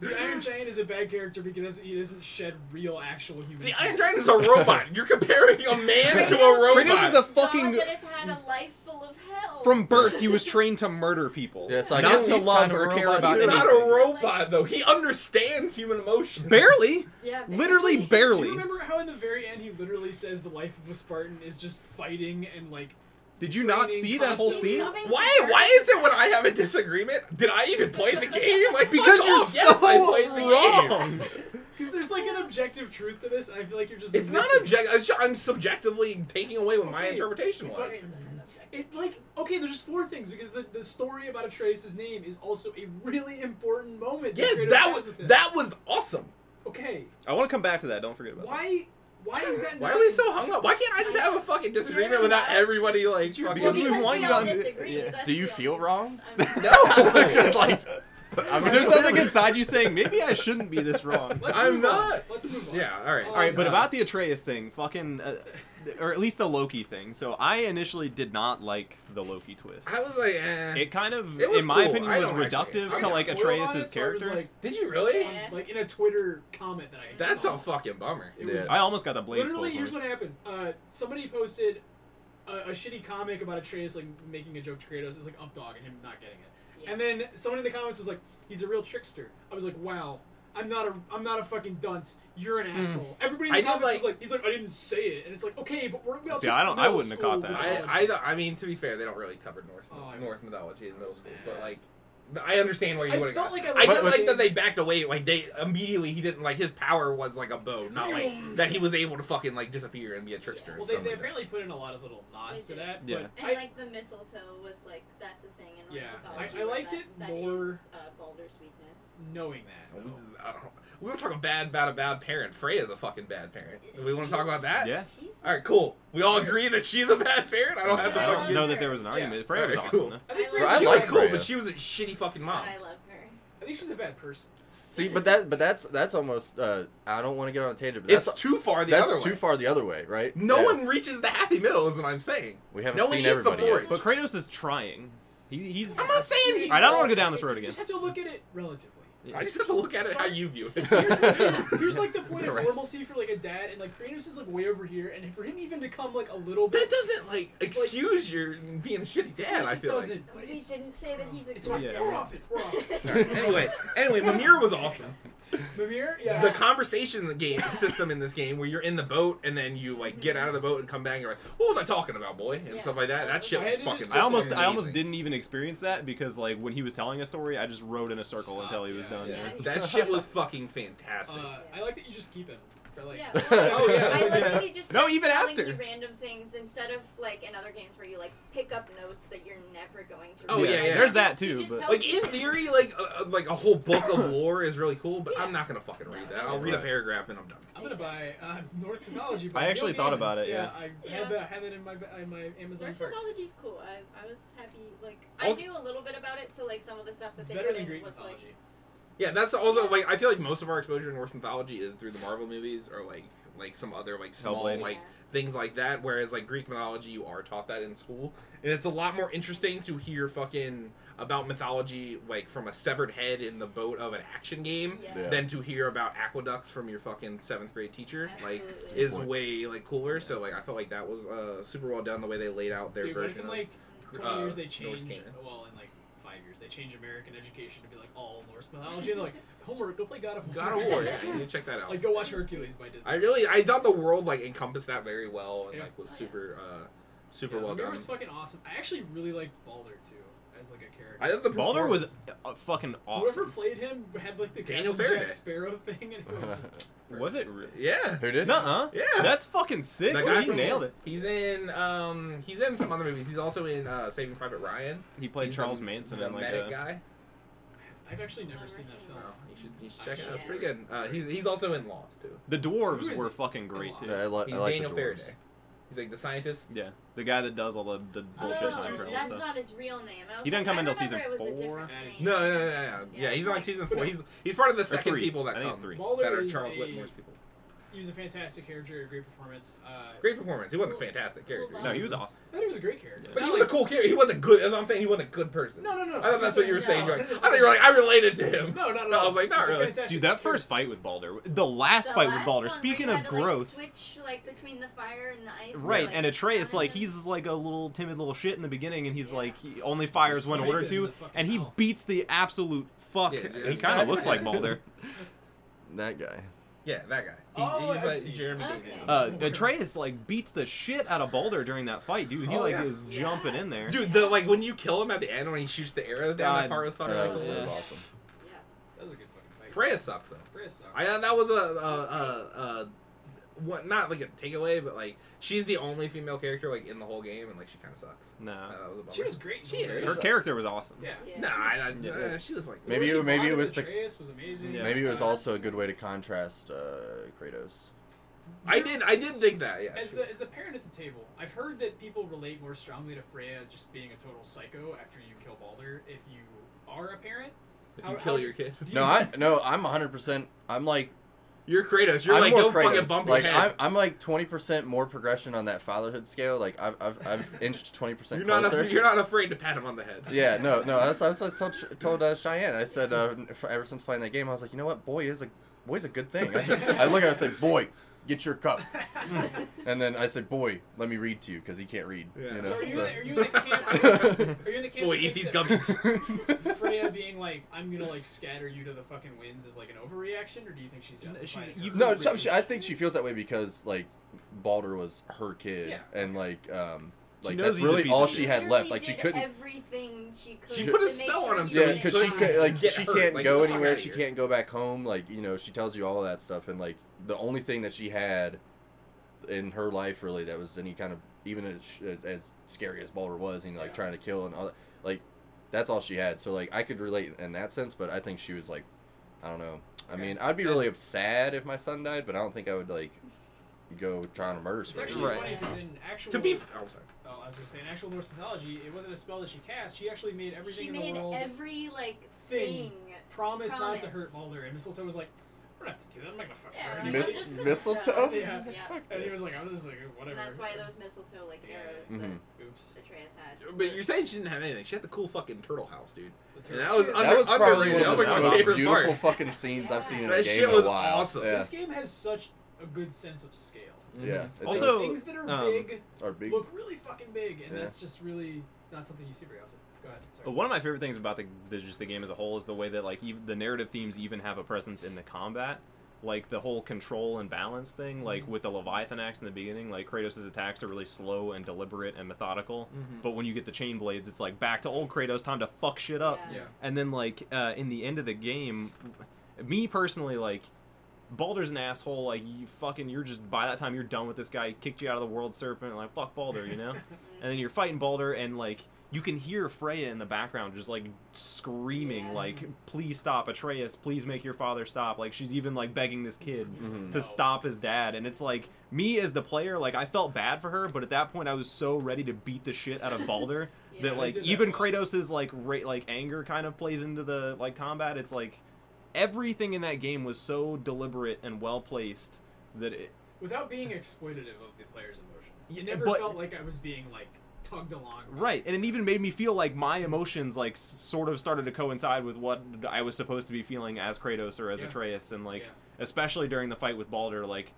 S2: the Iron Giant is a bad character because he doesn't shed real, actual human.
S1: The Iron
S2: tears.
S1: Giant is a robot. You're comparing a man to a robot.
S4: Kratos is a
S5: God
S4: fucking
S5: that has had a life full of
S4: *laughs*
S5: hell.
S4: from birth. He was trained to murder people.
S3: Yeah, so I
S4: not
S3: guess
S4: to
S3: he's
S4: love
S3: kind of a
S4: or care
S3: robot.
S4: about
S1: You're
S3: He's
S1: not
S4: anything.
S1: a robot though. He understands human emotion.
S4: barely,
S5: yeah,
S4: literally
S5: basically.
S2: Do you
S4: barely.
S2: remember how in the very end he literally says the life of a Spartan is just fighting and like
S4: Did you not
S2: Training
S4: see that whole
S2: constantly.
S4: scene?
S5: Coming to
S1: Why?
S5: birth.
S1: Why is it when I have a disagreement? Did I even play the game? Like
S4: Because
S1: fuck
S4: you're
S1: off.
S4: so
S1: yes, I played the game.
S4: wrong.
S2: because there's like an objective truth to this, and I feel like you're just
S1: It's not
S2: missing-
S1: objective. I'm subjectively taking away what my
S2: Okay,
S1: interpretation
S2: but-
S1: was.
S2: It like okay, there's four things because the, the story about Atreus' name is also a really important moment. that
S1: Yes,
S2: Kratos
S1: that
S2: has
S1: was
S2: with him.
S1: that was awesome.
S2: Okay,
S4: I want to come back to that. Don't forget about that.
S2: why why is that?
S1: Why
S2: not-
S1: are we so hung up? Why can't I just have a fucking disagreement without everybody like fucking?
S4: Because we
S5: because
S4: want
S5: we
S4: you
S5: all
S4: to-
S5: disagree.
S4: yeah.
S5: That's
S3: do you
S5: the
S3: feel
S5: only-
S3: wrong?
S2: *laughs*
S3: *laughs*
S5: I'm
S1: *laughs*
S5: not-
S1: no.
S3: like, I'm
S4: Is there
S3: *laughs*
S4: something inside you saying maybe I shouldn't be this wrong?
S2: Let's
S1: I'm
S2: move on.
S1: not.
S2: Let's move on.
S1: yeah. All right.
S2: All
S4: All right, but
S1: Uh,
S4: about the Atreus thing, fucking, uh, or at least the Loki thing. So I initially did not like the Loki twist.
S1: I was like, eh.
S4: It kind of,
S1: It was
S4: in my
S1: cool.
S4: opinion,
S1: I
S4: was
S1: don't actually-
S4: reductive
S1: I'm
S4: to
S1: just
S4: like
S2: Spoiled on
S4: Atreus's
S2: it, so I was,
S4: character.
S2: like,
S1: Did you really?
S5: Yeah.
S2: like in a Twitter comment that I
S1: That's
S2: saw.
S1: a fucking bummer.
S2: It was
S3: Yeah.
S4: I almost got the blade
S2: literally
S4: spoiled
S2: here's
S4: for me.
S2: what happened. Uh, somebody posted a, a shitty comic about Atreus like making a joke to Kratos. It's like up dog and him not getting it.
S5: Yeah.
S2: And then someone in the comments was like, "He's a real trickster." I was like, "Wow." I'm not a I'm not a fucking dunce. You're
S4: Hmm.
S2: an asshole. Everybody in the
S1: I did,
S2: comments was
S1: like-
S2: like, he's like, I didn't say it, and it's like, okay, but we're, we all
S4: See,
S2: took
S4: I don't- I
S2: middle
S4: wouldn't have
S2: school
S4: caught that.
S2: mythology."
S1: I, I, I mean, to be fair, they don't really cover Norse,
S2: Oh, I was-
S1: Norse mythology in middle school,
S2: mad.
S1: but like, I understand why
S2: I
S1: you would have.
S2: felt
S1: got.
S2: like I
S1: I did
S3: liked
S1: like
S2: it.
S1: that they backed away. Like they immediately, he didn't like his power was like a bow, not like that he was able to fucking like disappear and be a trickster.
S2: well,
S1: and
S2: they,
S1: stuff
S2: they
S1: like that.
S2: apparently put in a lot of little nods
S5: They
S2: to
S5: did.
S2: that.
S4: Yeah.
S2: But
S5: *laughs*
S2: *laughs*
S5: And
S2: I,
S5: like the mistletoe was like that's a thing in Norse
S2: Yeah. I-
S5: mythology.
S2: I
S5: where
S2: liked
S5: that,
S2: it
S5: that
S2: more-
S5: is, uh, Baldur's weakness.
S2: knowing that,
S1: We,
S2: though.
S1: I don't- we were talking bad about a bad parent. Freya's a fucking bad parent. Do we want
S5: She's-
S1: to talk about that?
S4: Yeah.
S5: She's
S1: All right, cool. We all agree that she's a bad parent. I don't have to.
S5: Yeah.
S4: I
S1: fucking-
S4: don't know that there was an argument. Freya was
S1: Alright,
S4: awesome.
S1: cool.
S4: though.
S2: I think
S5: I
S2: Freya-
S5: like-
S1: she
S2: I
S1: was
S3: like
S1: cool,
S3: Freya.
S1: but she was a shitty fucking mom.
S5: I love her.
S2: think she's a bad person.
S3: See, but that, but that's that's almost. Uh, I don't want to get on a tangent, but
S1: It's
S3: that's
S1: too far the
S3: that's
S1: other
S3: too
S1: way.
S3: far the other way, right?
S1: No
S3: Yeah.
S1: one reaches the happy middle, is what I'm saying.
S3: We haven't
S1: no one
S3: seen
S1: needs
S3: everybody
S1: support.
S3: yet.
S4: But Kratos is trying. He, he's.
S1: I'm not saying he's.
S4: I don't want to go down this road
S2: You
S4: again.
S2: just have to look at it relatively.
S1: I just have to look at it how you view it.
S2: Here's, the-
S1: *laughs*
S2: here's, like the point of
S1: Correct.
S2: normalcy for like a dad, and like Kratos is like way over here, and for him even to come like a little
S1: That
S2: bit.
S1: doesn't like
S2: It's like-
S1: excuse your being a shitty dad.
S2: Yes,
S1: I
S2: it
S1: feel
S2: doesn't,
S1: like.
S2: but
S5: we
S2: it's
S5: didn't say that he's a
S2: it's fine.
S4: Yeah,
S2: we're
S4: right.
S2: off it. We're off
S5: *laughs*
S2: it.
S1: All right, Anyway, *laughs* anyway, Mimir was awesome.
S2: Mimir, yeah.
S1: The conversation game *laughs* system in this game, where you're in the boat and then you like get out of the boat and come back, and you're like, "What was I talking about, boy?" and
S5: Yeah.
S1: stuff like that. That shit
S2: I
S1: was
S2: had to just
S1: fucking.
S2: sit
S4: I almost,
S1: amazing.
S4: I almost didn't even experience that because, like, when he was telling a story, I just rode in a circle
S2: Stop,
S4: until he was
S2: yeah.
S4: done.
S5: Yeah.
S4: you
S1: *laughs*
S4: know?
S1: That shit was fucking fantastic.
S2: uh, I like that you just keep him for *laughs* like.
S5: Yeah.
S3: Oh, yeah.
S5: I like
S4: Yeah.
S5: that he just
S4: No,
S5: starts
S4: even
S5: telling
S4: after.
S5: you random things instead of like in other games where you like pick up notes that you're never going to.
S1: Oh, yeah,
S5: read. Like,
S1: yeah.
S5: he
S1: There's
S4: that
S5: just- he
S4: too,
S5: just
S4: but-
S5: tells
S1: like
S5: you
S1: in theory, like a, a- like a whole book of lore is really cool, but I'm
S5: Yeah.
S1: not gonna fucking read
S5: No.
S1: that. I'll read a
S3: Right.
S1: paragraph and I'm done.
S2: I'm gonna buy uh, North Mythology.
S4: I actually thought about it, yeah.
S2: I
S5: Yeah.
S2: had that had it in my in my Amazon.
S5: Norse
S2: cart.
S5: mythology is cool. I, I was happy. Like
S1: Also-
S5: I knew a little bit about it, so like some of the stuff that
S2: It's
S5: they
S2: better
S5: put
S2: than
S5: in
S2: Greek
S5: was like.
S2: mythology.
S1: Yeah, that's also like I feel like most of our exposure to Norse mythology is through the Marvel movies or like like some other like small
S4: Hellblade.
S1: like
S5: Yeah.
S1: things like that. Whereas like Greek mythology, you are taught that in school, and it's a lot more interesting to hear fucking about mythology like from a severed head in the boat of an action game
S5: Yeah.
S3: Yeah.
S1: than to hear about aqueducts from your fucking seventh grade teacher. Like
S5: Absolutely.
S1: is way like cooler. So like I felt like that was uh, super well done the way they laid out their
S2: Dude, what if
S1: version.
S2: in
S1: of-
S2: like 20
S1: uh,
S2: years they
S1: Norse
S2: change?
S1: canon.
S2: Well, in like five years they change American education to be like all Norse mythology. And they're like, Homer, go play God of War.
S1: God of War. Yeah, you need to check that out.
S2: *laughs* Like, go watch Hercules by Disney.
S1: I really, I thought the world like encompassed that very well and
S2: Yeah.
S1: like was
S5: Oh, yeah.
S1: super, uh,
S2: Yeah,
S1: super well
S2: Mimir
S1: done.
S2: was fucking awesome. I actually really liked Balder too. as like a character.
S1: I thought the
S4: *laughs* Balder was
S1: performance-
S4: uh, fucking
S2: Whoever
S4: awesome.
S2: played him had like the
S1: Daniel
S2: Captain Jack
S1: Faraday.
S2: Sparrow thing, and it was
S1: *laughs*
S2: just
S4: Was it? Really?
S1: Yeah.
S3: *laughs* Who did?
S4: Nuh-uh.
S1: Yeah.
S4: That's fucking sick.
S1: That
S4: Dude,
S1: guy
S4: he
S1: from-
S4: nailed it.
S1: He's in um he's in some other movies. He's also in uh, Saving Private Ryan.
S4: He played
S1: He's
S4: Charles
S1: the-
S4: Manson
S1: the
S4: in like
S1: medic
S4: a,
S1: guy.
S2: I've actually never,
S5: Never
S2: seen that
S5: seen
S2: film.
S1: Oh, you should you should check it out. It's
S5: Yeah.
S1: pretty good. Uh, he's he's also in Lost too.
S4: the
S2: Who
S4: dwarves
S2: is
S4: were
S2: it?
S4: fucking great
S2: Oh,
S4: too.
S3: Yeah, I, li-
S1: He's
S3: I like
S1: Daniel
S3: the dwarves.
S1: Faraday. He's like the scientist.
S4: Yeah, the guy that does all the, the bullshit
S2: first
S4: time
S2: two seasons.
S4: travel
S5: that's
S4: stuff.
S5: not his real name. I was
S4: He didn't
S5: like,
S4: come
S5: I
S4: until
S5: remember
S4: season
S5: it was a
S4: four?
S5: different name.
S1: No, no, no, no, no. Yeah,
S5: Yeah,
S1: he's
S5: he's
S1: on
S5: like-
S1: season four. He's he's part of the second
S4: three.
S1: people that
S4: I
S1: come
S4: think it's three.
S2: Balder
S1: that are
S2: is
S1: Charles
S2: a-
S1: Whitmore's people.
S2: He was a fantastic character, a great performance. Uh,
S1: Great performance. He wasn't a fantastic
S5: Cool
S1: character.
S5: vibe.
S4: No, he was awesome.
S2: I thought he was a great character.
S4: Yeah.
S1: But he
S2: Not
S1: was a
S2: like-
S1: cool character. He wasn't a good. That's what I'm saying. He wasn't a good person.
S2: No, no, no.
S1: I thought that's what you were
S2: No,
S1: saying. You're
S2: I'm
S1: like, I
S2: just
S1: thought you were like, I related to him.
S2: No, not at
S1: No, I
S2: all.
S1: was like, not
S2: He's a
S1: really.
S2: fantastic
S4: Dude, that
S2: character.
S4: first fight with Balder, the last
S5: The
S4: fight with
S5: last
S4: Balder.
S5: one where
S4: Speaking
S5: you
S4: of
S5: had to, like,
S4: growth,
S5: switch like between the fire and the ice. to,
S4: right?
S5: like,
S4: and Atreus,
S5: counter
S4: like
S5: them.
S4: he's like a little timid little shit in the beginning, and he's
S5: Yeah.
S4: like he only fires when
S2: Snipe it
S4: ordered
S2: in
S4: to,
S2: the fucking
S4: and he
S2: mouth.
S4: beats the absolute fuck.
S1: Yeah, dude,
S4: he
S1: this
S4: kind
S1: guy-
S4: of
S1: *laughs*
S4: looks like Balder.
S3: That guy.
S1: Yeah, that guy. He,
S2: Oh,
S1: he
S2: I've
S1: played
S2: seen.
S1: Jeremy
S5: Okay.
S1: Daniels.
S4: Uh,
S2: Oh,
S4: Atreus like beats the shit out of Balder during that fight, dude. He
S1: Oh,
S4: like
S1: yeah.
S4: is
S5: Yeah.
S4: jumping in there.
S1: Dude, the like when you kill him at the end when he shoots the arrows down
S4: God.
S1: that far as fuck.
S3: that,
S1: like, oh,
S3: was, that was
S4: Yeah.
S3: awesome.
S5: Yeah.
S2: That was a good fucking fight.
S1: Freya sucks though.
S2: Freya sucks.
S1: I uh, that was a, a, a, a what not like a takeaway, but like she's the only female character like in the whole game, and like she kind of sucks.
S4: no,
S1: Uh, that was a bummer.
S2: she was great. in
S1: She
S2: Baldur.
S1: is.
S4: her character was awesome.
S2: Yeah.
S5: Yeah.
S1: Nah, I, I,
S4: Yeah.
S1: uh, she was like
S3: Maybe
S2: Whoever
S3: it- maybe
S2: she
S3: it was
S2: bonded
S3: the-
S2: with Atreus was amazing.
S4: Yeah.
S3: Maybe it was
S1: Uh-huh.
S2: Uh,
S3: also a good way to contrast uh, Kratos.
S1: I did I did think that yeah.
S2: As
S1: she-
S2: the as the parent at the table, I've heard that people relate more strongly to Freya just being a total psycho after you kill Balder. If you are a parent, *laughs*
S1: if
S2: how-
S1: you kill
S2: how-
S1: your kid,
S2: do you-
S3: No, I no, I'm 100. percent I'm like
S1: you're Kratos. You're
S3: I'm
S1: like
S3: more
S1: go fucking
S3: Kratos.
S1: bump
S3: like
S1: your
S3: I'm,
S1: head.
S3: I'm like 20 percent more progression on that fatherhood scale. Like I've I've, I've inched 20 percent
S1: You're not
S3: closer.
S1: af- *laughs* you're not afraid to pat him on the head.
S3: yeah, no, no. That's that's what I told, Sh- told uh, Cheyenne. I said uh, f- ever since playing that game, I was like, you know what, boy is a boy's a good thing. I, should, I look at it, I say, boy, get your cup, and then I say, boy, let me read to you because he can't read.
S1: Yeah.
S3: You know,
S2: so are you, in
S3: so-
S2: the, are you in the
S3: *laughs*
S2: camp? are you in the camp?
S1: Boy,
S2: that
S1: eat these
S2: thinks that
S1: gummies. *laughs*
S2: Freya being like, I'm gonna like scatter you to the fucking winds is like an overreaction, or do you think she's justified?
S4: she-
S2: in her-
S3: No, Chum- she, I think she feels that way because like Balder was her kid,
S2: Yeah.
S3: and like um,
S4: She
S3: like
S4: knows
S3: that's
S4: he's a
S3: really
S4: piece
S3: all
S4: of
S3: she
S4: shit.
S3: had left.
S5: Literally
S3: Like she
S5: did
S3: couldn't.
S5: everything she could.
S1: She
S5: to
S1: put a
S5: make
S1: spell
S5: sure
S1: on him
S5: he
S1: so
S3: Yeah,
S1: he
S5: didn't
S3: because she
S5: die.
S3: could, like
S1: Get
S3: she
S1: hurt,
S3: can't
S1: like,
S3: go
S1: get the fuck
S3: anywhere.
S1: outta
S3: She
S1: here.
S3: can't go back home. Like you know, she tells you all that stuff, and like the only thing that she had in her life really that was any kind of even as, as, as scary as Balder was, and like
S2: Yeah.
S3: trying to kill and all that, like that's all she had. So like I could relate in that sense, but I think she was like, I don't know. I
S2: Okay.
S3: mean, I'd be really sad if my son died, but I don't think I would like go trying to murder
S2: It's
S3: somebody.
S2: actually
S4: Right.
S2: funny because in actual
S1: To be, f- oh, I'm sorry.
S2: oh, I was gonna say in actual Norse mythology, it wasn't a spell that she cast. She actually made everything
S5: She
S2: in the
S5: made
S2: world
S5: every like
S2: thing.
S5: thing.
S2: promise, not to
S5: promise.
S2: hurt Balder, and Mistletoe was like, I don't have to do that. I'm not gonna fucking
S5: Yeah,
S2: hurt
S5: like,
S2: anybody."
S3: Mis-
S5: it's just
S3: mistletoe?
S2: Yeah.
S3: He's like,
S5: Yeah.
S3: "Fuck
S2: And he was
S3: this."
S2: like, I was just like, whatever.
S5: And that's why those mistletoe like arrows
S3: Mhm.
S5: that
S2: Oops.
S5: Atreus had.
S1: But you're saying she didn't have anything. She had the cool fucking turtle house, dude.
S2: The
S1: And that was
S2: turtle.
S1: un-
S3: that was
S1: Under-
S3: probably
S1: underrated.
S3: one of
S4: That was
S3: the
S4: like my
S3: most
S1: favorite
S3: beautiful
S1: part.
S3: fucking scenes I've seen in a
S1: That
S3: game
S1: shit
S3: in
S1: was
S3: a while.
S1: awesome.
S3: Yeah,
S2: This game has such a good sense of scale.
S4: Mm-hmm.
S3: yeah. it
S4: Also-
S3: does.
S2: Like, things that are
S4: um,
S2: big
S3: Or big. *laughs*
S2: look really fucking big, and
S3: Yeah.
S2: that's just really not something you see very often. Go ahead. Sorry.
S4: But one of my favorite things about the, the just the game as a whole is the way that like even, the narrative themes even have a presence in the combat, like the whole control and balance thing. Like with the Leviathan axe in the beginning, like Kratos' attacks are really slow and deliberate and methodical.
S1: Mhm.
S4: But when you get the chain blades, it's like back to old Kratos, time to fuck shit up.
S5: Yeah.
S4: And then like uh, in the end of the game, me personally like. Balder's an asshole. Like you fucking, you're just by that time you're done with this guy. He kicked you out of the world serpent. Like fuck Balder, you
S2: *laughs*
S4: know. and then you're fighting Balder, and like you can hear Freya in the background just like screaming,
S5: Yeah.
S4: like please stop, Atreus, please make your father stop. Like she's even like begging this kid
S3: Mhm.
S4: to
S2: No.
S4: stop his dad, and it's like me as the player, like I felt bad for her, but at that point I was so ready to beat the shit out of Balder
S5: *laughs* Yeah.
S4: that
S2: they
S4: like
S2: did that
S4: even
S2: well.
S4: Kratos's like ra- like anger kind of plays into the like combat. It's like everything in that game was so deliberate and well placed that it,
S2: Without being exploitative of the player's emotions,
S4: Yeah,
S2: you never
S4: but-
S2: felt like I was being like tugged along.
S4: Right, and it even made me feel like my emotions like s- sort of started to coincide with what I was supposed to be feeling as Kratos or as
S2: Yeah.
S4: Atreus, and like
S2: Yeah.
S4: especially during the fight with Balder, like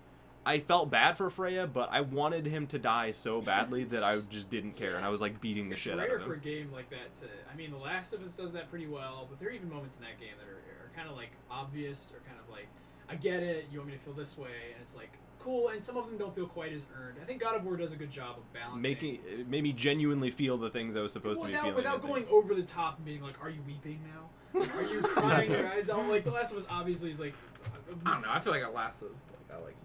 S4: I felt bad for Freya, but I wanted him to die so
S2: *laughs*
S4: badly that I just didn't care, and I was like beating the
S2: It's
S4: shit out
S2: rare
S4: of
S2: for a
S4: him.
S2: game like that to. I mean, The Last of Us does that pretty well, but there are even moments in that game that are, are kind of like obvious or kind of like, I get it. You want me to feel this way, and it's like cool, and some of them don't feel quite as earned. I think God of War does a good job of balancing.
S4: making it made me genuinely feel the things I was supposed to be
S2: without,
S4: feeling. I
S2: without going
S4: think.
S2: over the top and being like, "Are you weeping now? Like, are
S4: *laughs*
S2: you crying your eyes out?" Like The Last of Us obviously is like,
S1: I don't know. I feel like I last of Us, like I like more.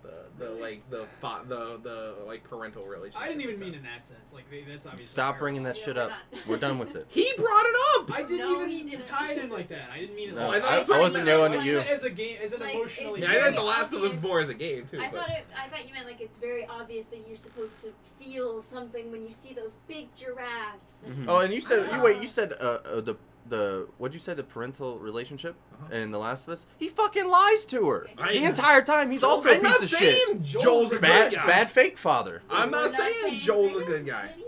S1: The the like the fa- the the like parental relationship.
S2: I didn't even mean in that sense. Like they, that's obviously.
S3: Stop
S2: terrible.
S3: bringing that
S5: Yeah,
S3: shit
S5: we're
S3: *laughs* up.
S5: not.
S3: We're done with it.
S1: He brought it up.
S2: I didn't
S5: No, he
S2: even
S5: didn't.
S2: tie it in like that. I didn't mean it.
S3: No,
S1: I
S2: like
S1: thought
S3: I,
S1: that's what
S3: I
S1: he
S3: wasn't
S1: meant.
S3: yelling
S2: that.
S3: at
S2: I
S3: you.
S2: meant As a game, as an
S5: Like,
S2: emotionally.
S5: it's
S1: yeah, I
S5: very
S1: think The Last of Us
S5: obvious.
S1: more as a game too.
S5: I
S1: but
S5: thought it. I thought you meant like it's very obvious that you're supposed to feel something when you see those big giraffes.
S1: Mm-hmm.
S5: and-
S4: Mhm.
S3: Oh, and you said you wait. You said uh, uh the the what you say the parental relationship
S1: Uh-huh.
S3: in The Last of Us. He fucking lies to her
S5: I-
S3: the entire time. He's also a
S1: Oh, I'm not
S3: piece of shit.
S1: saying
S2: Joel's
S1: Joel's a bad
S3: Bad
S2: guy.
S3: bad fake father.
S1: I'm
S5: We're
S1: not saying Joel's a good
S5: Brandon's
S1: guy.
S5: good either.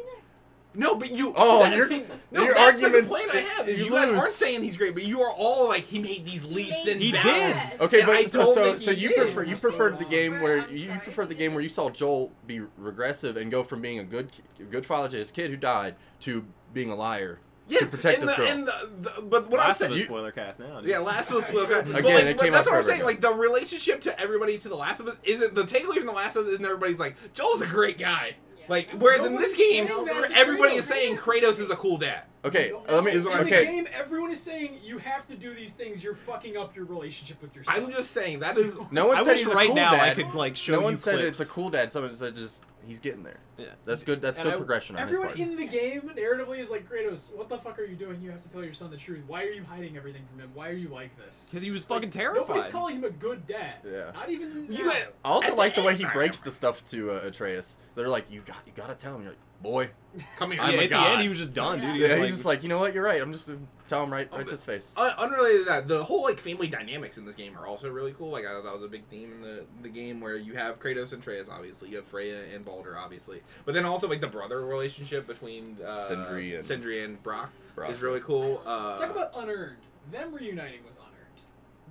S1: No, but you.
S3: Oh,
S1: that
S3: your-
S1: is- no,
S3: your
S1: that's the
S3: arguments-
S1: complaint I have. is
S3: you
S1: You, guys
S3: lose.
S1: aren't saying he's great, but you are all like he made these
S5: He
S1: leaps
S5: made
S1: and
S4: He
S5: the
S1: bounds.
S4: did.
S5: best.
S3: Okay,
S1: Yeah, I
S3: but so
S1: don't
S3: so,
S1: think
S3: so
S1: he
S3: you
S1: did.
S3: prefer you
S2: I'm so
S3: preferred the
S2: wrong.
S3: game
S5: We're-
S3: where
S5: I'm
S3: you
S5: sorry.
S3: preferred the game where you saw Joel be regressive and go from being a good ki- good father to his kid who died to being a liar
S1: Yes,
S3: to protect
S1: and
S3: this
S1: the,
S3: girl.
S1: and the, the, but what I'm
S4: Last of
S1: saying,
S4: Us
S1: you-
S4: spoiler cast now. dude.
S1: yeah, Last of Us spoiler.
S2: Again,
S1: but
S2: it
S1: like,
S3: came
S1: but
S3: out
S1: that's what I'm
S3: forever
S1: saying.
S3: ago.
S1: Like the relationship to everybody to the Last of Us isn't the takeaway from the Last of Us isn't everybody's like Joel's a great guy.
S5: Yeah.
S1: Like whereas
S2: No
S1: in
S2: one's
S1: this game,
S2: saying that to
S1: everybody
S2: Kratos.
S1: is saying Kratos is a cool dad.
S3: Okay, uh,
S2: Don't-
S3: let me.
S1: Is
S2: In
S1: what I'm
S2: the
S3: Okay,
S2: game, everyone is saying you have to do these things. You're fucking up your relationship with your son.
S1: I'm just saying that is
S3: *laughs* no one
S4: I
S3: said
S4: wish
S3: he's a
S4: right
S3: cool
S4: now I
S3: dad.
S4: could like show
S3: No one
S4: you
S3: said
S4: clips.
S3: it's a cool dad. Someone said just he's getting there.
S4: Yeah.
S3: That's good. That's
S4: And
S3: good
S4: I-
S3: progression on his
S2: Everyone
S3: part.
S2: in the
S5: Yes.
S2: game narratively is like Kratos. What the fuck are you doing? You have to tell your son the truth. Why are you hiding everything from him? Why are you like this?
S4: Because he was fucking
S2: Nobody's
S4: terrified.
S2: calling him a good dad.
S3: Yeah.
S2: Not even.
S1: You
S2: now.
S1: went-
S3: I
S2: *laughs*
S3: also
S1: At
S3: like the way he
S1: end-
S3: breaks the stuff to uh, Atreus. They're like, you got, you gotta tell him. You're like, boy.
S1: Come here.
S4: Yeah,
S3: I'm a
S4: at the
S3: Oh god.
S4: end, he was just done, dude. He
S3: Yeah,
S4: was
S3: he's
S4: like,
S3: just like, you know what? You're right. I'm just gonna tell him right,
S1: Oh,
S3: right to
S1: but-
S3: his face.
S2: Uh,
S1: Un- unrelated to that, the whole like family dynamics in this game are also really cool. Like I thought that was a big theme in the, the game where you have Kratos and Atreus, obviously, you have Freya and Balder, obviously, but then also like the brother relationship between uh,
S3: Sindri and-
S1: Sindri and Brock,
S3: Brock.
S1: is really cool. Uh,
S2: Talk about unearned. Them reuniting was unearned.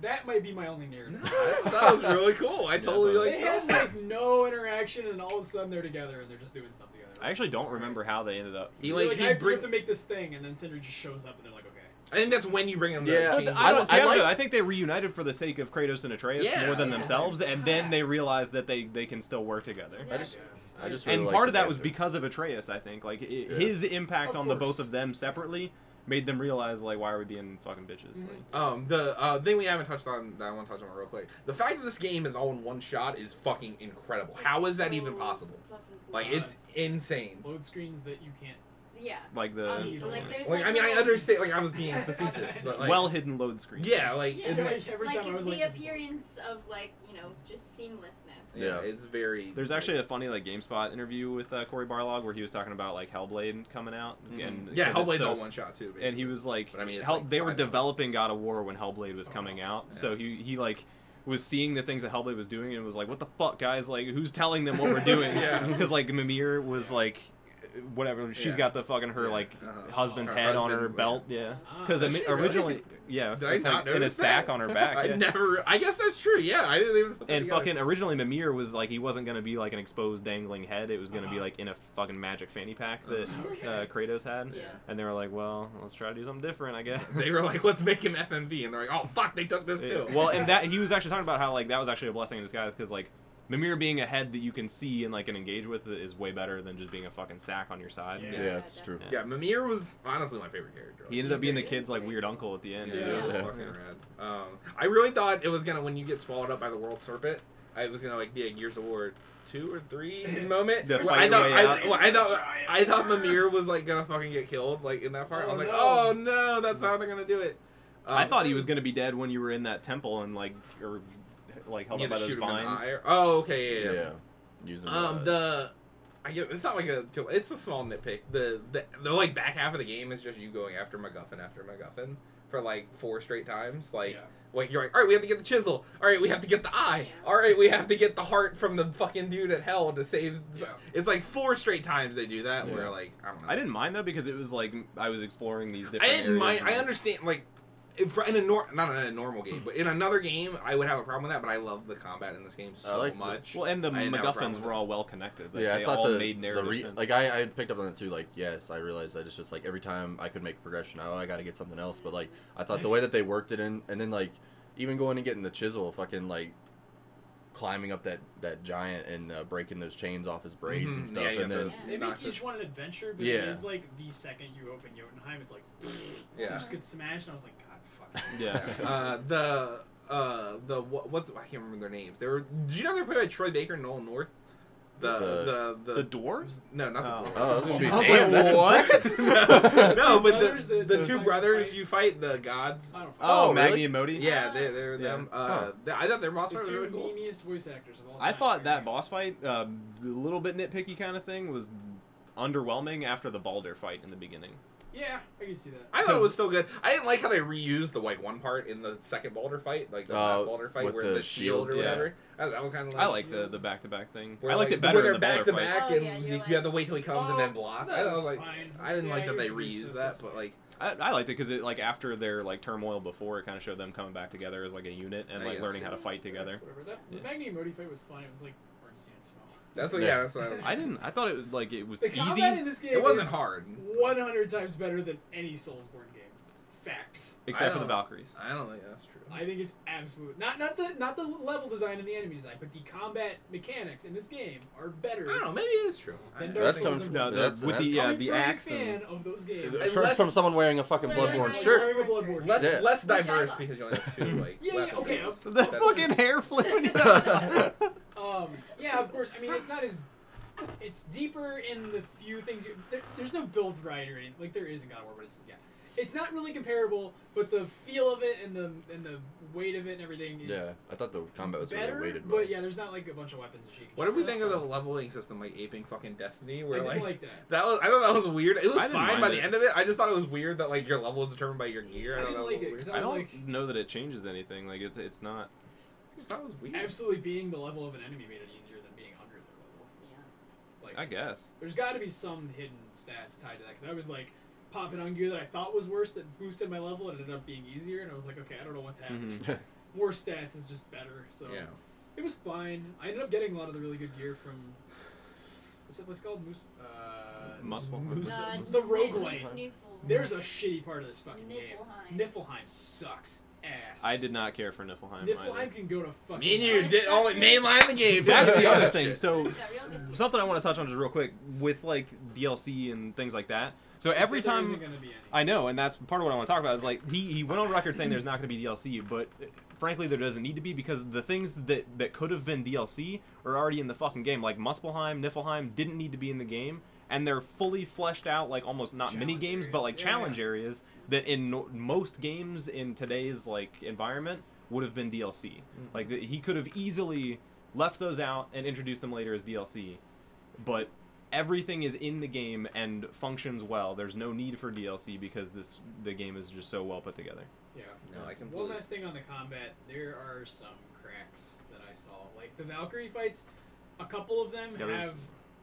S2: That might be my only narrative.
S1: *laughs* that was really cool. I totally
S4: but-
S1: like.
S2: they had like no interaction, and all of a sudden they're together and they're just doing stuff together.
S4: I actually don't remember how they ended up.
S1: he
S2: They're
S1: like,
S2: like,
S1: he
S2: I we
S1: bring,
S2: have to make this thing, and then Sindri just shows up, and they're like, okay.
S1: I think that's when you bring him.
S3: Yeah.
S1: Yeah,
S3: But
S1: the,
S4: I
S3: I
S4: don't,
S3: li-
S4: see, I,
S3: I
S4: don't know.
S3: liked-
S4: I think they reunited for the sake of Kratos and Atreus
S1: Yeah.
S4: more than
S1: Yeah.
S4: themselves, and then they realized that they, they can still work together.
S3: I just-
S2: guess.
S3: I just
S4: and
S3: really
S4: part
S3: liked
S4: of
S3: the
S4: that was
S3: character.
S4: because of Atreus, I think. Like i
S3: Yeah.
S4: his impact
S2: Of
S4: on the
S2: course.
S4: both of them separately made them realize like why are we being fucking bitches?
S2: Mhm.
S4: Like,
S1: um, the uh, thing we haven't touched on that I want to touch on real quick. The fact that this game is all in one shot is fucking incredible. How is that
S5: So
S1: even possible?
S5: fucking cool.
S1: Like it's insane.
S2: Load screens that you can't.
S5: yeah.
S4: like the
S5: Obviously, like there's
S1: Like,
S5: like
S1: I mean, I
S5: little-
S1: understand. Like, I was being facetious, but like,
S4: well hidden load screen.
S1: yeah, like,
S5: Yeah.
S1: it-
S5: Yeah.
S2: Like, every time
S5: like
S2: I was
S5: the
S2: like, this is-
S5: appearance of like you know just seamlessness.
S1: yeah, it's very.
S4: There's actually a funny like GameSpot interview with uh, Corey Barlog where he was talking about like Hellblade coming out and
S1: Mm-hmm. yeah,
S4: because
S1: Hellblade's
S4: it's so-
S1: all one shot too. Basically.
S4: and he was like,
S1: But I mean, it's
S4: Hell,
S1: like Oh,
S4: they were
S1: five dollars.
S4: developing God of War when Hellblade was coming out, so he he like was seeing the things that Hellblade was doing and was like, what the fuck, guys? Like, who's telling them
S1: *laughs*
S4: what we're doing? *laughs*
S1: Yeah.
S4: because like Mimir was like, whatever. She's
S1: Yeah.
S4: got the fucking her
S1: Yeah.
S4: like
S1: Uh-huh.
S4: husband's
S1: Her
S4: head on
S1: husband,
S4: her
S1: yeah.
S4: belt, yeah.
S2: Uh,
S4: Because
S1: Ah, does she really?
S4: originally, yeah,
S1: Did I
S4: it's like
S1: not
S4: in a
S1: notice
S4: sack
S1: that? *laughs*
S4: on her back.
S1: I
S4: yeah.
S1: never. I guess that's true. Yeah, I didn't even. Put that
S4: And
S1: together.
S4: fucking originally Mimir was like he wasn't gonna be like an exposed dangling head. It was gonna be
S2: Uh-huh.
S4: like in a fucking magic fanny pack
S1: Uh-huh.
S4: that
S2: Okay.
S4: uh, Kratos had.
S5: Yeah.
S4: And they were like, well, let's try to do something different, I guess.
S1: *laughs* They were like, "Let's make him FMV," and they're like, "Oh fuck, they took this
S4: Yeah.
S1: too."
S4: Well, and that he was actually talking about how like that was actually a blessing in disguise because like Mimir being a head that you can see and like can engage with is way better than just being a fucking sack on your side.
S2: Yeah.
S3: yeah, it's true.
S1: *laughs* yeah, Mimir was honestly my favorite character.
S4: He ended up being the kid's like weird uncle at the end.
S1: Yeah,
S4: dude.
S1: it was
S3: Yeah.
S1: fucking rad. Um, I really thought it was gonna when you get swallowed up by the world serpent. I was gonna like be a Gears of War two or three moment.
S4: *laughs* The
S1: Well, I
S4: fight
S1: thought
S4: way
S1: I,
S4: out.
S1: well, I thought
S2: Giant
S1: I thought
S2: bird.
S1: Mimir was like gonna fucking get killed like in that part. I was
S2: Oh,
S1: like,
S2: no.
S1: oh no, that's how they're gonna do it. Um,
S4: Mm-hmm. I thought he was gonna be dead when you were in that temple and like or like held
S1: you had
S4: up by
S1: to
S4: those
S1: shoot him in the
S4: vines.
S1: eye or- Oh, okay, yeah, yeah.
S3: Yeah, using
S1: Um,
S3: uh,
S1: the I get it's not like a it's a small nitpick. The, the the like back half of the game is just you going after MacGuffin after MacGuffin for like four straight times. Like
S2: Yeah.
S1: like you're like, all right, we have to get the chisel. All right, we have to get the eye.
S5: Yeah.
S1: All right, we have to get the heart from the fucking dude at hell to save.
S2: Yeah.
S1: It's like four straight times they do that.
S3: Yeah.
S1: Where like I don't know.
S4: I didn't mind though because it was like I was exploring these different.
S1: I didn't
S4: areas
S1: mind.
S4: and,
S1: I
S4: like-
S1: understand like. if- In a nor- not in a normal game, but in another game, I would have a problem with that. But I love the combat in this game so
S3: like the-
S1: much.
S4: Well, and the
S1: I didn't have a problem
S4: MacGuffins
S1: with
S4: were all well connected. Like,
S3: yeah,
S4: they
S3: I thought
S4: all
S3: the,
S4: made
S3: the
S4: narrative
S3: re-
S4: sense.
S3: like I, I picked up on it too. Like yes, I realized that it's just like every time I could make a progression, oh I got to get something else. But like I thought the way that they worked it in, and then like even going and getting the chisel, fucking like climbing up that that giant and uh, breaking those chains off his braids
S1: Mhm,
S3: and stuff,
S1: yeah, you
S3: and
S1: have
S3: then
S5: Yeah.
S2: They
S1: Knock
S2: make each
S1: it.
S2: one an adventure, but
S3: Yeah.
S2: it is like the second you open Jotunheim, it's like *laughs* you
S1: Yeah.
S2: just get smashed, and I was like, God, fuck.
S4: Yeah.
S3: *laughs*
S1: uh, the uh, the what, what's I can't remember their names. They were. Did you know they're played by Troy Baker and Noel North? The the the,
S4: the dwarves?
S1: no, not
S4: Oh.
S1: the dwarves.
S3: oh, that's gonna be
S4: I was
S3: damn,
S4: like,
S3: that's
S4: what?
S1: *laughs*
S3: impressive.
S1: no, but
S2: brothers
S1: the,
S2: that-
S1: the
S2: that
S1: two
S2: fight-
S1: brothers
S2: fight.
S1: you fight the gods.
S2: I don't fuck.
S4: Oh,
S3: Oh,
S4: Magni
S3: really?
S4: and Modi.
S1: Yeah, they they're
S4: Yeah.
S1: them. Uh,
S3: Huh.
S1: they- I thought their boss
S2: The
S1: fights were
S2: two
S1: really cool.
S2: memeiest voice actors of all time.
S4: I thought that
S2: apparently.
S4: boss fight, um, a little bit nitpicky kind of thing, was underwhelming after the Balder fight in the beginning.
S2: Yeah, I can see that.
S1: I thought it was still good. I didn't like how they reused the like one part in the second Balder fight, like the
S3: Oh,
S1: last Balder fight,
S3: with
S1: where
S3: the
S1: the, shield,
S3: shield,
S1: or
S4: yeah.
S1: whatever. I, that was kind of.
S4: I like the the back to back thing.
S1: Where,
S4: I liked
S1: like,
S4: it better
S1: where
S4: in
S1: they're
S4: the
S1: back to
S4: Balder fight.
S1: back,
S5: Oh,
S1: and
S5: yeah,
S1: you,
S5: you're
S1: you have to wait till he comes and
S2: Oh,
S1: then block.
S2: that
S1: I thought
S2: was
S1: like,
S2: fine.
S1: I didn't
S2: Yeah,
S1: like
S2: you
S1: that they
S2: introduced
S1: reused
S2: us
S1: that,
S2: this
S1: but
S2: way.
S1: like,
S4: I, I liked it because it like after their like turmoil before, it kind of showed them coming back together as like a unit and
S1: I
S4: like
S1: guess.
S4: learning how to fight together.
S2: Whatever. That,
S4: Yeah.
S2: The Magni and Modi fight was fun. It was like Bernstein and Smell.
S1: that's what,
S3: Yeah.
S1: yeah, that's what I like.
S4: I didn't. I thought it was like it was
S2: The
S4: easy.
S2: combat in this game
S1: It wasn't
S2: is
S1: hard.
S2: 100 times better than any Soulsborne game. Facts.
S4: Except
S1: I
S4: for the
S1: don't-
S4: Valkyries.
S1: I don't think that's true.
S2: I think it's absolute. Not not the not the level design and the enemy design, but the combat mechanics in this game are better.
S1: I don't know. Maybe it is true. I
S2: Then
S1: don't-
S3: that's
S2: Dark
S3: coming
S2: Souls
S3: from
S2: are-
S4: No, the,
S3: that's,
S4: with the
S3: that's,
S4: yeah,
S2: Coming
S4: the
S2: from a
S4: axe
S2: fan
S4: and
S2: of those games.
S1: Unless-
S3: from, from someone wearing a fucking
S5: Whatever.
S3: bloodborne
S5: Like,
S3: shirt.
S2: Wearing a Bloodborne
S1: Let's
S3: Yeah.
S1: let's
S5: Which I
S1: diverse
S5: like.
S1: because you only have two like.
S2: *laughs* Yeah, yeah,
S1: leftovers.
S2: okay,
S1: That's
S4: *laughs* the
S1: just-
S4: fucking
S1: *laughs*
S4: hair flip when he does it.
S2: Um, yeah, of course. I mean, it's not as it's deeper in the few things. You, there, there's no build variety or anything. Like there is in God of War, but it's yeah, it's not really comparable. But the feel of it and the and the weight of it and everything is
S3: Yeah, I thought the combat was
S2: better.
S3: really weighted.
S2: but yeah, there's not like a bunch of weapons and shit.
S1: What did we
S2: That's
S1: think of the
S2: fine.
S1: leveling system, like aping fucking Destiny,
S2: I
S1: where
S2: didn't
S1: like
S2: like, that.
S1: that was? I thought that was weird. It
S4: I
S1: was
S4: didn't
S1: fine
S4: mind
S1: by the
S4: it.
S1: end of it. I just thought it was weird that like your level is determined by your gear.
S2: I
S1: I don't
S2: didn't
S1: know.
S2: like
S1: what
S2: it,
S1: weird-
S2: 'cause I
S4: I
S2: was
S4: don't
S2: like-
S4: know that it changes anything. Like it's it's not.
S1: I just thought it was weird.
S2: Absolutely, being the level of an enemy made it easier than being under the level. Like
S4: I guess.
S2: There's got to be some hidden stats tied to that because I was like popping on gear that I thought was worse that boosted my level and ended up being easier, and I was like, okay, I don't know what's happening.
S4: Mhm.
S2: More stats is just better, so
S1: Mm-hmm. Yeah.
S2: it was fine. I ended up getting a lot of the really good gear from what's that place called? Moose. Uh,
S4: Muscle.
S1: Moose-
S5: Yeah.
S2: The roguelite.
S5: Niflheim.
S2: There's a shitty part of this fucking
S5: Niflheim.
S2: game. Niflheim sucks ass.
S4: I did not care for Niflheim.
S2: Niflheim
S4: either.
S2: can go to fucking.
S1: Me and you did only mainline the game.
S4: That's
S1: *laughs*
S4: the other
S1: Shit.
S4: thing. So
S5: Is that real?
S4: something I want to touch on just real quick with like DLC and things like that. So every
S2: So there
S4: time
S2: isn't gonna be any.
S4: I know, and that's part of what I want to talk about is like he, he went on record saying there's not going to be DLC, but uh, frankly there doesn't need to be because the things that that could have been DLC are already in the fucking game. Like Muspelheim, Niflheim didn't need to be in the game. And they're fully fleshed out, like almost not
S2: Challenge
S4: mini games, but
S2: areas,
S4: like
S2: yeah,
S4: challenge areas that in no- most games in today's like environment would have been DLC. Like th- he could have easily left those out and introduced them later as DLC, but everything is in the game and functions well. There's no need for DLC because this the game is just so well put together.
S2: Yeah.
S1: No, I
S2: One
S1: completely.
S2: last thing on the combat. There are some cracks that I saw. Like the Valkyrie fights, a couple of them
S4: Yeah, there's-
S2: have.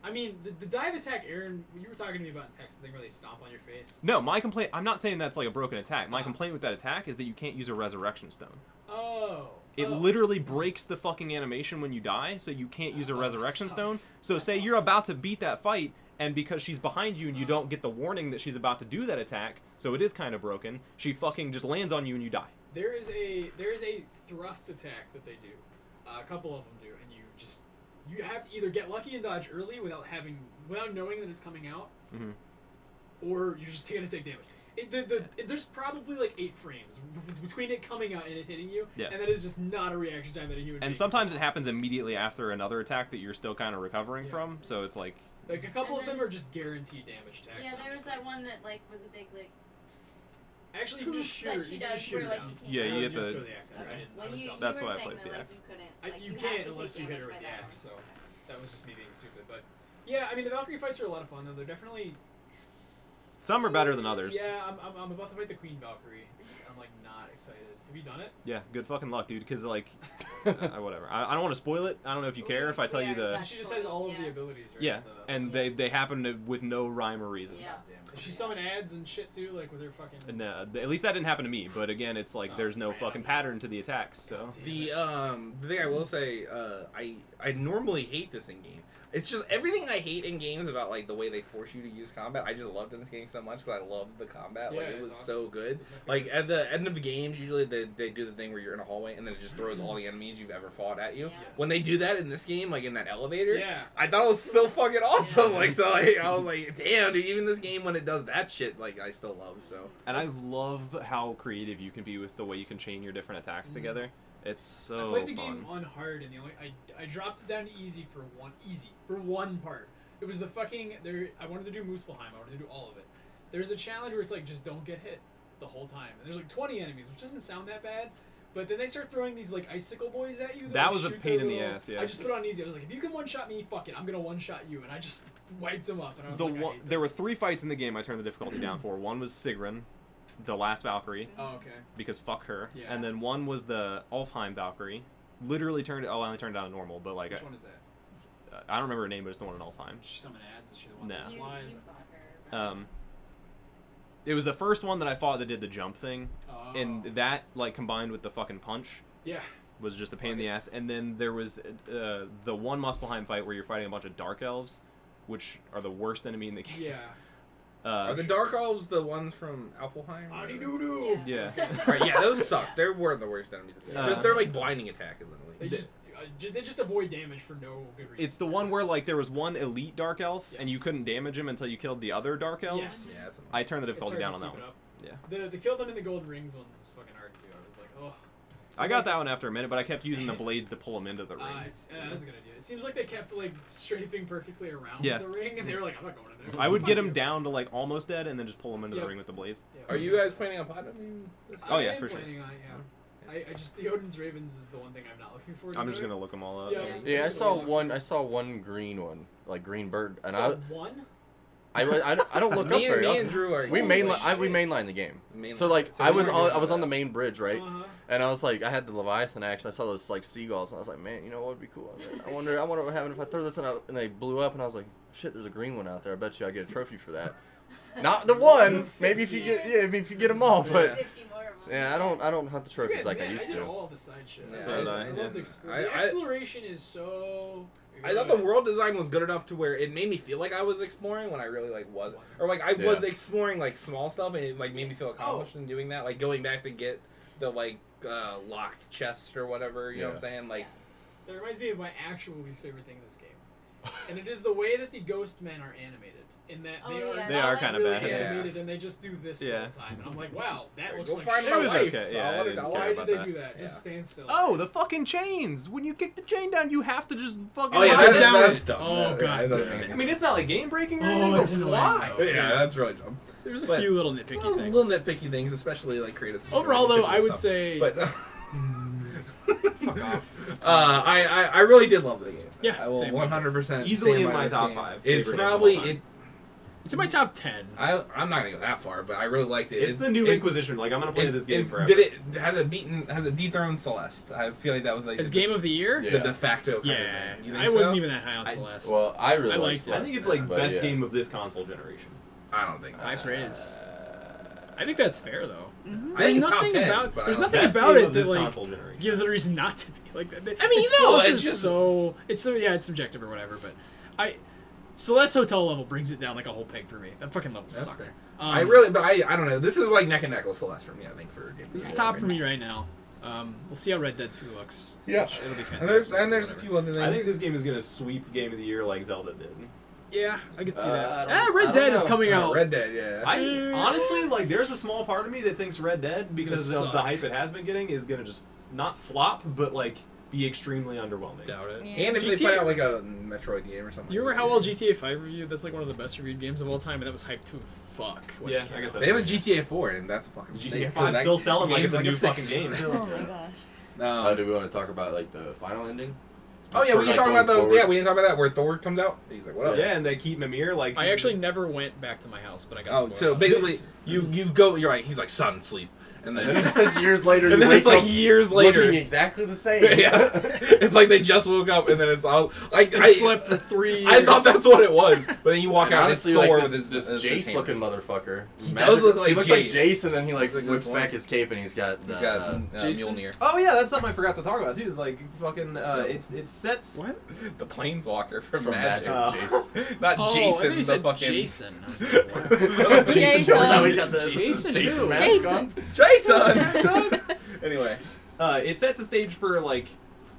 S2: I mean, the, the dive attack, Aaron, you were talking to me about in text, the thing where they stomp on your face.
S4: No, my complaint. I'm not saying that's like a broken attack. My
S2: Uh-huh.
S4: complaint with that attack is that you can't use a resurrection stone.
S2: Oh.
S4: It
S2: oh.
S4: literally breaks the fucking animation when you die, so you can't use a
S2: Oh,
S4: resurrection stone.
S2: sucks.
S4: So say you're about to beat that fight, and because she's behind you and you
S2: Uh-huh.
S4: don't get the warning that she's about to do that attack, so it is kind of broken. She fucking just lands on you and you die.
S2: There is a there is a thrust attack that they do. Uh, a couple of them do, and you just you have to either get lucky and dodge early without having without knowing that it's coming out,
S4: Mhm.
S2: or you're just gonna take damage. It, the, the, it- there's probably like eight frames b- between it coming out and it hitting you,
S4: Yeah.
S2: and that is just not a reaction time that a human. being
S4: And sometimes it happens immediately after another attack that you're still kind of recovering
S2: Yeah.
S4: from. So it's like,
S2: Like a couple
S5: And
S2: of them
S5: then-
S2: are just guaranteed damage attacks.
S5: Yeah,
S2: and I'm
S5: there was
S2: just
S5: that
S2: like-
S5: one that like was a big like
S2: Actually, you
S5: poof
S2: can just shoot. her-
S5: that she
S2: you can
S5: does
S2: just shoot
S5: where
S2: her
S5: like
S2: down.
S5: you can't.
S4: Yeah,
S2: I
S4: you
S2: was
S4: have
S2: just
S4: to-
S2: throw the axe at her. I
S5: Okay.
S2: didn't.
S5: Well,
S2: I was
S5: you,
S2: dumb.
S4: That's
S5: you were
S4: why I
S5: saying
S4: played
S5: that,
S4: the
S5: like,
S4: axe.
S5: You couldn't.
S2: I,
S5: like,
S2: you,
S5: have
S2: can't
S5: to
S2: unless
S5: take
S2: you hit
S5: damage
S2: her with
S5: by
S2: the
S5: that *laughs*
S2: axe. So that was just me being stupid. But yeah, I mean the Valkyrie fights are a lot of fun though. They're definitely
S4: some are better than others.
S2: Yeah, I'm, I'm, I'm about to fight the Queen Valkyrie. I'm like not excited. Have you done it?
S4: Yeah, good fucking luck, dude.
S2: *laughs*
S4: Because like, uh, whatever. I, I don't want to spoil it. I don't know if you care if I tell you the.
S5: That's
S2: she just has all of
S5: yeah.
S2: the abilities, right?
S4: Yeah,
S2: The-
S4: and they they happen to, with no rhyme or reason.
S5: Yeah.
S2: Goddamn. She summoned ads and shit too, like with her fucking.
S4: And, uh, th- at least that didn't happen to me. But again, it's like
S2: Oh,
S4: there's no
S2: man.
S4: fucking pattern to the attacks. So
S2: Goddamn
S1: The
S2: it.
S1: um the thing I will say, uh, I I normally hate this in game. It's just everything I hate in games about like the way they force you to use combat. I just loved in this game so much because I loved the combat.
S2: Yeah,
S1: like it
S2: it's
S1: was
S2: awesome.
S1: so good. Like at the end of the games, usually they, they do the thing where you're in a hallway and then it just throws all the enemies you've ever fought at you.
S5: Yeah.
S2: Mm-hmm. Yes.
S1: When they do that in this game, like in that elevator,
S2: yeah.
S1: I thought it was still fucking awesome.
S2: Yeah.
S1: Like so, like, I was like, damn, dude. Even this game when it does that shit, like I still love. So
S4: And I love how creative you can be with the way you can chain your different attacks
S2: Mhm.
S4: together. It's so
S2: I played the
S4: fun.
S2: game on hard, and the only I, I dropped it down to easy for one easy for one part. It was the fucking there. I wanted to do Muspelheim. I wanted to do all of it. There's a challenge where it's like just don't get hit the whole time, and there's like 20 enemies, which doesn't sound that bad. But then they start throwing these like icicle boys at you.
S4: That
S2: like,
S4: was a
S2: shoot
S4: pain
S2: their
S4: in the
S2: little-
S4: ass, yeah.
S2: I just put on easy. I was like, if you can one shot me, fuck it, I'm gonna one shot you, and I just wiped them up. And I was
S4: the
S2: like, I
S4: one,
S2: hate
S4: there were
S2: this.
S4: three fights in the game. I turned the difficulty down for. One was Sigrun, the last Valkyrie,
S2: Oh, okay.
S4: because fuck her.
S2: Yeah.
S4: And then one was the Alfheim Valkyrie. Literally turned. Oh, I only turned down a normal, but like
S2: Which
S4: I,
S2: one is that?
S4: I don't remember her name, but it's the one in Alfheim.
S2: She's someone ads. Is she the one
S4: No.
S2: that
S5: You, you
S2: flies?
S5: fought her. right?
S4: Um, it was the first one that I fought that did the jump thing,
S2: Oh.
S4: and that like combined with the fucking punch
S2: yeah.
S4: was just a pain in the ass. And then there was uh, the one Muspelheim fight where you're fighting a bunch of dark elves, which are the worst enemy in the game.
S2: Yeah.
S4: *laughs* Uh,
S1: are the dark elves the ones from Alfheim?
S2: Howdy doo doo.
S4: Yeah.
S2: *laughs*
S1: right, yeah, those suck. They were the worst enemies.
S4: Yeah.
S1: Just they're like blinding attack is literally.
S2: They just uh, ju- they just avoid damage for no good reason.
S4: *laughs* It's the one where like there was one elite dark elf, and you
S2: Yes.
S4: couldn't damage him until you killed the other dark elves.
S2: Yes.
S1: yeah, that's
S4: I turned the
S2: It's
S4: difficulty
S2: hard
S4: down on
S2: to
S4: that
S2: keep
S4: one.
S2: it up.
S4: Yeah.
S2: The the kill them in the golden rings one's fucking hard too. I was like, oh,
S4: I got that one after a minute, but I kept using the blades to pull him into the ring.
S2: uh, it's, uh, that's a good idea. It seems like they kept like strafing perfectly around
S4: Yeah.
S2: the ring, and they were like, I'm not going in there.
S4: I would get
S2: Fuck
S4: him
S2: you.
S4: down to like almost dead, and then just pull him into
S2: Yeah.
S4: the ring with the blades.
S2: Yeah.
S1: Are you guys planning on platinum?
S4: Oh, yeah,
S2: I am
S4: for sure.
S2: planning on it, yeah. I, I just the Odin's Ravens is the one thing I'm not looking forward to.
S4: I'm just
S2: doing.
S4: gonna look them all up.
S2: Yeah.
S5: Yeah.
S3: Yeah, I saw one. I saw one green one, like green bird, and I,
S2: So one.
S3: I, I, I don't look
S1: *laughs*
S3: up
S1: me, and,
S3: very
S1: me and
S3: often.
S1: Drew are
S3: We
S2: Holy
S3: mainline, I, we
S2: shit.
S3: mainline the game.
S1: Mainline.
S3: So like,
S1: So
S3: I
S1: we
S3: was
S1: were
S3: on,
S1: good
S3: I was
S1: for
S3: on
S1: that.
S3: the main bridge, right?
S2: Uh-huh.
S3: And I was like, I had the Leviathan axe. and I saw those like seagulls, and I was like, man, you know what would be cool? I, was like, I wonder, I wonder what happened if I throw this, and, I, and they blew up, and I was like, shit, there's a green one out there. I bet you I get a trophy for that. Not the one. Maybe if you get, yeah, maybe if you get them all, but
S5: 50 more of 'em.
S3: yeah, I don't, I don't hunt the
S2: You
S3: trophies
S2: guys,
S3: like
S2: man,
S3: I used
S2: did
S3: *laughs* to.
S2: all the side shit.
S1: Yeah,
S2: That's what
S4: I
S2: I,
S4: did.
S2: did. I love the, explore-
S1: I-
S2: the
S1: I-
S2: exploration is so.
S1: I thought the world design was good enough to where it made me feel like I was exploring when I really like wasn't,
S2: Wasn't.
S1: or like I was
S3: Yeah.
S1: exploring like small stuff, and it like made me feel accomplished in doing that. Like going back to get the like uh, locked chest or whatever. You know what I'm saying? Like
S2: That reminds me of my actual least favorite thing in this game, and it is the way that the ghost men are animated. In that they
S5: Oh,
S2: are
S5: yeah,
S4: They are
S5: that
S4: kinda
S2: really
S4: bad.
S1: Yeah.
S2: animated, and they just do this the
S4: Yeah.
S2: whole time. And I'm like, wow, that looks
S1: go
S2: like
S1: find
S2: shit.
S1: my
S4: It was
S1: wife.
S4: okay, yeah,
S1: I
S4: I
S1: wanted-
S4: didn't
S1: I
S4: care
S1: wanted
S2: Why
S4: about
S2: did they
S4: that.
S2: do that? Just
S1: Yeah.
S2: stand still.
S4: Oh, the fucking chains! When you kick the chain down, you have to just fucking.
S1: Oh yeah,
S4: ride
S1: that's,
S4: down
S1: that's
S4: it.
S1: dumb.
S2: Oh,
S1: That-
S2: God
S1: that-
S2: damn it.
S4: I mean, it's not like game breaking or
S2: Oh,
S4: anything.
S2: it's
S4: but
S2: annoying,
S4: why?
S2: though.
S1: yeah, that's really dumb.
S2: There's a
S1: But-
S2: few little nitpicky
S1: Little,
S2: things.
S1: little
S4: *laughs*
S1: nitpicky things, especially like creative.
S2: Overall, though, I would
S1: stuff.
S2: say
S1: but *laughs* uh,
S2: fuck off.
S1: Uh, I, I I really did love the game.
S2: Yeah,
S1: I will
S2: same.
S1: one hundred percent
S4: Easily in my top five
S1: It's
S4: favorite
S1: probably
S4: games of all
S1: it.
S2: It's
S4: Mm.
S2: in my top ten.
S1: I I'm not gonna go that far, but I really liked it.
S4: It's, the new
S1: it-
S4: Inquisition. Like I'm gonna play
S1: it's-
S4: this game
S1: it's-
S4: forever.
S1: Did it has it beaten has it dethroned Celeste? I feel like that was like
S2: As
S1: the,
S2: game of the year.
S1: the
S3: Yeah.
S1: de facto. Kind
S2: Yeah,
S1: of thing. You think
S2: I
S1: so?
S2: wasn't even that high on
S1: I-
S2: Celeste.
S3: Well, I really
S2: I
S3: liked
S2: liked it.
S4: I think it's
S3: Celeste,
S4: like
S3: but
S4: best
S3: yeah.
S4: game of this console generation. Uh,
S1: I don't think.
S2: High
S1: that's-
S2: praise. I think that's fair though.
S1: I think
S2: There's
S1: it's top
S2: nothing
S1: 10,
S2: about-
S1: but I
S2: there's
S1: don't
S2: nothing
S1: think-
S4: Best
S2: about
S4: game
S2: it
S4: of
S2: that,
S4: this
S2: like,
S4: console generation.
S2: gives it a reason not to be like that.
S1: I mean, you know,
S2: Celeste
S1: it's
S2: is
S1: just-
S2: so it's so yeah, it's subjective or whatever. But I Celeste Hotel level brings it down like a whole peg for me. That fucking level
S1: That's
S2: sucked.
S1: fair.
S2: Um,
S1: I really, but I I don't know. This is like neck and neck with Celeste for me. I think for game.
S2: this is top for me right now. Um, we'll see how Red Dead Two looks.
S1: Yeah,
S2: It'll be
S1: and there's
S2: fantastic.
S1: and there's a
S2: Whatever.
S1: few other things.
S4: I think this game is gonna sweep Game of the Year like Zelda did.
S2: Yeah, I could see
S3: Uh, I
S2: that.
S3: don't-
S2: Ah,
S3: I
S2: Red
S3: don't
S2: Dead is
S3: know.
S2: coming
S1: Uh,
S2: out.
S1: Red Dead, yeah.
S4: I honestly like. There's a small part of me that thinks Red Dead because
S2: Gonna
S4: of the
S2: suck.
S4: hype it has been getting is gonna just not flop, but like be extremely underwhelming.
S2: Doubt it.
S5: Yeah.
S1: and if they
S2: GTA
S1: play out like a Metroid game or something.
S2: Do you remember how well GTA Five reviewed? That's like one of the best reviewed games of all time, and that was hyped to fuck. when it
S4: Yeah,
S2: came
S4: I
S2: out.
S4: guess
S1: They have a GTA 4, and that's a fucking
S4: GTA 5 still selling like it's a new fucking
S1: *laughs*
S4: game.
S5: Oh my gosh.
S3: Uh,
S1: No.
S3: do we want to talk about like the final ending?
S1: Oh Um, yeah,
S3: For,
S1: we can
S3: like,
S1: talk
S3: going
S1: about the
S3: forward.
S1: yeah we can talk about that where Thor comes out. He's like, what up?
S4: Yeah, and they keep Mimir like.
S2: I actually never went back to my house, but I got.
S1: Oh,
S2: spoiled
S1: so
S2: on it.
S1: basically you you go. You're like he's like son sleep, and
S3: And
S1: then
S3: then it says years
S1: *laughs*
S3: later. *laughs*
S1: and
S3: you
S1: then it's
S3: wake
S1: like
S3: up
S1: years later.
S3: looking exactly the *laughs* same.
S1: yeah, *laughs* it's like they just woke up, and then it's all like
S2: I,
S1: I
S2: slept for three.
S1: I
S2: years.
S1: thought that's what it was, but then you walk
S3: And
S1: out
S3: honestly,
S1: and it's Thor
S3: like this,
S1: with his,
S3: this
S1: his
S3: Jace
S1: hammer.
S3: looking motherfucker. He
S1: does look like
S3: he looks like
S1: Jace.
S3: Jace, and then he like
S1: That's a good
S3: whips
S1: point.
S3: back his cape, and he's got.
S1: He's
S3: uh,
S1: got uh,
S2: Jason-
S1: Mjolnir.
S4: Oh yeah, that's something I forgot to talk about too. Is like fucking. Uh, it's it's sets.
S1: What? *laughs* The planeswalker from,
S3: From
S1: Magic.
S3: Magic,
S4: Magic. *laughs*
S1: *laughs*
S3: Jace.
S1: Not
S2: Oh, I thought
S1: Jason,
S2: you
S1: the
S2: said
S1: fucking *laughs*
S2: Jason. I was like, what? *laughs*
S5: Jason.
S3: Jones, how he got the-
S2: Jason
S3: Jason
S2: who?
S3: Mask
S5: Jason.
S3: on?
S1: Jason. *laughs* anyway,
S4: Uh, it sets the stage for like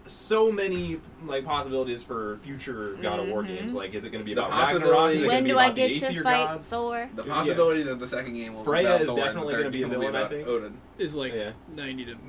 S4: so many like possibilities for future God of War
S5: Mhm.
S4: games. Like, is it going to be
S1: The
S4: about Ragnarok? Is it
S1: possibility-
S4: gonna
S5: when
S4: be
S5: do
S4: about
S5: I
S4: the
S5: get to
S4: Aesir
S5: fight
S4: gods?
S5: Thor?
S1: the
S4: Yeah.
S1: possibility that the second game will
S4: Freya
S1: be about
S4: is
S1: Thor and
S4: definitely
S1: the third
S4: gonna be a
S1: game will
S4: villain, I
S1: about
S4: think.
S1: Odin.
S2: Is like
S4: Yeah.
S2: 90 to
S1: That,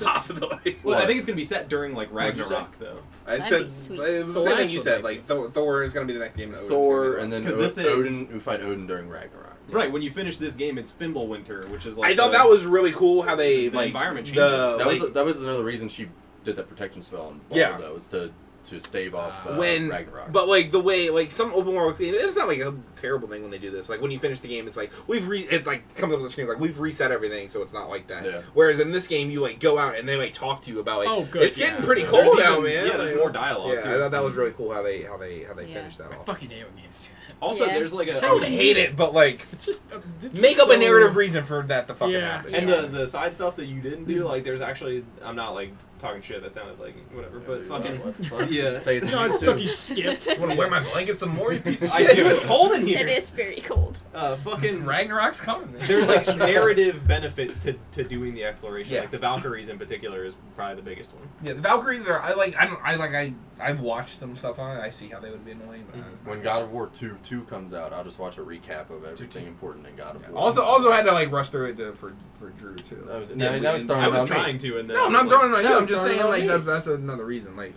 S1: that possibility. *laughs*
S4: Well, I
S3: What?
S4: think it's going to be set during like
S3: What'd you say?
S4: Ragnarok though,
S1: I
S5: That'd
S1: said
S5: be sweet.
S1: it was
S2: The
S1: the same thing
S2: last
S1: you
S2: one
S1: said.
S2: might
S1: Like Thor, Thor is gonna be the next game. Odin's gonna
S3: Thor,
S1: be
S3: and then
S4: 'Cause
S3: O-
S4: this is-
S3: Odin. We fight Odin during Ragnarok.
S4: right? When you finish this game, it's Fimbulwinter, which is like
S1: I thought
S4: the-
S1: that was really cool how they
S4: The
S1: like
S4: environment
S1: the,
S4: changes.
S3: That
S1: like,
S3: was that was another reason she did that protection spell on Balder,
S1: Yeah.
S3: though, was to to stave off uh,
S1: when
S3: Ragnarok.
S1: but like the way like some open world it's not like a terrible thing when they do this like when you finish the game it's like we've re it like comes up on the screen like we've reset everything so it's not like that
S3: Yeah.
S1: whereas in this game you like go out and they like talk to you about like
S2: Oh, good,
S1: it's getting
S2: yeah.
S1: pretty
S3: There's
S1: cold
S4: even-
S1: out man
S4: yeah, there's
S1: Like,
S4: more dialogue,
S1: yeah
S4: too.
S1: I thought that was really cool how they how they how they
S5: Yeah.
S1: finished that
S2: I
S1: off
S2: fucking hate when games do that.
S4: Also,
S5: Yeah.
S4: there's like a
S1: I don't hate it but like
S2: It's just. uh, It's
S1: make
S2: just
S1: up
S2: so...
S1: a narrative reason for that to fucking
S2: Yeah.
S1: happen
S4: And
S1: yeah.
S4: the, the side stuff that you didn't do, like there's actually I'm not like talking shit. That sounded like whatever, but fucking yeah.
S3: Say it
S2: No, it's stuff you
S5: *laughs*
S2: skipped.
S1: I want to wear my blanket some more you piece of
S4: *laughs* I
S1: shit
S4: do. It's
S1: *laughs*
S4: cold in
S5: It
S4: here.
S5: is very cold.
S4: Uh,
S1: fucking
S4: fucking
S1: Ragnarok's coming man.
S4: There's
S1: *laughs*
S4: *laughs* like narrative benefits to, to doing the exploration.
S1: Yeah.
S4: Like the Valkyries in particular is probably the biggest one.
S1: Yeah, the Valkyries are. I like. I don't. I like. I. I've watched some stuff on it. I see how they would be annoying. But I was not-
S3: When God of War two two comes out, I'll just watch a recap of everything important in God of War.
S1: also, also had to like rush through it to, for for Drew too.
S3: Uh,
S1: Yeah,
S3: now-
S1: we-
S3: now he's throwing
S4: I
S3: it
S4: was
S3: on me.
S4: trying to, and then
S1: No,
S4: I
S1: I'm
S4: was
S1: not
S4: like-
S1: throwing it on you.
S3: No,
S1: I'm just
S3: sorry,
S1: saying
S3: no,
S1: like
S3: me.
S1: that's that's another reason. Like,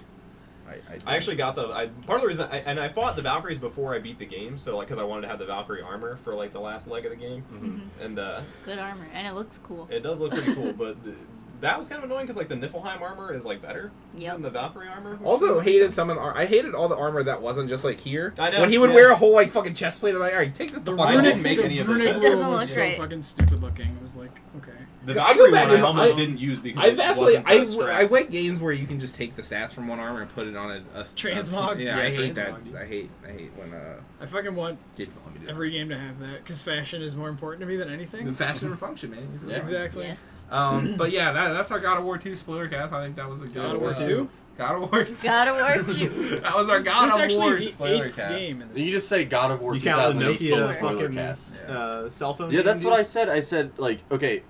S1: I. I,
S4: I actually got the I, part of the reason I, and I fought the Valkyries before I beat the game, so like because I wanted to have the Valkyrie armor for like the last leg of the game,
S1: Mm-hmm.
S3: Mhm.
S5: Mm-hmm.
S4: and uh,
S5: Good armor, and it looks cool.
S4: it does look pretty cool. But the, that was kind of annoying because like the Niflheim armor is like better
S5: Yep.
S4: than the Valkyrie armor. which
S1: Also
S4: is-
S1: hated some of the. ar- I hated all the armor that wasn't just like here.
S4: I know,
S1: When he would
S4: yeah.
S1: wear a whole like fucking chest plate, I'm like, all right, take this the fuck
S4: I
S1: off.
S4: didn't make any of those
S2: Runic
S4: sense.
S5: It doesn't
S2: Rule was
S5: look
S2: so
S5: right.
S2: fucking stupid looking. It was like, okay.
S4: The
S1: I go
S4: Valkyrie
S1: back
S4: one I
S1: and-
S4: almost
S1: I-
S4: didn't use because
S1: I
S4: it
S1: vastly,
S4: wasn't
S1: I,
S4: that strong.
S1: I went games where you can just take the stats from one armor and put it on a, a
S2: Transmog?
S1: yeah,
S2: Yeah,
S1: I hate
S2: transmog, dude.
S1: that. I hate, I hate when uh,
S2: I fucking want
S1: kids don't let me do that.
S2: every game to have that because fashion is more important to me than
S1: The
S2: anything. *laughs*
S1: fashion or function, man.
S3: Yeah.
S2: Exactly.
S5: Yes.
S1: Um, but yeah, that, that's our God of War 2 spoiler cast. I think that was a good
S2: God of War
S1: uh,
S2: 2?
S1: God of War 2.
S5: God of War
S1: *laughs*
S5: 2.
S1: that was our God
S2: It's
S1: of War
S2: actually the
S1: spoiler
S2: eighth
S1: cast.
S2: game in this.
S3: You just say God of War
S4: You count the
S3: 2018
S5: Nokia
S3: spoiler
S4: fucking-
S3: cast.
S1: Yeah.
S4: uh, cell phone.
S3: Yeah,
S4: game,
S3: that's
S4: dude?
S3: what I said. I said like, okay,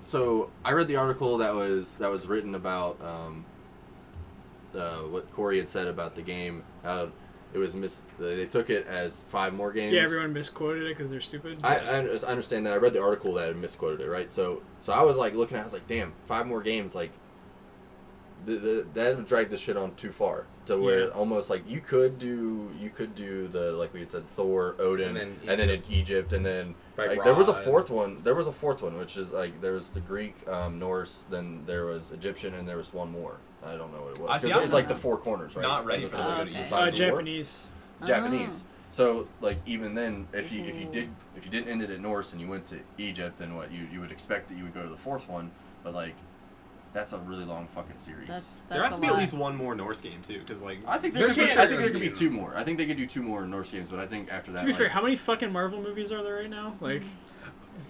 S3: so I read the article that was that was written about um, uh, what Corey had said about the game. How it was mis. They took it as five more games.
S2: Yeah, everyone misquoted it because they're stupid.
S3: I, I I understand that. I read the article that had misquoted it, right? So so I was like looking at. it, I was like, damn, five more games. Like, the, the, that would drag the shit on too far to where
S2: Yeah.
S3: almost like you could do you could do the like we had said Thor, Odin,
S1: And
S3: and
S1: then
S3: then Egypt, and then
S1: Like
S3: like, there was a
S1: Ra and-
S3: fourth one. There was a fourth one, which is like there was the Greek, um, Norse, then there was Egyptian, and there was one more. I don't know what it was.
S4: I see,
S3: 'Cause
S4: I'm
S3: it was like the
S5: not-
S3: four corners, right?
S4: not ready
S3: The
S4: for
S3: four-
S5: that.
S3: the
S5: Okay.
S3: signs
S2: uh,
S3: of war.
S2: Japanese.
S3: Japanese. So like even then, if you if you
S5: Mhm.
S3: did if you didn't end it at Norse and you went to Egypt, then what you you would expect that you would go to the fourth one, but like that's a really long fucking series.
S5: That's, that's
S4: There has
S5: a
S4: to be
S5: lot.
S4: at least one more Norse game too, because like
S3: I think
S1: There
S3: there, could, be-
S1: can't-
S3: I think there could
S1: there
S3: be
S1: could
S3: two more. I think they could do two more Norse games, but I think after that,
S2: To be
S3: like,
S2: fair, how many fucking Marvel movies are there right now? Like,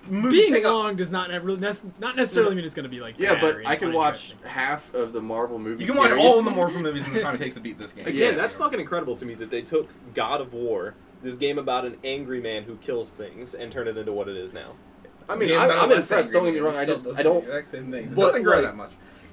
S1: Movies
S2: being
S1: take up-
S2: long does not have really, that's not necessarily mean it's gonna be like.
S3: yeah,
S2: bad
S3: but
S2: or
S3: I can watch
S2: uninteresting.
S3: half of the Marvel movies.
S1: You can watch all of the Marvel movies in the time it takes to beat this game.
S4: Again,
S3: Yeah.
S4: that's fucking incredible to me that they took God of War, this game about an angry man who kills things, and turned it into what it is now.
S3: I mean,
S1: Again,
S3: I'm,
S1: but
S3: I'm
S1: less
S3: impressed. Don't
S1: angry,
S3: get me
S1: it
S3: wrong. I
S1: still
S3: just
S1: does
S3: I don't
S1: the exact same things. It
S3: but,
S1: doesn't grow
S3: like-
S1: that much.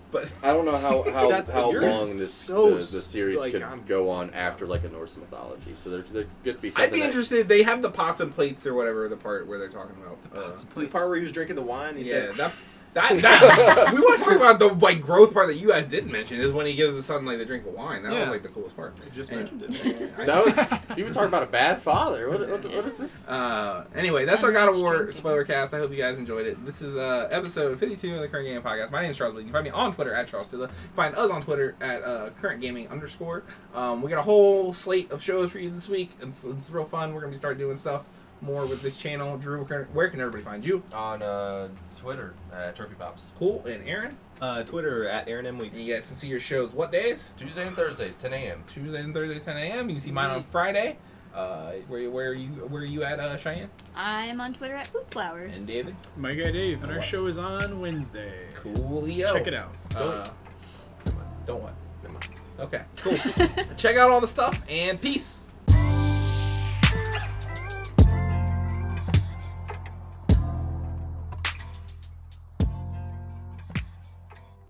S1: But
S3: I don't know how how,
S4: That's-
S3: how
S4: you're
S3: long this
S4: so
S3: the, the series
S4: like,
S3: could
S4: I'm-
S3: go on after like a Norse mythology. So there, there could be something.
S1: I'd be
S3: that-
S1: interested. They have the pots and plates or whatever the part where they're talking about. uh,
S4: The part where he was drinking the wine, he
S1: yeah, *laughs*
S4: said,
S1: that. That, that we want to talk about the like growth part that you guys didn't mention is when he gives his son like the drink of wine. That was
S2: Yeah.
S1: like the coolest part.
S4: I just
S1: Anyway.
S4: mentioned it.
S1: I-
S3: That was you were talking about a bad father. What, what, what is this?
S1: Uh, anyway, that's our God of War spoiler cast. I hope you guys enjoyed it. This is uh, episode 52 of the Current Gaming Podcast. My name is Charles Bleed. You can find me on Twitter at Charles Tula. Find us on Twitter at uh, Current Gaming underscore. Um, we got a whole slate of shows for you this week. It's, it's real fun. We're going to start doing stuff more with this channel. Drew, where can- where can everybody find you?
S3: On uh, Twitter, uh, Trophy Pops.
S1: Cool. And Aaron.
S4: Uh, Twitter at Aaron M. Weeks.
S1: And you guys can see your shows what days?
S3: Tuesday and Thursdays, 10 a.m.
S1: Tuesday and Thursday, 10 a.m. You can see mine on Friday. Uh, where, where are you? Where are you at, uh, Cheyenne?
S5: I'm on Twitter at Poopflowers.
S1: David.
S2: My guy Dave, and our show is on Wednesday.
S1: Coolio.
S2: Check it out.
S1: Uh, don't what?
S3: Never mind. *laughs*
S1: Okay, cool. Check out all the stuff and peace.